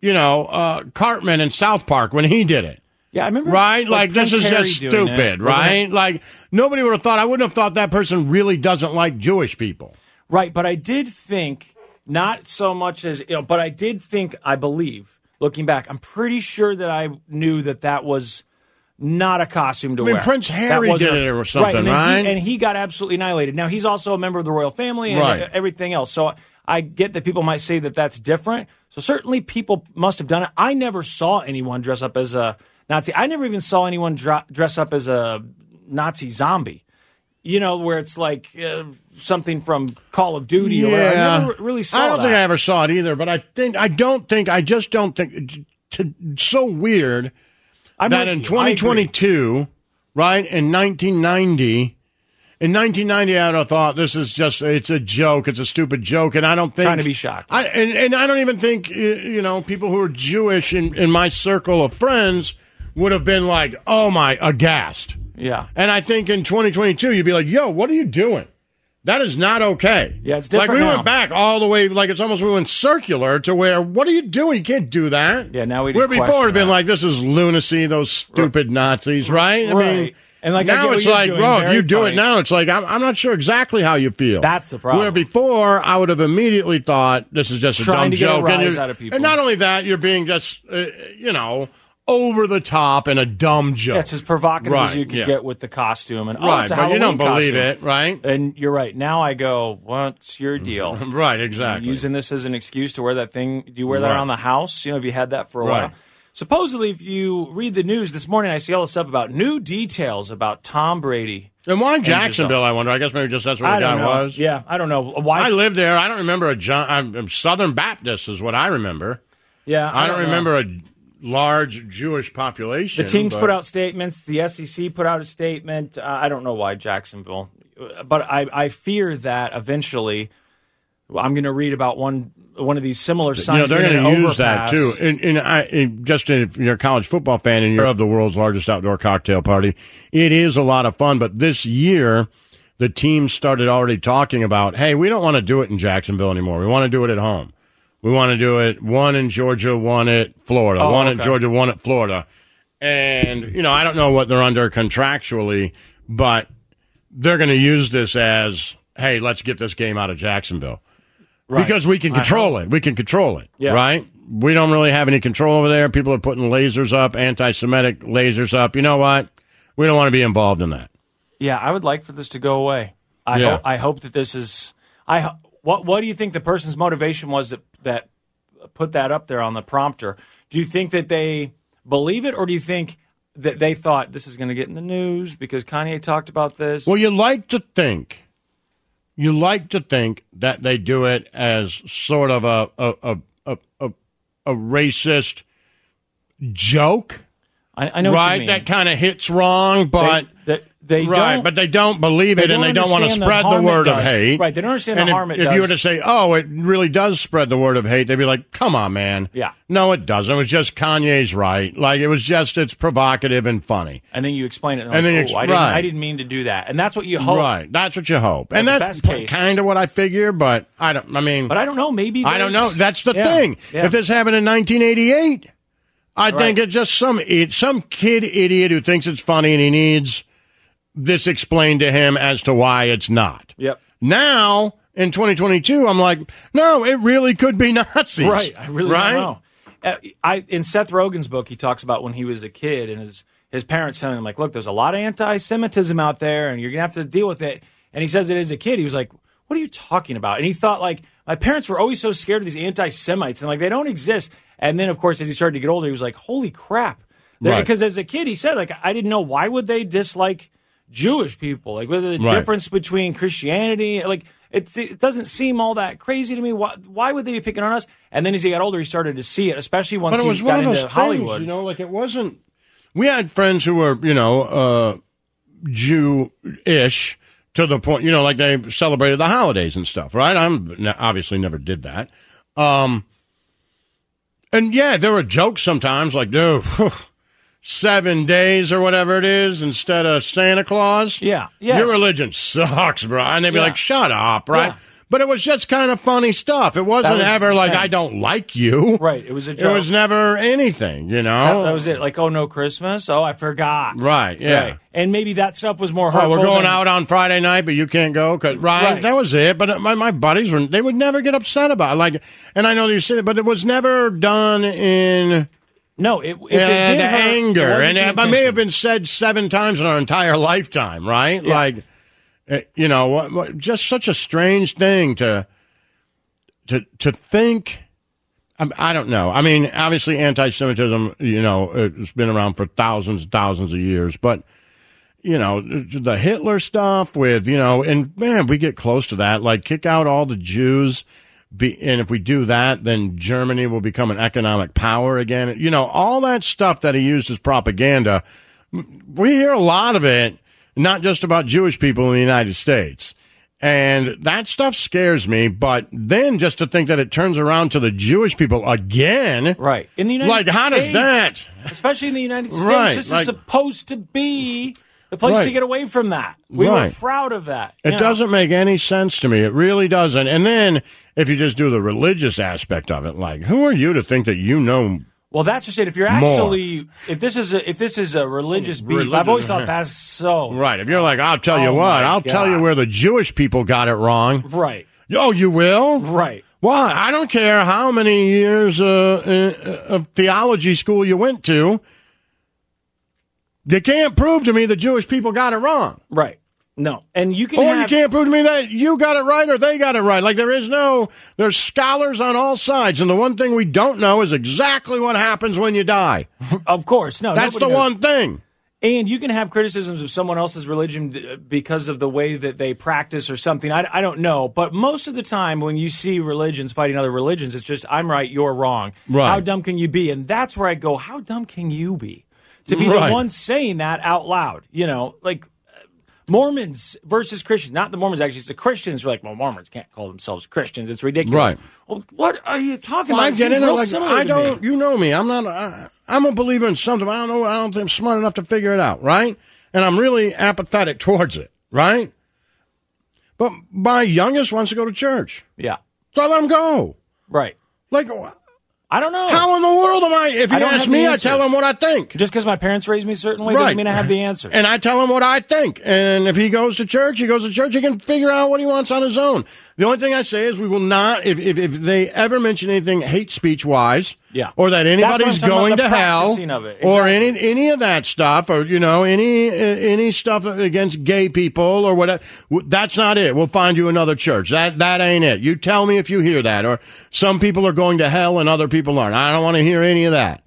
E: you know uh, Cartman in South Park when he did it.
F: Yeah, I remember.
E: Right, like,
F: like,
E: this
F: Prince
E: is
F: Harry
E: just
F: doing
E: stupid,
F: it, wasn't
E: right?
F: it?
E: Like nobody would have thought. I wouldn't have thought that person really doesn't like Jewish people.
F: Right, but I did think not so much as you know, but I did think I believe looking back, I'm pretty sure that I knew that that was not a costume to
E: I mean,
F: wear.
E: Prince
F: That
E: Harry
F: wasn't
E: did
F: a-
E: it or something,
F: and then
E: right?
F: He, and he got absolutely annihilated. Now he's also a member of the royal family and
E: Right.
F: everything else. So I get that people might say that that's different. So certainly people must have done it. I never saw anyone dress up as a Nazi. I never even saw anyone dra- dress up as a Nazi zombie you know, where it's like uh, something from Call of Duty. Or whatever. I never really saw
E: I don't
F: that.
E: think I ever saw it either, but I think I don't think I just don't think t- so weird
F: I'm
E: that
F: with
E: in
F: you. I agree.
E: 2022, right in 1990. In 1990, I would have thought this is just—it's a joke. It's a stupid joke, and I don't think
F: Trying to be shocked.
E: I, and, and I don't even think y- you know people who are Jewish in, in my circle of friends would have been like, "Oh my, aghast."
F: Yeah.
E: And I think in 2022, you'd be like, "Yo, what are you doing? That is not okay." Yeah,
F: it's different
E: Like we
F: now.
E: went back all the way, like it's almost we went circular to where, "What are you doing? You can't do that."
F: Yeah, now we
E: Where before
F: didn't
E: it'd
F: question
E: been like, "This is lunacy. Those stupid Nazis," right?
F: Right. And, like, I get
E: now
F: what
E: it's
F: you're
E: like,
F: doing.
E: bro, if
F: Very
E: you do it
F: funny.
E: now, it's like I'm, I'm not sure exactly how you feel.
F: That's the problem.
E: Where before I would have immediately thought this is just a dumb
F: Trying to get a
E: joke, and,
F: rise
E: you're-
F: out of people.
E: and not only that, you're being just uh, you know over the top and a dumb joke.
F: Yeah, it's as provocative as
E: Right,
F: you could
E: yeah.
F: get with the costume, and oh,
E: Right,
F: it's a
E: but you
F: Halloween
E: don't believe
F: costume. Uh,
E: it, right?
F: And you're right. Now I go, what's your deal?
E: right, exactly.
F: You're using this as an excuse to wear that thing. Do you wear that
E: Right.
F: around the house? You know, have you had that for a
E: Right.
F: while? Supposedly, if you read the news this morning, I see all this stuff about new details about Tom Brady.
E: And why
F: Giselle.
E: Jacksonville? I wonder. I guess maybe just that's where
F: I
E: the
F: don't
E: guy
F: know.
E: was.
F: Yeah, I don't know why.
E: I lived there. I don't remember a John. I'm, I'm Southern Baptist is what I remember.
F: Yeah,
E: I,
F: I
E: don't,
F: don't know.
E: remember a large Jewish population.
F: The teams
E: but-
F: put out statements. The SEC put out a statement. Uh, I don't know why Jacksonville, but I, I fear that eventually I'm going to read about one one of these similar
E: You know
F: signs.
E: they're
F: going to
E: use that too. And, and I, and just if you're a college football fan and you're of the world's largest outdoor cocktail party, it is a lot of fun. But this year, the team started already talking about, hey, we don't want to do it in Jacksonville anymore. We want to do it at home. We want to do it one in Georgia, one at Florida,
F: Oh,
E: one at
F: okay.
E: Georgia, one at Florida. And you know, I don't know what they're under contractually, but they're going to use this as, hey, let's get this game out of Jacksonville.
F: Right.
E: Because we can
F: I hope.
E: control it. We can control it.
F: Yeah.
E: Right? We don't really have any control over there. People are putting lasers up, anti Semitic lasers up. You know what? We don't want to be involved in that.
F: Yeah, I would like for this to go away. I
E: Yeah.
F: hope, I hope that this is. I ho- what what do you think the person's motivation was that that put that up there on the prompter? Do you think that they believe it, or do you think that they thought this is going to get in the news because Kanye talked about this?
E: Well, you like to think, you like to think that they do it as sort of a a a a, a, a racist joke.
F: I, I know what you
E: right?
F: mean.
E: That kind of hits wrong, but
F: They- that- They
E: right,
F: don't-
E: but they don't believe
F: they
E: it, and
F: don't
E: they don't want to
F: understand the
E: spread the,
F: harm it
E: word of
F: does.
E: hate.
F: Right, they don't understand
E: and
F: the
E: if,
F: harm it
E: If you were to
F: does.
E: say, "Oh, it really does spread the word of hate," they'd be like, "Come on, man."
F: Yeah.
E: No, it doesn't. It was just Kanye's right. Like it was just it's provocative and funny.
F: And then you explain it, and,
E: And then
F: like,
E: you
F: oh,
E: ex-
F: I, didn't,
E: right.
F: I didn't mean to do that. And that's what you hope.
E: Right. That's what you hope. and
F: That's
E: that's
F: best case.
E: kind of what I figure, but I don't I mean
F: But I don't know. Maybe
E: I don't know.
F: there's-
E: That's the
F: Yeah,
E: thing.
F: yeah.
E: If this happened in 1988, I
F: Right.
E: think it's just some it, some kid idiot who thinks it's funny and he needs this explained to him as to why it's not.
F: Yep.
E: Now in 2022, I'm like, no, it really could be Nazis.
F: Right. I really
E: right?
F: don't know. Uh, I in Seth Rogen's book, he talks about when he was a kid and his his parents telling him like, "Look, there's a lot of anti-Semitism out there, and you're gonna have to deal with it." And he says it as a kid, he was like, "What are you talking about?" And he thought like, "My parents were always so scared of these anti-Semites, and like they don't exist." And then, of course, as he started to get older, he was like, "Holy crap!"
E: Right.
F: Because as a kid, he said like, "I didn't know why would they dislike." Jewish people, like whether the
E: Right.
F: difference between Christianity, like it, it doesn't seem all that crazy to me. Why, why would they be picking on us? And then as he got older, he started to see it, especially once
E: But it
F: he
E: was
F: got
E: one of
F: into
E: those
F: Hollywood.
E: things, you know, like it wasn't. We had friends who were, you know, uh, Jew-ish to the point, you know, like they celebrated the holidays and stuff, right? I'm n- obviously never did that. Um, and yeah, there were jokes sometimes, like, dude, seven days or whatever it is instead of Santa Claus.
F: Yeah, yes.
E: your religion sucks, bro. And they'd be
F: Yeah.
E: like, shut up, right?
F: Yeah.
E: But it was just kind of funny stuff. It wasn't
F: was
E: ever like,
F: insane.
E: I don't like you.
F: Right, it was a
E: It
F: joke.
E: was never anything, you know.
F: That, that was it. Like, oh no, Christmas. Oh, I forgot.
E: Right. Yeah.
F: Right. And maybe that stuff was more
E: Oh,
F: hurtful.
E: we're going
F: than-
E: out on Friday night, but you can't go because right,
F: Right.
E: That was it. But uh, my my buddies were they would never get upset about it. like, and I know you said it, but it was never done in
F: No, it, if it
E: and
F: did hurt, it
E: anger,
F: wasn't
E: and uh,
F: the
E: it may
F: intention.
E: have been said seven times in our entire lifetime, right?
F: Yeah.
E: Like, eh, you know, what, what, just such a strange thing to to to think. I, I don't know. I mean, obviously, anti-Semitism, you know, it's been around for thousands and thousands of years, but you know, the Hitler stuff with you know, and man, we get close to that. Like, kick out all the Jews. Be, and if we do that, then Germany will become an economic power again. You know, all that stuff that he used as propaganda, we hear a lot of it, not just about Jewish people in the United States. And that stuff scares me. But then just to think that it turns around to the Jewish people again.
F: Right. In the United
E: like,
F: States,
E: how does that?
F: Especially in the United States,
E: Right,
F: this
E: like-
F: is supposed to be the place
E: Right.
F: to get away from that. We
E: Right.
F: were proud of that.
E: It
F: you know?
E: doesn't make any sense to me. It really doesn't. And then if you just do the religious aspect of it, like, who are you to think that you know?
F: Well, that's just it. If you're
E: More.
F: actually, if this is a, if this is a religious beef,
E: Religion,
F: I've always
E: huh?
F: thought that's so
E: Right. If you're like, I'll tell you
F: Oh
E: what,
F: my
E: I'll tell you
F: God.
E: where the Jewish people got it wrong.
F: right.
E: Oh, you will?
F: Right.
E: Why? I don't care how many years uh, uh, of theology school you went to. You can't prove to me the Jewish people got it wrong.
F: Right. No. And you can
E: Or Oh, you
F: have-
E: can't prove to me that you got it right or they got it right. Like there is no, there's scholars on all sides, and the one thing we don't know is exactly what happens when you die.
F: Of course, no.
E: That's the
F: Oh, nobody knows.
E: one thing.
F: And you can have criticisms of someone else's religion d- because of the way that they practice or something. I, I don't know. But most of the time, when you see religions fighting other religions, it's just, I'm right, you're wrong.
E: Right.
F: How dumb can you be? And that's where I go, how dumb can you be? To be
E: Right.
F: the one saying that out loud. You know, like uh, Mormons versus Christians. Not the Mormons, actually. It's the Christians who are like, well, Mormons can't call themselves Christians. It's ridiculous.
E: Right.
F: Well, what are you talking
E: Well,
F: about?
E: I
F: It
E: get
F: seems
E: in it
F: real
E: like,
F: similar
E: I
F: to me.
E: don't. You know me. I'm not. I, I'm a believer in something. but I don't know. I don't think I'm smart enough to figure it out. Right. And I'm really apathetic towards it. Right. But my youngest wants to go to church,
F: Yeah.
E: so I let him go.
F: Right.
E: Like,
F: I don't know.
E: how in the world am I? If you
F: I don't
E: ask
F: have
E: me,
F: the
E: I tell
F: answers.
E: him what I think.
F: Just because my parents raised me a certain way
E: Right.
F: doesn't mean I have the answer.
E: And I tell him what I think. And if he goes to church, he goes to church. He can figure out what he wants on his own. The only thing I say is we will not, if, if, if they ever mention anything hate speech wise,
F: Yeah.
E: or that
F: That's what I'm
E: anybody's
F: talking about,
E: going
F: the
E: to hell,
F: practicing of it.
E: or any, any of that stuff, or, you know, any, uh, any stuff against gay people or whatever, w- that's not it. We'll find you another church. That, that ain't it. You tell me if you hear that, or some people are going to hell and other people aren't. I don't want to hear any of that.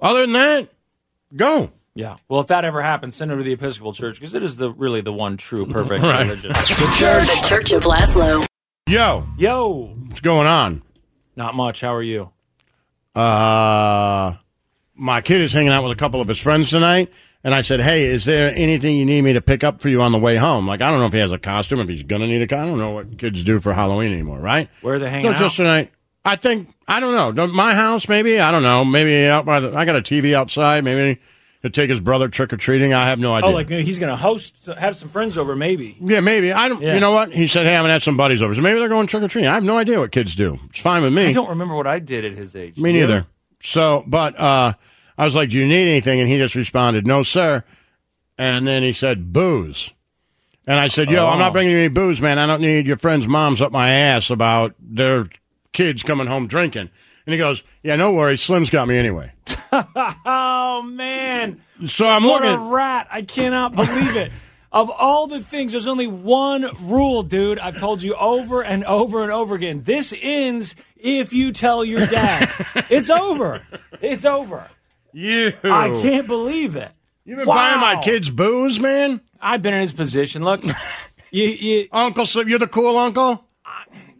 E: Other than that, go.
F: Yeah. Well, if that ever happens, send it to the Episcopal Church because it is the really the one true perfect
E: Right.
F: religion.
R: The Church of Laszlo.
E: Yo,
F: Yo,
E: what's going on?
F: not much. How are you?
E: Uh, my kid is hanging out with a couple of his friends tonight, And I said, "Hey, is there anything you need me to pick up for you on the way home? Like, I don't know if he has a costume, if he's gonna need a costume. I don't know what kids do for Halloween anymore, right?
F: Where are they hanging
E: No, just
F: out?
E: tonight. I think I don't know. My house, maybe. I don't know. Maybe out by the. I got a TV outside. Maybe he'll take his brother trick or treating. I have no idea.
F: oh, like he's going to host, have some friends over, maybe.
E: Yeah, maybe. I don't.
F: Yeah.
E: You know what? He said, "Hey, I'm gonna have some buddies over." So maybe they're going trick or treating. I have no idea what kids do. It's fine with me.
F: I don't remember what I did at his age.
E: Me
F: Do you?
E: neither. So, but uh, I was like, "Do you need anything?" And he just responded, "No, sir." And then he said, "Booze." And I said, "Yo, I'm
F: Oh.
E: not bringing you any booze, man. I don't need your friend's moms up my ass about their kids coming home drinking." And he goes, "Yeah, no worries. Slim's got me anyway."
F: oh man!
E: So I'm
F: what
E: looking-
F: a rat! I cannot believe it. Of all the things, there's only one rule, dude. I've told you over and over and over again. This ends if you tell your dad. it's over. It's over.
E: You.
F: I can't believe it.
E: You've been buying my kids booze, man.
F: I've been in his position. Look, you, you,
E: Uncle Slim, you're the cool uncle.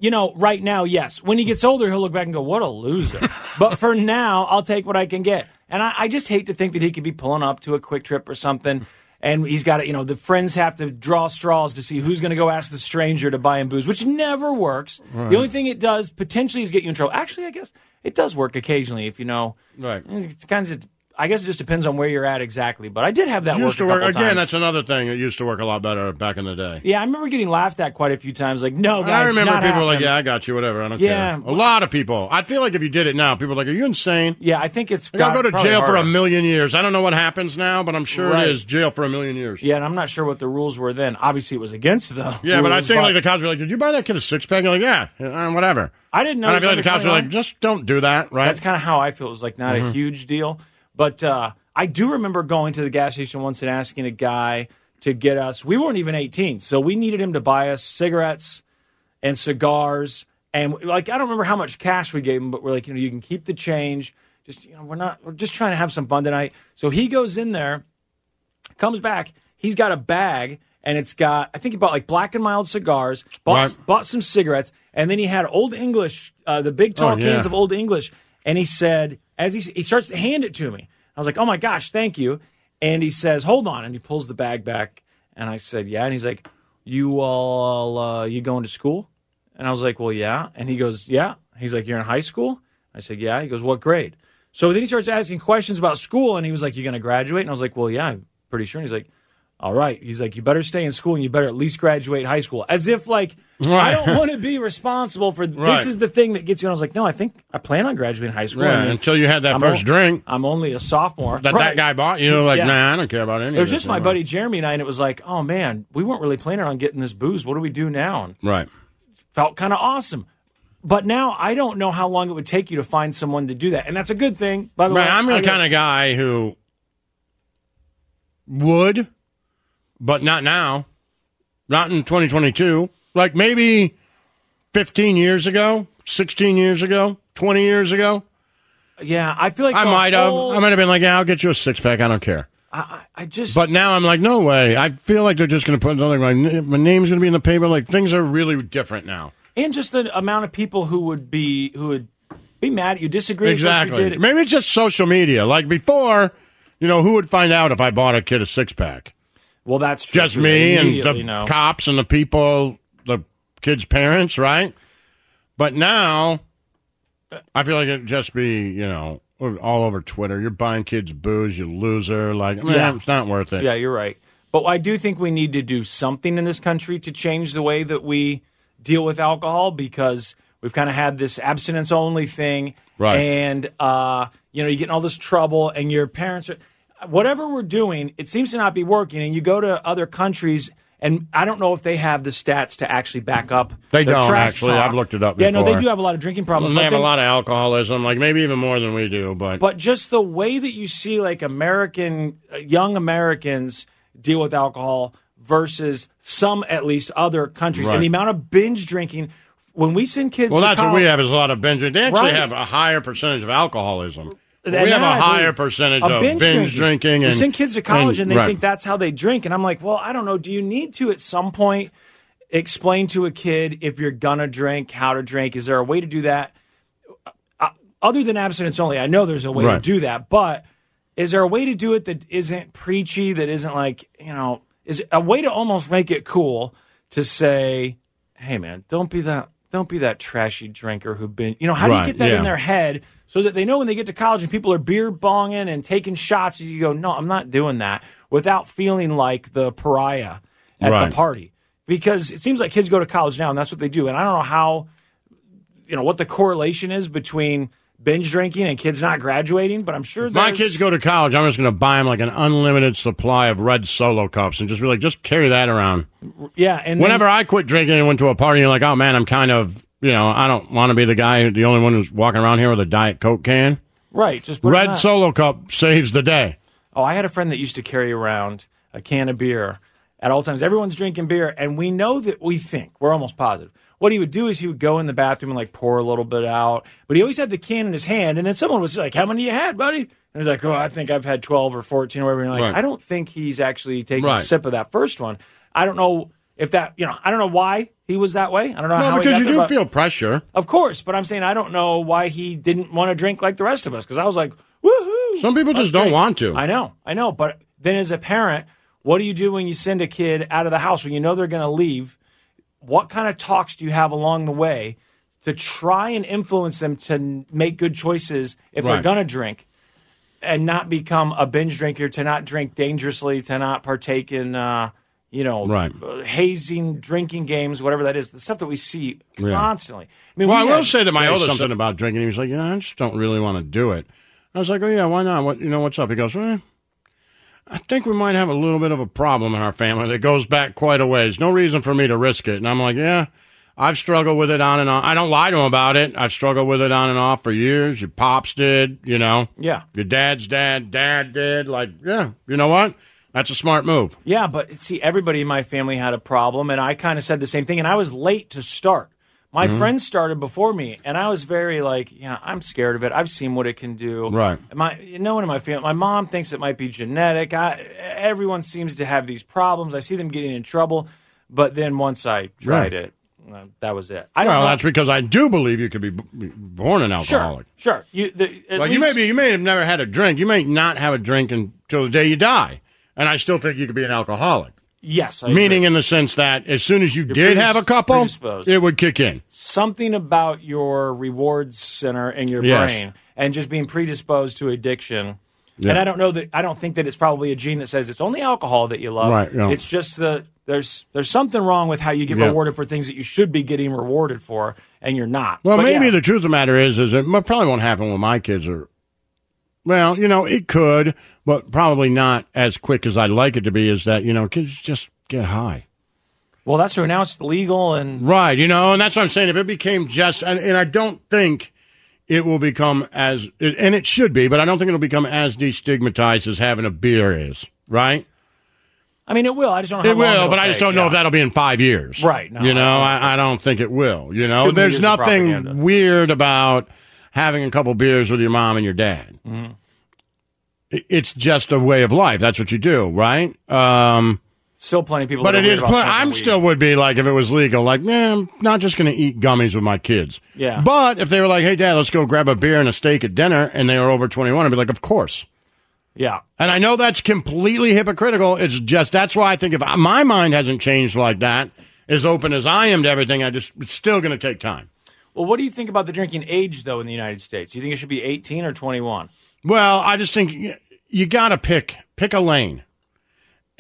F: You know, right now, yes. When he gets older, he'll look back and go, "What a loser." but for now, I'll take what I can get. And I, I just hate to think that he could be pulling up to a quick trip or something. And he's got to, you know, the friends have to draw straws to see who's going to go ask the stranger to buy him booze, which never works.
E: Right.
F: The only thing it does potentially is get you in trouble. Actually, I guess it does work occasionally if you know.
E: Right.
F: It's kind of. I guess it just depends on where you're at exactly. But I did have that
E: used
F: work
E: to
F: a
E: work
F: couple
E: again.
F: times.
E: That's another thing. It used to work a lot better back in the day.
F: yeah, I remember getting laughed at quite a few times. Like, no,
E: And
F: guys,
E: I remember
F: not
E: people were like,
F: happening.
E: "Yeah, I got you. Whatever. I don't
F: Yeah.
E: care." A lot of people. I feel like if you did it now, people are like, "Are you insane?"
F: Yeah, I think it's.
E: Like, I'll
F: got-
E: go to
F: probably
E: jail for a
F: harder.
E: million years. I don't know what happens now, but I'm sure
F: Right.
E: it is jail for a million years.
F: Yeah, and I'm not sure what the rules were then. Obviously, it was against the.
E: Yeah, but I
F: rules,
E: think like the cops were like, "Did you buy that kid a six pack?" You're like, "Yeah, uh, whatever."
F: I didn't know.
E: And I
F: it was
E: feel like the
F: under
E: cops were
F: 21.
E: like, "Just don't do that." Right?
F: That's kind of how I feel. It was like not a
E: Mhm.
F: huge deal, but uh, I do remember going to the gas station once and asking a guy to get us. We weren't even 18, so we needed him to buy us cigarettes and cigars, and like I don't remember how much cash we gave him, but we're like, you know, you can keep the change. Just you know, we're not. We're just trying to have some fun tonight. So he goes in there. comes back. He's got a bag, and it's got I think he bought like Black and Mild cigars, bought
E: Right.
F: bought some cigarettes, and then he had Old English, uh, the big tall
E: Oh, yeah.
F: cans of Old English. And he said, as he he starts to hand it to me, I was like, oh my gosh, thank you. And he says, hold on, and he pulls the bag back, and I said, yeah, and he's like, you all uh, you going to school? And I was like, well, yeah. And he goes, yeah. He's like, you're in high school? I said, yeah. He goes, what grade? So then he starts asking questions about school, and he was like, you going to graduate? And I was like, well, yeah, I'm pretty sure. And he's like, all right. He's like, you better stay in school, and you better at least graduate high school. As if, like, I
E: Right.
F: don't want to be responsible for
E: Right.
F: this is the thing that gets you. And I was like, no, I think I plan on graduating high school.
E: yeah,
F: and
E: until you had that
F: I'm
E: first
F: o-
E: drink
F: I'm only a sophomore.
E: that that
F: Right.
E: guy bought you, like,
F: Yeah.
E: nah, I don't care about any.
F: It
E: of
F: was
E: this
F: just my
E: anymore."
F: buddy Jeremy and I, and it was like, oh man, we weren't really planning on getting this booze. What do we do now? And
E: Right.
F: felt kind of awesome. But now I don't know how long it would take you to find someone to do that, and that's a good thing. By the
E: Right,
F: way,
E: I'm
F: I
E: the
F: get-
E: kind of guy who would, but not now, not in 2022. Like maybe 15 years ago, 16 years ago, 20 years ago,
F: yeah. I feel like
E: I
F: the
E: might have.
F: whole-
E: I might have been like, yeah, I'll get you a six pack. I don't care.
F: I, I, I just
E: But now I'm like, no way. I feel like they're just going to put something. My, my name's going to be in the paper. Like things are really different now.
F: and just the amount of people who would be who would be mad at you, disagree with what you
E: Exactly.
F: did.
E: Maybe it's just social media. Like before, you know, who would find out if I bought a kid a six pack?
F: Well, that's true,
E: just
F: too. They
E: me and
F: immediately
E: the
F: know.
E: cops and the people, the kids' parents, right? But now, I feel like it'd just be you know all over Twitter. You're buying kids booze, you loser. Like, man,
F: Yeah.
E: it's not worth it.
F: Yeah, you're right. But I do think we need to do something in this country to change the way that we deal with alcohol because we've kind of had this abstinence only thing.
E: Right.
F: And, uh, you know, you get in all this trouble and your parents are, whatever we're doing, it seems to not be working. And you go to other countries. And I don't know if they have the stats to actually back up.
E: They
F: their
E: don't
F: trash
E: actually.
F: talk.
E: I've looked it up.
F: Yeah, no, they
E: before.
F: do have a lot of drinking problems.
E: And
F: but
E: they have
F: then-
E: a lot of alcoholism, like maybe even more than we do. But
F: but just the way that you see like American uh, young Americans deal with alcohol versus some at least other countries,
E: Right.
F: and the amount of binge drinking when we send kids.
E: well,
F: to
E: that's what
F: college-
E: we have is a lot of binge. They actually
F: Right.
E: have a higher percentage of alcoholism.
F: And
E: we have
F: that,
E: a
F: I
E: higher
F: believe,
E: percentage
F: of
E: of binge, drinking.
F: we
E: and
F: send kids to college and, they
E: right.
F: think that's how they drink, and I'm like, well, I don't know. Do you need to at some point explain to a kid if you're gonna drink, how to drink? Is there a uh, way to do that? Uh, other than abstinence only, I know there's a way
E: Right.
F: to do that, but Is there a way to do it that isn't preachy? That isn't like you know, is a way to almost make it cool to say, "Hey, man, don't be that." Don't be that trashy drinker who been, you know, how
E: Right,
F: do you get that
E: yeah.
F: in their head so that they know when they get to college and people are beer bonging and taking shots, you go, no, I'm not doing that without feeling like the pariah at
E: Right.
F: the party. Because it seems like kids go to college now and that's what they do. And I don't know how, you know, what the correlation is between binge drinking and kids not graduating, but I'm sure
E: My
F: there's-
E: kids go to college. I'm just going to buy them like an unlimited supply of red solo cups and just be like, just carry that around.
F: Yeah. And
E: Whenever I quit drinking and went to a party, you're like, oh man, I'm kind of, you know, I don't want to be the guy, who- the only one who's walking around here with a Diet Coke can.
F: Right. Just put it
E: Red
F: on.
E: solo cup saves the day.
F: Oh, I had a friend that used to carry around a can of beer at all times. Everyone's drinking beer, and we know that we think we're almost positive. What he would do is he would go in the bathroom and like pour a little bit out, but he always had the can in his hand. And then someone was like, "How many you had, buddy?" And he's like, "Oh, I think I've had twelve or 14 or whatever." And you're like,
E: Right.
F: I don't think he's actually taking
E: Right.
F: a sip of that first one. I don't know if that you know I don't know why he was that way. I don't know
E: No,
F: how he
E: because
F: got
E: you
F: there,
E: do
F: but-
E: feel pressure.
F: of course, but I'm saying I don't know why he didn't want to drink like the rest of us because I was like, woohoo.
E: Some people
F: Let's
E: just don't
F: drink.
E: want to.
F: I know, I know. But then as a parent, what do you do when you send a kid out of the house when you know they're going to leave? What kind of talks do you have along the way to try and influence them to n- make good choices if they're
E: Right.
F: going to drink? And not become a binge drinker, to not drink dangerously, to not partake in, uh, you know,
E: Right.
F: uh, hazing, drinking games, whatever that is, the stuff that we see
E: Yeah.
F: constantly. I
E: well, I
F: we
E: will
F: had-
E: say that my
F: yeah,
E: oldest
F: something-
E: something about drinking. He was like, "Yeah, I just don't really want to do it." I was like, "Oh yeah, why not? What you know? What's up?" He goes, eh, "I think we might have a little bit of a problem in our family that goes back quite a ways. No reason for me to risk it." And I'm like, "Yeah, I've struggled with it on and on. I don't lie to him about it. I've struggled with it on and off for years. Your pops did, you know.
F: Yeah.
E: your dad's dad, dad did. Like, yeah, you know what? That's a smart move.
F: Yeah, but see, everybody in my family had a problem, and I kind of said the same thing, and I was late to start. My
E: Mhm.
F: friends started before me, and I was very like, yeah, I'm scared of it. I've seen what it can do.
E: Right.
F: My no one in my family. My mom thinks it might be genetic. I, everyone seems to have these problems. I see them getting in trouble, but then once I
E: Right.
F: tried it, uh, that was it. I don't
E: well,
F: know.
E: that's because I do believe you could be b- b- born an alcoholic."
F: sure, sure. You, the, at
E: Like
F: least,
E: you may be, you may have never had a drink. You may not have a drink until the day you die, and I still think you could be an alcoholic.
F: yes, I
E: Meaning, in the sense that as soon as you
F: You're
E: did
F: predis-
E: have a couple,
F: predisposed.
E: it would kick in.
F: something about your reward center in your
E: Yes.
F: brain and just being predisposed to addiction. And
E: Yeah.
F: I don't know that I don't think that it's probably a gene that says it's only alcohol that you love.
E: Right, yeah.
F: It's just the there's there's something wrong with how you get
E: Yeah.
F: rewarded for things that you should be getting rewarded for and you're not.
E: Well,
F: But
E: maybe
F: yeah.
E: the truth of the matter is, is it mo- probably won't happen when my kids are. Well, you know, it could, but probably not as quick as I'd like it to be. Is that you know, kids just get high.
F: well that's true. Now it's legal and
E: Right, you know, and that's what I'm saying. If it became just, and, and I don't think it will become as, it- and it should be, but I don't think it'll become as destigmatized as having a beer is, right?
F: I mean it will. I just don't know
E: It
F: how long
E: will,
F: it'll
E: but I just
F: take.
E: don't know
F: Yeah.
E: if that'll be in five years.
F: Right, no,
E: you know, I, I don't think it will. You know,
F: many
E: there's
F: years of propaganda.
E: nothing weird about having a couple beers with your mom and your dad.
F: Mhm.
E: I- It's just a way of life. That's what you do, right? Um,
F: Still plenty of people
E: but
F: that
E: it
F: are
E: is.
F: weird about
E: Pl- I'm
F: smoking weed.
E: still would be like if it was legal. Like, nah, I'm not just going to eat gummies with my kids.
F: Yeah.
E: But if they were like, "Hey, Dad, let's go grab a beer and a steak at dinner," and they were over 21, I'd be like, "Of course."
F: Yeah.
E: And I know that's completely hypocritical. It's just that's why I think if I- my mind hasn't changed like that, as open as I am to everything, I just it's still going to take time.
F: Well, what do you think about the drinking age though in the United States? Do you think it should be 18 or 21?
E: Well, I just think y- you got to pick pick a lane.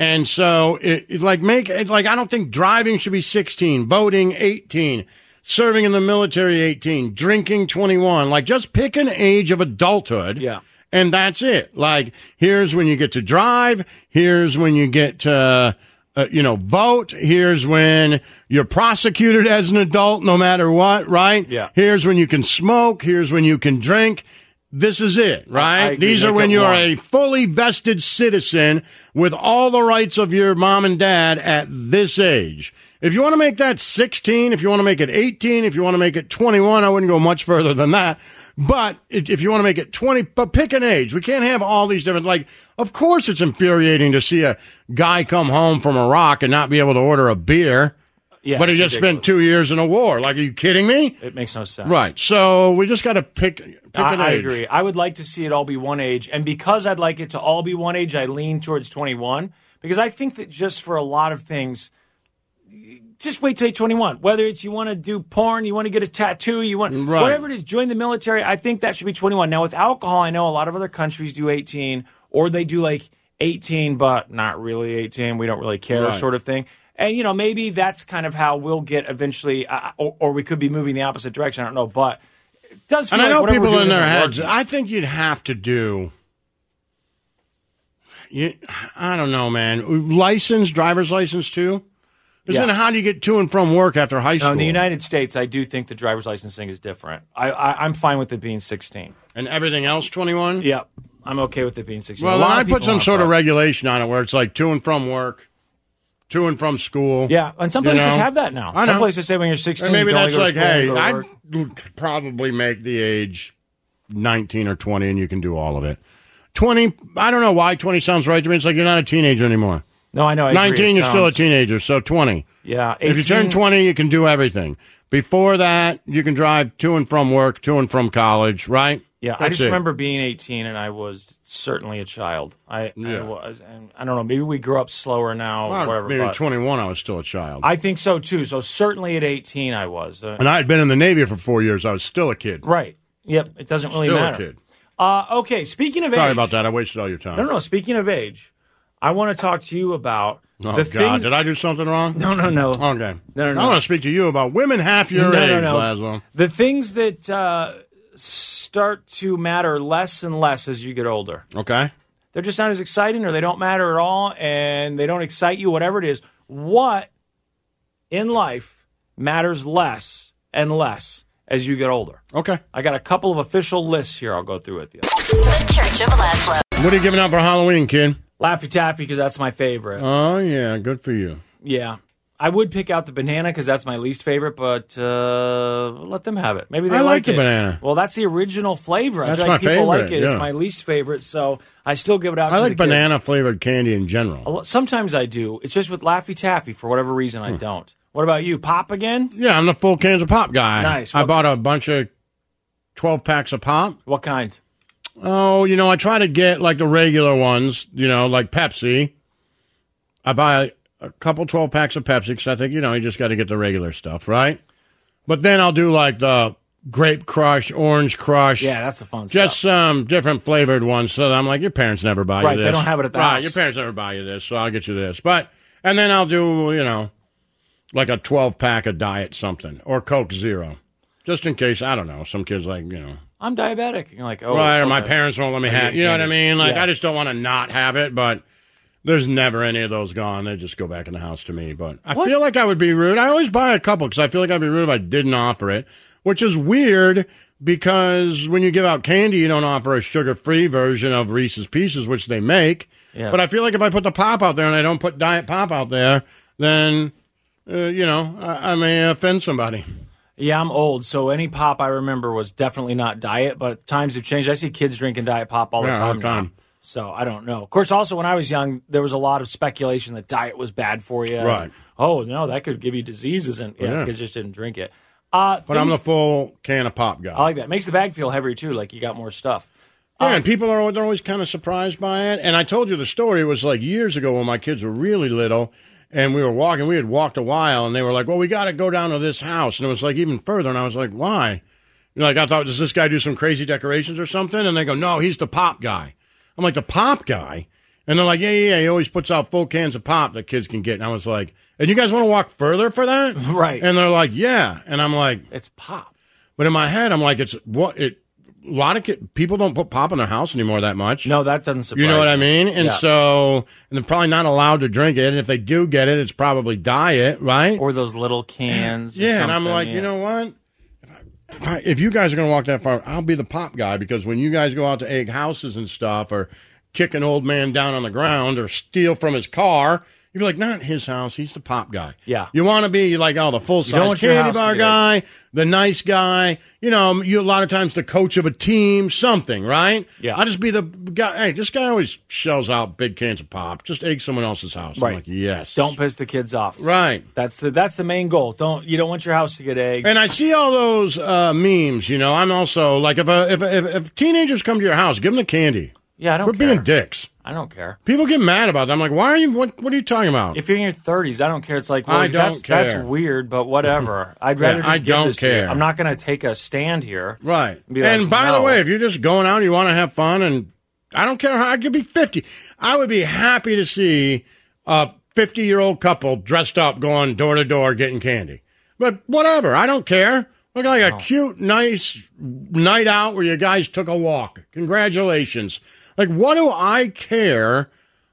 E: And so it, it like make it like I don't think driving should be 16, voting 18, serving in the military 18, drinking 21. Like just pick an age of adulthood. Yeah. And that's it. Like here's when you get to drive, here's when you get to uh, you know, vote. Here's when you're prosecuted as an adult, no matter what, right?
D: Yeah.
E: Here's when you can smoke. Here's when you can drink. This is it,
D: I
E: right?
D: agree.
E: These are
D: Make
E: when
D: it
E: you are
D: one.
E: a fully vested citizen with all the rights of your mom and dad at this age. If you want to make that 16, if you want to make it 18, if you want to make it 21, I wouldn't go much further than that. But if if you want to make it 20, but pick an age. We can't have all these different, like, of course it's infuriating to see a guy come home from Iraq and not be able to order a beer.
F: Uh, Yeah,
E: but he
F: it's
E: just spent two years in a war. Like, are you kidding me?
F: It makes no sense.
E: Right. So we just got to pick. pick
F: I,
E: an
F: I
E: age.
F: agree. I would like to see it all be one age, and because I'd like it to all be one age, I lean towards twenty-one because I think that just for a lot of things, just wait till you're twenty-one. Whether it's you want to do porn, you want to get a tattoo, you want
E: Right.
F: whatever it is, join the military. I think that should be twenty-one. Now with alcohol, I know a lot of other countries do eighteen, or they do like eighteen, but not really eighteen. We don't really care,
E: Right.
F: sort of thing. And you know, maybe that's kind of how we'll get eventually, uh, or, or we could be moving the opposite direction. I don't know, but it does. Feel
E: and I
F: like
E: know
F: whatever we're
E: people
F: doing
E: in their
F: isn't
E: heads.
F: working.
E: I think you'd have to do. You, I don't know, man. License, driver's license too. Because
F: Yeah.
E: then, how do you get to and from work after high
F: No,
E: school?
F: in the United States, I do think the driver's license thing is different. I, I I'm fine with it being 16.
E: And everything else, 21.
F: Yep, I'm okay with it being 16.
E: well,
F: A
E: then
F: lot
E: I
F: of
E: put
F: people
E: some
F: aren't,
E: sort of
F: but-
E: regulation on it where it's like to and from work, to and from school.
F: Yeah, and some
E: you
F: places
E: know?
F: have that now.
E: I know.
F: Some places say when you're 16,
E: And maybe
F: you can
E: that's
F: only go
E: like,
F: to school and
E: hey,
F: go to
E: I'd
F: work.
E: probably make the age 19 or 20 and you can do all of it. 20, I don't know why 20 sounds right to me. It's like you're not a teenager anymore.
F: No, I know. I agree.
E: 19,
F: It
E: you're still a
F: sounds-
E: teenager, so 20.
F: Yeah,
E: If you turn
F: 18
E: 20, you can do everything. Before that, you can drive to and from work, to and from college, right?
F: Yeah, I
E: That's
F: just
E: it.
F: remember being 18 and I was certainly a child. I, I was, and I don't know. Maybe we grew up slower now,
E: Well,
F: or whatever.
E: maybe
F: but
E: 21, I was still a child.
F: I think so too. So certainly at 18, I was. Uh,
E: and I had been in the Navy for four years. I was still a kid.
F: right. Yep. It doesn't really
E: Still a
F: matter.
E: kid.
F: Uh, okay. Speaking of
E: Sorry
F: age,
E: about that. I wasted all your time.
F: No, no, no. Speaking of age, I want to talk to you about
E: Oh,
F: the
E: God.
F: things.
E: Did I do something wrong?
F: No, no, no.
E: Okay.
F: No, no, no.
E: I want to speak to you about women half your
F: No,
E: age,
F: no, no.
E: Laszlo.
F: The things that uh, start to matter less and less as you get older.
E: Okay.
F: They're just not as exciting, or they don't matter at all, and they don't excite you. Whatever it is, what in life matters less and less as you get older?
E: Okay.
F: I got a couple of official lists here. I'll go through with you.
R: The Church of Laszlo.
E: What are you giving out for Halloween, kid?
F: Laffy Taffy, because that's my favorite.
E: Oh, yeah. Good for you.
F: Yeah. I would pick out the banana because that's my least favorite, but uh, let them have it. Maybe they
E: I like
F: like,
E: the
F: it.
E: banana.
F: Well, that's the original flavor. I
E: That's
F: feel like
E: my
F: people like
E: favorite,
F: it. It's
E: yeah.
F: my least favorite, so I still give it out.
E: I
F: to
E: like
F: the kids.
E: banana flavored candy in general.
F: A lo- Sometimes I do. It's just with Laffy Taffy for whatever reason
E: Hmm.
F: I don't. What about you? Pop again?
E: Yeah, I'm the full cans of pop guy.
F: Nice.
E: I
F: What-
E: bought a bunch of 12 packs of pop.
F: What kind?
E: Oh, you know, I try to get like the regular ones, you know, like Pepsi. I buy a couple 12 packs of Pepsi because I think, you know, you just got to get the regular stuff, right? But then I'll do like the grape crush, orange crush.
F: Yeah, that's the fun stuff.
E: Just some different flavored ones. So I'm like, your parents never buy
F: Right,
E: you
F: they
E: this.
F: don't have it at the
E: Right,
F: house.
E: your parents never buy you this, so I'll get you this. But, and then I'll do, you know, like a 12 pack of diet something or Coke Zero. Just in case, I don't know, some kids like, you know,
F: I'm diabetic. You're like, oh,
E: right, or my
F: okay.
E: parents won't let me
F: Like,
E: have. You know what I mean? Like
F: yeah.
E: I just don't want to not have it, but there's never any of those gone. They just go back in the house to me. But I feel like I would be rude. I always buy a couple because I feel like I'd be rude if I didn't offer it, which is weird because when you give out candy, you don't offer a sugar-free version of Reese's Pieces, which they make.
F: Yeah.
E: But I feel like if I put the pop out there and I don't put diet pop out there, then. Uh, you know, I, I may offend somebody.
F: Yeah, I'm old, so any pop I remember was definitely not diet, but times have changed. I see kids drinking diet pop all the
E: Yeah, all
F: time.
E: the time.
F: now. So I don't know. Of course, also when I was young, there was a lot of speculation that diet was bad for you.
E: Right.
F: Oh no, that could give you diseases, and yeah,
E: Yeah.
F: kids just didn't drink it. Uh,
E: But I'm the
F: things-
E: full can of pop guy.
F: I like that. Makes the bag feel heavier too. Like you got more stuff.
E: Yeah, and people are they're always kind of surprised by it. And I told you the story was like years ago when my kids were really little, and we were walking. We had walked a while, and they were like, "Well, we got to go down to this house," and it was like even further. And I was like, "Why?" You know, like I thought, does this guy do some crazy decorations or something? And they go, "No, he's the pop guy." I'm like, "The pop guy." And they're like, yeah, yeah, yeah. He always puts out full cans of pop that kids can get. And I was like, and you guys want to walk further for that?
F: Right.
E: And they're like, yeah. And I'm like,
F: It's pop.
E: but in my head, I'm like, it's what it. A lot of ki- people don't put pop in their house anymore that much.
F: No, that doesn't surprise.
E: you know what I
F: me.
E: mean. And
F: Yeah.
E: so, and they're probably not allowed to drink it. And if they do get it, it's probably diet, right?
F: or those little cans. or
E: yeah. And I'm
F: something,
E: like,
F: yeah.
E: you know what? If, I, if, I, if you guys are going to walk that far, I'll be the pop guy because when you guys go out to egg houses and stuff, or kick an old man down on the ground, or steal from his car, You'd be like, not his house. He's the pop guy.
F: Yeah.
E: You want to be like, oh, the full
F: You don't
E: size
F: want your
E: candy
F: house to
E: bar
F: be like-
E: guy, the nice guy. You know, you a lot of times the coach of a team, something, right? Yeah. I just be the guy. Hey, this guy always shells out big cans of pop. Just egg someone else's house.
F: Right.
E: I'm like, yes.
F: Don't piss the kids off.
E: Right.
F: That's the that's the main goal. Don't you don't want your house to get eggs.
E: And I see all those uh, memes. You know, I'm also like, if, a, if if if teenagers come to your house, give them the candy.
F: Yeah, I don't
E: Quit
F: care.
E: being dicks.
F: I don't care.
E: People get mad about that. I'm like, why are you? What What are you talking about?
F: If you're in your 30s, I don't care. It's like well,
E: I
F: that's,
E: don't care.
F: that's weird, but whatever. I'd
E: Yeah,
F: rather. just
E: I
F: give
E: don't
F: this to you.
E: care.
F: I'm not going to take a stand here.
E: Right.
F: Be like,
E: and by
F: no.
E: the way, if you're just going out, you want to have fun, and I don't care how I could be 50. I would be happy to see a 50 year old couple dressed up going door to door getting candy. But whatever, I don't care. Look like a cute, nice night out where you guys took a walk. Congratulations. Like, what do I care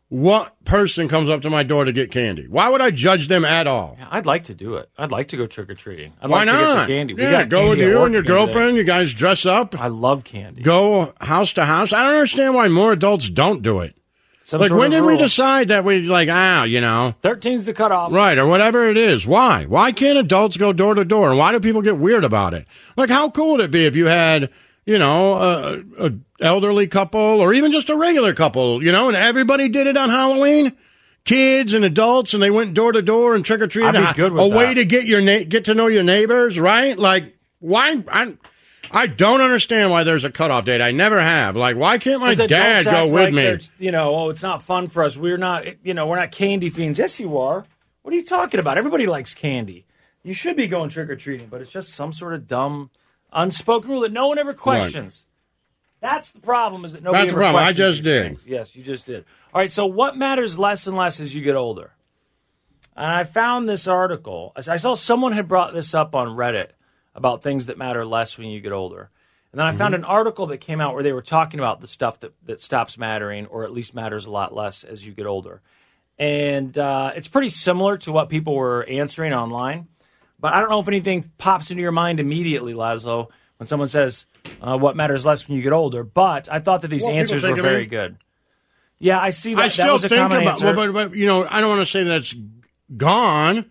E: what person comes up to my door to get candy? Why would I judge them at all?
F: I'd like to do it. I'd like to go trick or treating. I'd
E: Why
F: like to
E: not?
F: get the candy. We
E: Yeah,
F: got
E: go
F: candy
E: with
F: at
E: you
F: work
E: and your
F: the other day.
E: girlfriend. You guys dress up.
F: I love candy.
E: Go house to house. I don't understand why more adults don't do it.
F: Some
E: like
F: sort
E: when
F: of
E: did we
F: rule.
E: decide that we like ah you know
F: 13's the cutoff.
E: right or whatever it is? Why? Why can't adults go door to door and why do people get weird about it? Like how cool would it be if you had you know a, a elderly couple or even just a regular couple you know and everybody did it on Halloween. Kids and adults, and they went door to door and trick or treating.
F: I'd be good with
E: a
F: that.
E: way to get your na- get to know your neighbors, right? Like, why? I, I don't understand why there's a cutoff date. I never have. Like, why can't my
F: 'Cause
E: dad
F: adults
E: go
F: act
E: with
F: like
E: me?
F: they're, You know, oh, it's not fun for us. We're not, you know, we're not candy fiends. Yes, you are. What are you talking about? Everybody likes candy. You should be going trick or treating, but it's just some sort of dumb, unspoken rule that no one ever questions. That's the problem. Is that nobody
E: That's the
F: ever
E: problem. I
F: questions
E: just
F: these
E: did.
F: things. Yes, you just did. All right. So what matters less and less as you get older? And I found this article. I I saw someone had brought this up on Reddit about things that matter less when you get older. And then I found an
E: Mm-hmm.
F: article that came out where they were talking about the stuff that, that stops mattering or at least matters a lot less as you get older. And uh, it's pretty similar to what people were answering online. But I don't know if anything pops into your mind immediately, Laszlo, when someone says, uh, What matters less when you get older. But I thought that these
E: Well, people
F: answers were
E: think of it.
F: very good. Yeah, I see that.
E: I
F: That
E: still
F: was a
E: think
F: common
E: about,
F: answer.
E: well, but, but you know, I don't want to say that's gone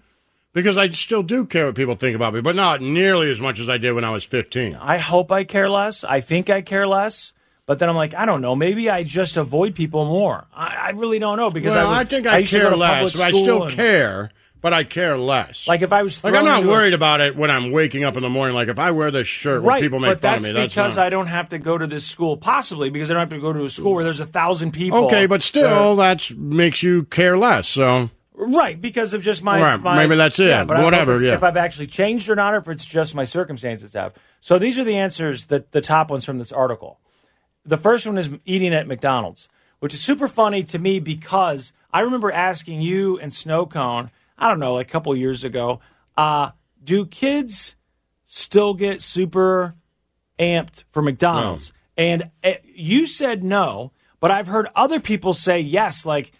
E: because I still do care what people think about me, but not nearly as much as I did when I was fifteen.
F: I hope I care less. I think I care less. But then I'm like, I don't know. Maybe I just avoid people more. I, I really don't know because
E: well,
F: I, was,
E: think I,
F: used to go
E: care
F: to public
E: less, but I
F: school
E: still
F: and-
E: care, but I care less.
F: Like if I was
E: Like I'm
F: thrown
E: not
F: into a-
E: worried about it when I'm waking up in the morning. Like if I wear this shirt, when
F: right,
E: people
F: but
E: make fun of
F: that's
E: me.
F: because
E: not-
F: I don't have to go to this school. Possibly because I don't have to go to a school where there's a thousand people.
E: okay, but still, that makes you care less. So
F: Right, because of just my,
E: Right,
F: my-
E: maybe that's it.
F: Yeah, but I don't know
E: Whatever,
F: If, it's-
E: yeah.
F: if I've actually changed or not, or if it's just my circumstances have. So these are the answers that the top ones from this article. The first one is eating at McDonald's, which is super funny to me because I remember asking you and Snow Cone, I don't know, like a couple years ago, uh, do kids still get super amped for McDonald's? And uh, you said no, but I've heard other people say yes, like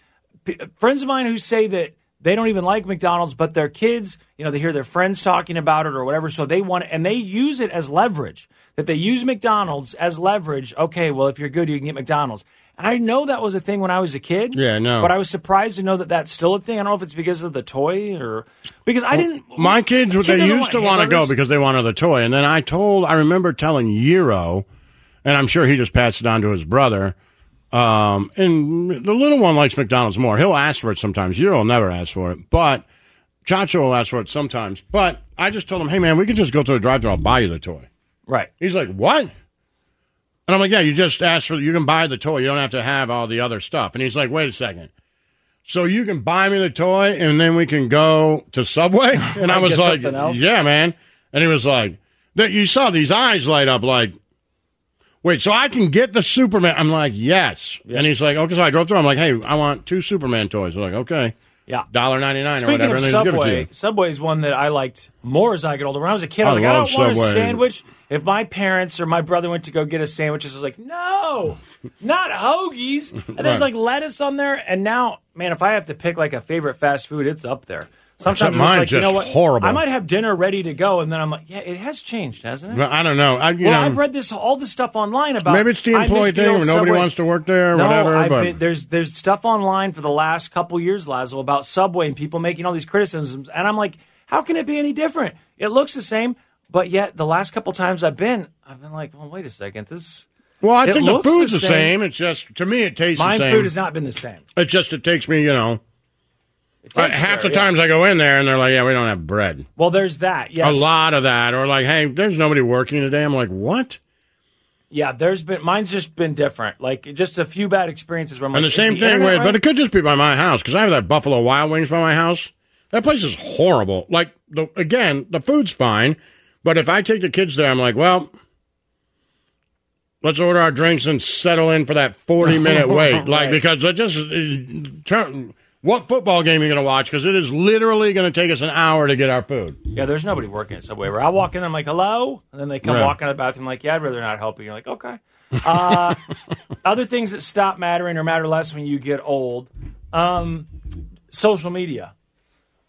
F: p- friends of mine who say that they don't even like McDonald's, but their kids, you know, they hear their friends talking about it or whatever, so they want it, and they use it as leverage. That they use McDonald's as leverage. Okay, well, if you're good, you can get McDonald's. And I know that was a thing when I was a kid.
E: Yeah, I know.
F: But I was surprised to know that that's still a thing. I don't know if it's because of the toy or because I didn't.
E: My kids,
F: Kid
E: they
F: doesn't
E: used to
F: want
E: want to go
F: hamburgers.
E: because they wanted the toy. And then I told, I remember telling Euro, and I'm sure he just passed it on to his brother. Um, and the little one likes McDonald's more. He'll ask for it sometimes. Euro will never ask for it, but Chacho will ask for it sometimes. But I just told him, hey man, we could just go to the drive-thru. I'll buy you the toy.
F: Right.
E: He's like, what? And I'm like, yeah, you just ask for, you can buy the toy. You don't have to have all the other stuff. And he's like, wait a second. So you can buy me the toy and then we can go to Subway? And I
F: Like,
E: was
F: get
E: like,
F: something else?
E: yeah, man. And he was like, that you saw these eyes light up like, wait, so I can get the Superman? I'm like, yes. And he's like, okay, so I drove through. I'm like, hey, I want two Superman toys. They're like, okay.
F: Yeah.
E: $1.99 or
F: Speaking
E: whatever.
F: of
E: and they just give it to
F: Subway,
E: you.
F: Subway's one that I liked more as I get older. When I was a kid, I was
E: I
F: like, I
E: love
F: don't want
E: Subway.
F: a sandwich. If my parents or my brother went to go get a sandwich, I was like, no, not hoagies. And there's
E: Right.
F: like lettuce on there. And now, man, if I have to pick like a favorite fast food, it's up there. Sometimes it's
E: mine's
F: like, you know
E: just
F: what?
E: horrible.
F: I might have dinner ready to go, and then I'm like, yeah, it has changed, hasn't it?
E: Well, I don't know. I, you
F: well,
E: know,
F: I've read this all this stuff online about.
E: Maybe it's the
F: I miss
E: employee thing
F: old
E: where nobody
F: Subway.
E: wants to work there or
F: No,
E: whatever,
F: I've
E: but-
F: been- there's there's stuff online for the last couple years, Lazo, about Subway and people making all these criticisms, and I'm like, how can it be any different? It looks the same, but yet the last couple times I've been, I've been like, well, wait a second, this.
E: well, I
F: it
E: think the
F: looks
E: food's the same. It's just to me, it tastes
F: Mine
E: the same.
F: food has not been the same.
E: It just it takes me, you know. uh,
F: takes
E: half
F: there,
E: the
F: yeah.
E: times I go in there and they're like, "Yeah, we don't have bread."
F: Well, there's that. Yes,
E: A lot of that, or like, "Hey, there's nobody working today." I'm like, "What?"
F: Yeah, there's been mine's just been different. Like just a few bad experiences where I'm like,
E: and the
F: is
E: same thing
F: internet
E: with,
F: right?
E: but it could just be by my house because I have that Buffalo Wild Wings by my house. That place is horrible. Like the again, the food's fine, but if I take the kids there, I'm like, well, let's order our drinks and settle in for that 40 minute wait, like
F: Right.
E: because it just it, turn. What football game are you going to watch? Because it is literally going to take us an hour to get our food.
F: yeah, there's nobody working at Subway. Where I walk in, I'm like, hello, and then they come
E: Right.
F: walking out of the bathroom, like, yeah, I'd rather not help you. You're like, okay. Uh, other things that stop mattering or matter less when you get old, um, social media,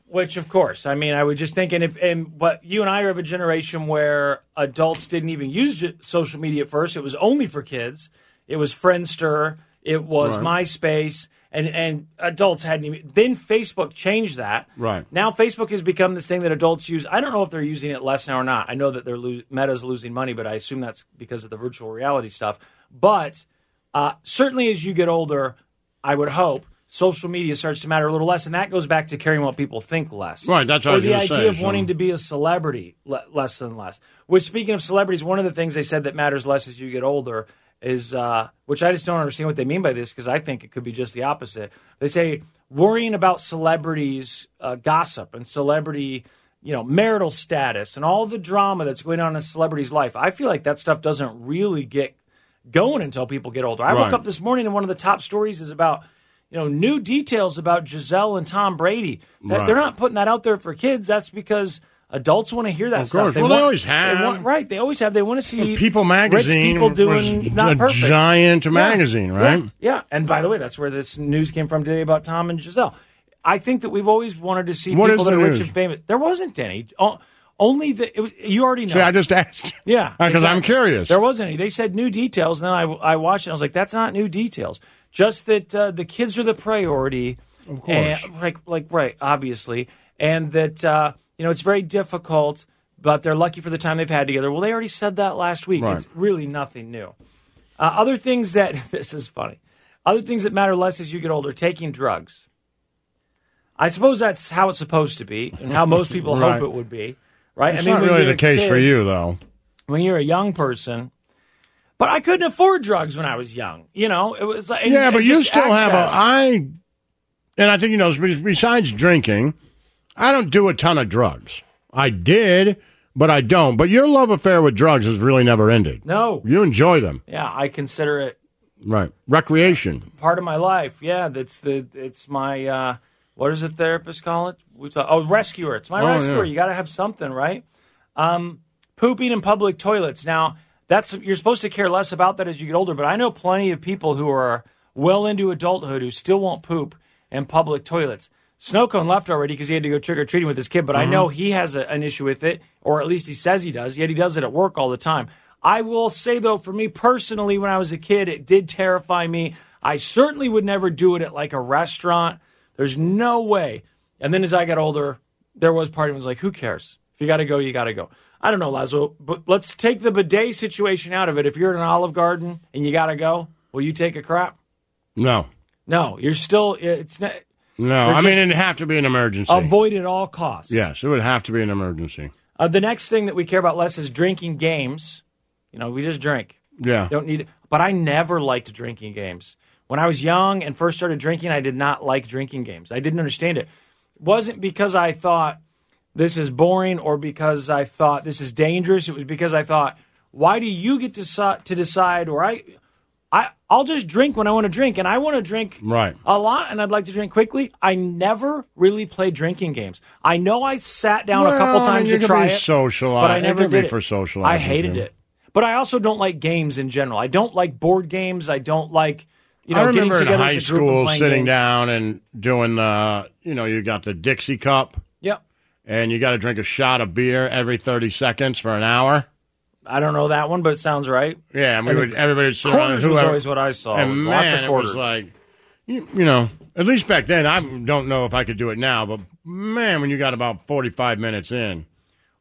F: which of course, I mean, I was just thinking if, and but you and I are of a generation where adults didn't even use j- social media at first. It was only for kids. It was Friendster. It was
E: Right.
F: MySpace. And, and adults hadn't even then Facebook changed that
E: Right.
F: Now Facebook has become this thing that adults use. I don't know if they're using it less now or not. I know that they're lo- Meta's losing money, but I assume that's because of the virtual reality stuff. But uh, certainly, as you get older, I would hope social media starts to matter a little less, and that goes back to caring what people think less.
E: Right, that's what
F: or
E: I was
F: the
E: gonna
F: idea
E: say,
F: of
E: so-
F: wanting to be a celebrity le- less and less. Which, speaking of celebrities, one of the things they said that matters less as you get older is, uh, which I just don't understand what they mean by this because I think it could be just the opposite. They say worrying about celebrities' uh, gossip and celebrity, you know, marital status and all the drama that's going on in a celebrity's life. I feel like that stuff doesn't really get going until people get older. I woke
E: Right.
F: up this morning and one of the top stories is about you know new details about Giselle and Tom Brady. That-
E: Right.
F: They're not putting that out there for kids. That's because adults want to hear that
E: Of
F: stuff.
E: course. Well, they always have.
F: want- right, they always have. They want to see
E: People magazine,
F: rich people
E: was
F: doing not
E: a
F: perfect.
E: giant
F: Yeah.
E: magazine, right?
F: Yeah. yeah. And by the way, that's where this news came from today about Tom and Giselle. I think that we've always wanted to see
E: What
F: people
E: is
F: that
E: the
F: are rich
E: news?
F: and famous. There wasn't any. O- Only the it, was- you already know.
E: See, I just asked.
F: Yeah,
E: because Uh, I'm
F: exactly.
E: curious.
F: There wasn't any. They said new details, and then I, I watched it. And I was like, that's not new details. Just that uh, the kids are the priority. Of
E: course.
F: like like right, obviously, and that uh, you know it's very difficult, but they're lucky for the time they've had together. Well, they already said that last week.
E: Right.
F: It's really nothing new. Uh, other things that this is funny. Other things that matter less as you get older: taking drugs. I suppose that's how it's supposed to be, and how most people
E: Right.
F: hope it would be. Right?
E: It's
F: I mean,
E: not
F: when
E: really the
F: you're a
E: case for
F: kid-
E: you, though.
F: when you're a young person. But I couldn't afford drugs when I was young. You know, it was like and-
E: yeah, but
F: and
E: you
F: just
E: still have
F: access.
E: a I, and I think you know. bes- Besides drinking, I don't do a ton of drugs. I did, but I don't. But your love affair with drugs has really never ended.
F: No.
E: you enjoy them,
F: yeah, I consider it
E: right? Recreation.
F: part of my life. Yeah, that's the it's my uh, what does the therapist call it? We talk, oh, rescuer. It's my
E: Oh,
F: rescuer.
E: yeah.
F: You got to have something, right? Um, pooping in public toilets. Now that's you're supposed to care less about that as you get older. But I know plenty of people who are well into adulthood who still won't poop in public toilets. Snow cone left already because he had to go trick or treating with his kid, but I
E: Mhm.
F: know he has a, an issue with it, or at least he says he does. Yet he does it at work all the time. I will say though, for me personally, when I was a kid, it did terrify me. I certainly would never do it at like a restaurant. There's no way. And then as I got older, there was part of me was like, who cares? If you got to go, you got to go. I don't know, Lazo, but let's take the bidet situation out of it. If you're at an Olive Garden and you got to go, will you take a crap?
E: No,
F: No, you're still. It's not,
E: no.
F: There's
E: I mean,
F: just-
E: it'd have to be an emergency.
F: avoid at all costs.
E: Yes, it would have to be an emergency.
F: Uh, the next thing that we care about less is drinking games. You know, we just drink.
E: Yeah.
F: Don't need But I never liked drinking games. When I was young and first started drinking, I did not like drinking games. I didn't understand it. wasn't because I thought this is boring or because I thought this is dangerous. It was because I thought, why do you get to, so- to decide or I, I I'll just drink when I want to drink and I want to drink
E: Right.
F: a lot and I'd like to drink quickly. I never really played drinking games. I know I sat down a couple
E: Well, I mean,
F: times
E: you
F: to
E: could
F: try
E: be
F: it,
E: sociali-
F: but I
E: it
F: never
E: could be
F: did it
E: for socializing,
F: I hated
E: too.
F: it, but I also don't like games in general. I don't like board games. I don't like you know
E: I remember
F: getting
E: in
F: together
E: high
F: as a group and
E: school
F: playing
E: sitting
F: games.
E: down and doing the, you know, you got the Dixie cup. and you got to drink a shot of beer every 30 seconds for an hour.
F: I don't know that one, but it sounds right.
E: Yeah, and we
F: And
E: would
F: the
E: everybody would sit around
F: quarters
E: and
F: was
E: whoever-
F: always what I saw.
E: And man,
F: lots
E: it
F: of quarters.
E: was like you, you know, at least back then. I don't know if I could do it now, but man, when you got about forty-five minutes in,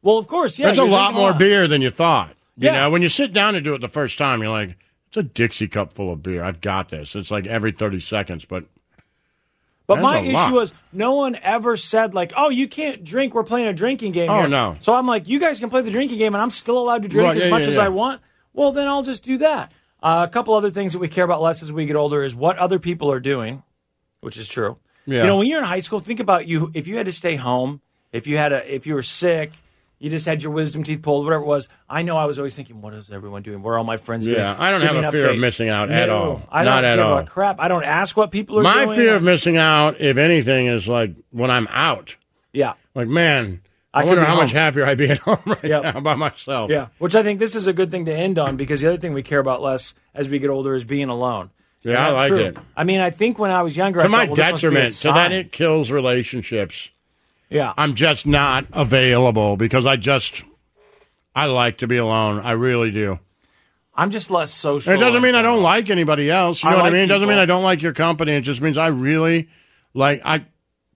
F: well, of course, yeah,
E: that's a
F: you're
E: lot
F: drinking
E: more beer than you thought. You
F: Yeah.
E: know, when you sit down to do it the first time, you're like, it's a Dixie cup full of beer. I've got this. It's like every thirty seconds, but
F: But
E: that's
F: my
E: a
F: issue
E: lot.
F: was no one ever said like, "Oh, you can't drink. We're playing a drinking game."
E: Oh,
F: here."
E: no.
F: So I'm like, "You guys can play the drinking game, and I'm still allowed to drink
E: Right,
F: as
E: yeah,
F: much
E: yeah,
F: as
E: yeah.
F: I want." Well, then I'll just do that. Uh, a couple other things that we care about less as we get older is what other people are doing, which is true.
E: Yeah.
F: You know, when you're in high school, think about you if you had to stay home, if you had a if you were sick. You just had your wisdom teeth pulled, whatever it was. I know I was always thinking, what is everyone doing? What are all my friends doing?
E: Yeah, I don't
F: Give
E: have
F: me
E: a
F: an
E: fear of
F: update.
E: missing out at
F: No,
E: all.
F: I don't
E: Not at
F: give
E: all.
F: a crap. I don't ask what people are
E: my
F: doing.
E: fear of missing out, if anything, is like when I'm out.
F: Yeah.
E: Like man,
F: I
E: I,
F: could
E: wonder
F: be
E: how much
F: home.
E: happier I'd be at home right now by myself.
F: Yeah, which I think this is a good thing to end on because the other thing we care about less as we get older is being alone.
E: Yeah,
F: And
E: I
F: that's
E: like
F: true.
E: it.
F: I mean, I think when I was younger, I
E: to my
F: thought, well, this must be a
E: detriment, so that
F: sign.
E: it kills relationships.
F: Yeah.
E: I'm just not available because I just I like to be alone. I really do.
F: I'm just less social.
E: And it doesn't
F: in
E: mean I
F: general.
E: don't like anybody else. You
F: I
E: know what I
F: like
E: mean? It doesn't
F: people.
E: mean I don't like your company. It just means I really like I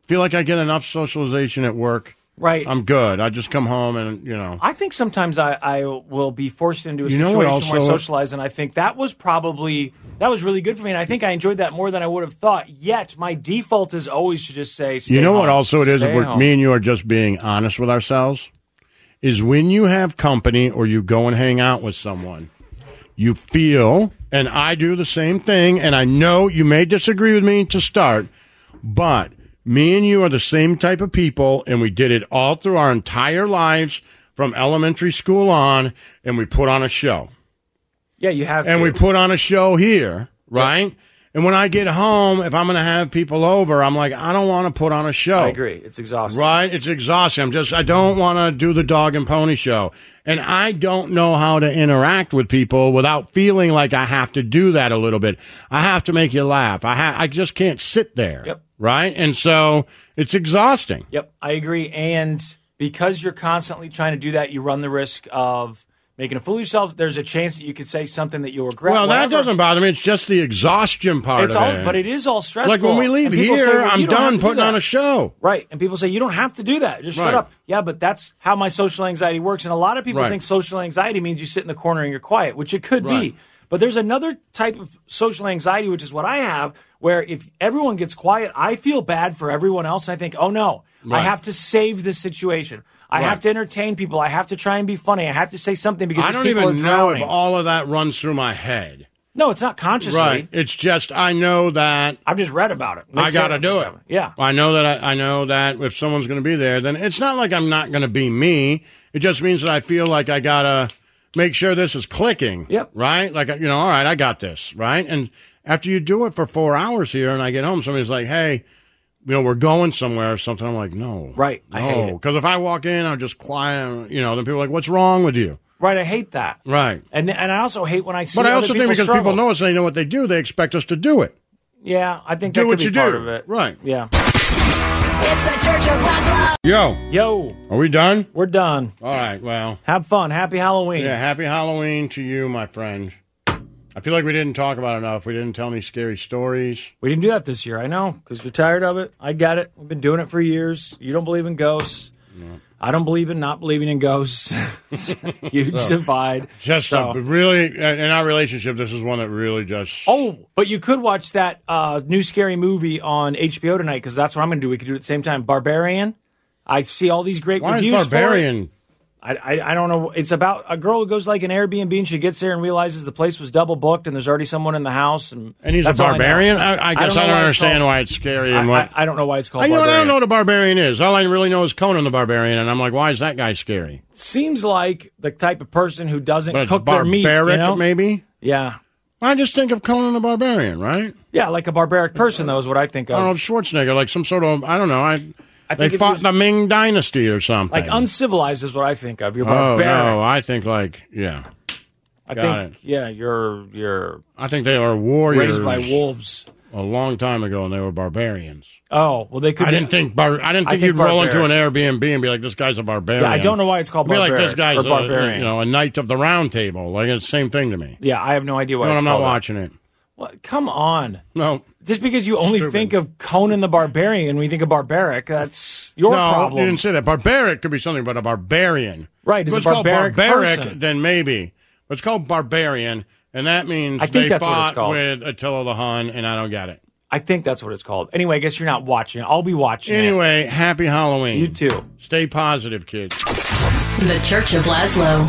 E: feel like I get enough socialization at work.
F: Right.
E: I'm good. I just come home and you know.
F: I think sometimes I, I will be forced into a
E: You know
F: situation
E: what
F: where I
E: also-
F: socialize, and I think that was probably that was really good for me, and I think I enjoyed that more than I would have thought. Yet my default is always to just say, stay
E: you know
F: home,
E: what also it is
F: stay
E: if we're,
F: home.
E: me and you are just being honest with ourselves is when you have company or you go and hang out with someone you feel and i do the same thing and i know you may disagree with me to start but me and you are the same type of people and we did it all through our entire lives from elementary school on and we put on a show
F: yeah, you have,
E: and
F: to.
E: we put on a show here, right? And when I get home, if I'm going to have people over, I'm like, I don't want to put on a show.
F: I agree, it's exhausting.
E: Right? It's exhausting. I'm just, I don't want to do the dog and pony show. And I don't know how to interact with people without feeling like I have to do that a little bit. I have to make you laugh. I, ha- I just can't sit there.
F: Yep.
E: Right? And so it's exhausting.
F: Yep, I agree. And because you're constantly trying to do that, you run the risk of making a fool of yourself. There's a chance that you could say something that you'll regret.
E: Well, that
F: whatever.
E: doesn't bother me. It's just the exhaustion part
F: It's
E: of
F: all,
E: it.
F: but it is all stressful.
E: Like when we leave
F: And people
E: here,
F: say, well,
E: I'm
F: you don't have
E: done
F: to do
E: putting on
F: that.
E: a show.
F: Right, and people say you don't have to do that. Just shut
E: Right.
F: up. Yeah, but that's how my social anxiety works. And a lot of people
E: Right.
F: think social anxiety means you sit in the corner and you're quiet, which it could
E: Right.
F: be. But there's another type of social anxiety, which is what I have, where if everyone gets quiet, I feel bad for everyone else, and I think, oh no, I
E: Right.
F: have to save the situation. I
E: Right.
F: have to entertain people. I have to try and be funny. I have to say something because
E: I
F: these
E: don't
F: people
E: even
F: are
E: know if
F: drowning.
E: all of that runs through my head.
F: no, it's not consciously.
E: Right. It's just I know that
F: I've just read about it. They
E: I
F: say
E: got to
F: for
E: do it.
F: something. Yeah.
E: I know that I, I know that if someone's going to be there, then it's not like I'm not going to be me. It just means that I feel like I got to make sure this is clicking. Yep. Right? Like you know, all right, I got this, right? And after you do it for 4 hours here and I get home somebody's like, "Hey, you know, we're going somewhere or something." I'm like, "No."
F: Right. I hate
E: No,
F: it.
E: cuz if I walk in, I'm just quiet, you know, then people are like, "What's wrong with you?"
F: Right. I hate that.
E: Right.
F: And and I also hate when I see.
E: But I
F: other
E: also think
F: people
E: because
F: struggle.
E: people know us, they know what they do. They expect us to do it.
F: Yeah, I think
E: Do
F: that
E: what
F: could
E: you
F: be part
E: do.
F: of it.
E: Right.
F: Yeah.
R: It's the Church of Laszlo.
E: Yo,
F: Yo,
E: are we done?
F: we're done.
E: All right. Well,
F: Have fun. Happy Halloween.
E: yeah. Happy Halloween to you, my friend. I feel like we didn't talk about it enough. We didn't tell any scary stories.
F: We didn't do that this year. I know because you're tired of it. I get it. We've been doing it for years. You don't believe in ghosts. I don't believe in not believing in ghosts. It's a Huge
E: So,
F: divide.
E: Just
F: So-
E: a really uh, in our relationship, this is one that really just.
F: Oh, but you could watch that uh, new scary movie on HBO tonight because that's what I'm going to do. We could do it at the same time. Barbarian. I see all these great
E: Why is
F: reviews. for it.
E: barbarian?
F: I, I, I don't know. It's about a girl who goes like an Airbnb and she gets there and realizes the place was double booked and there's already someone in the house. And,
E: And he's
F: that's
E: a
F: all know.
E: barbarian. I, I, guess I
F: know
E: don't
F: why it's
E: understand
F: called-
E: why it's scary
F: I,
E: and what.
F: I- I don't know why it's called
E: I, you know what? I
F: barbarian.
E: don't know what a barbarian is. All I really know is Conan the Barbarian, and I'm like, why is that guy scary?
F: Seems like the type of person who doesn't
E: But it's
F: cook their meat. You
E: barbaric,
F: know?
E: maybe.
F: Yeah.
E: I just think of Conan the Barbarian, right?
F: Yeah, like a barbaric person, though, is what I think of.
E: Arnold Schwarzenegger, like some sort of I don't know. I,
F: I
E: they
F: think if he
E: fought
F: was-
E: the Ming Dynasty or something.
F: Like uncivilized is what I think of. You're
E: oh
F: barbaric.
E: no, I think like yeah,
F: I
E: got
F: think, yeah, you're you're
E: I think they are warriors.
F: raised by wolves.
E: a long time ago, and they were barbarians.
F: Oh well, they could.
E: I didn't think bar- I didn't think, you'd roll into an Airbnb and be like, "This guy's a barbarian."
F: Yeah, I don't know why it's called
E: be like, "This
F: barbaric
E: guy's
F: or barbarian."
E: A, you know, a knight of the round table. Like it's the same thing to me.
F: Yeah, I have no idea why.
E: No,
F: it's
E: I'm not
F: called that.
E: watching it.
F: What? Come on.
E: No.
F: Just because you only
E: Stupid.
F: think of Conan the Barbarian when you think of barbaric, that's your
E: no,
F: problem.
E: You didn't say that. Barbaric could be something but a barbarian.
F: Right,
E: If
F: it's a
E: it's called
F: barbaric
E: barbaric,
F: person.
E: then maybe. But it's called barbarian, and that means
F: I think
E: they
F: that's what it's
E: fought
F: called.
E: with Attila the Hun, and I don't get it.
F: I think that's what it's called. Anyway, I guess you're not watching. it. I'll be watching.
E: Anyway, happy Halloween.
F: You too.
E: Stay positive, kids.
R: The Church of Laszlo.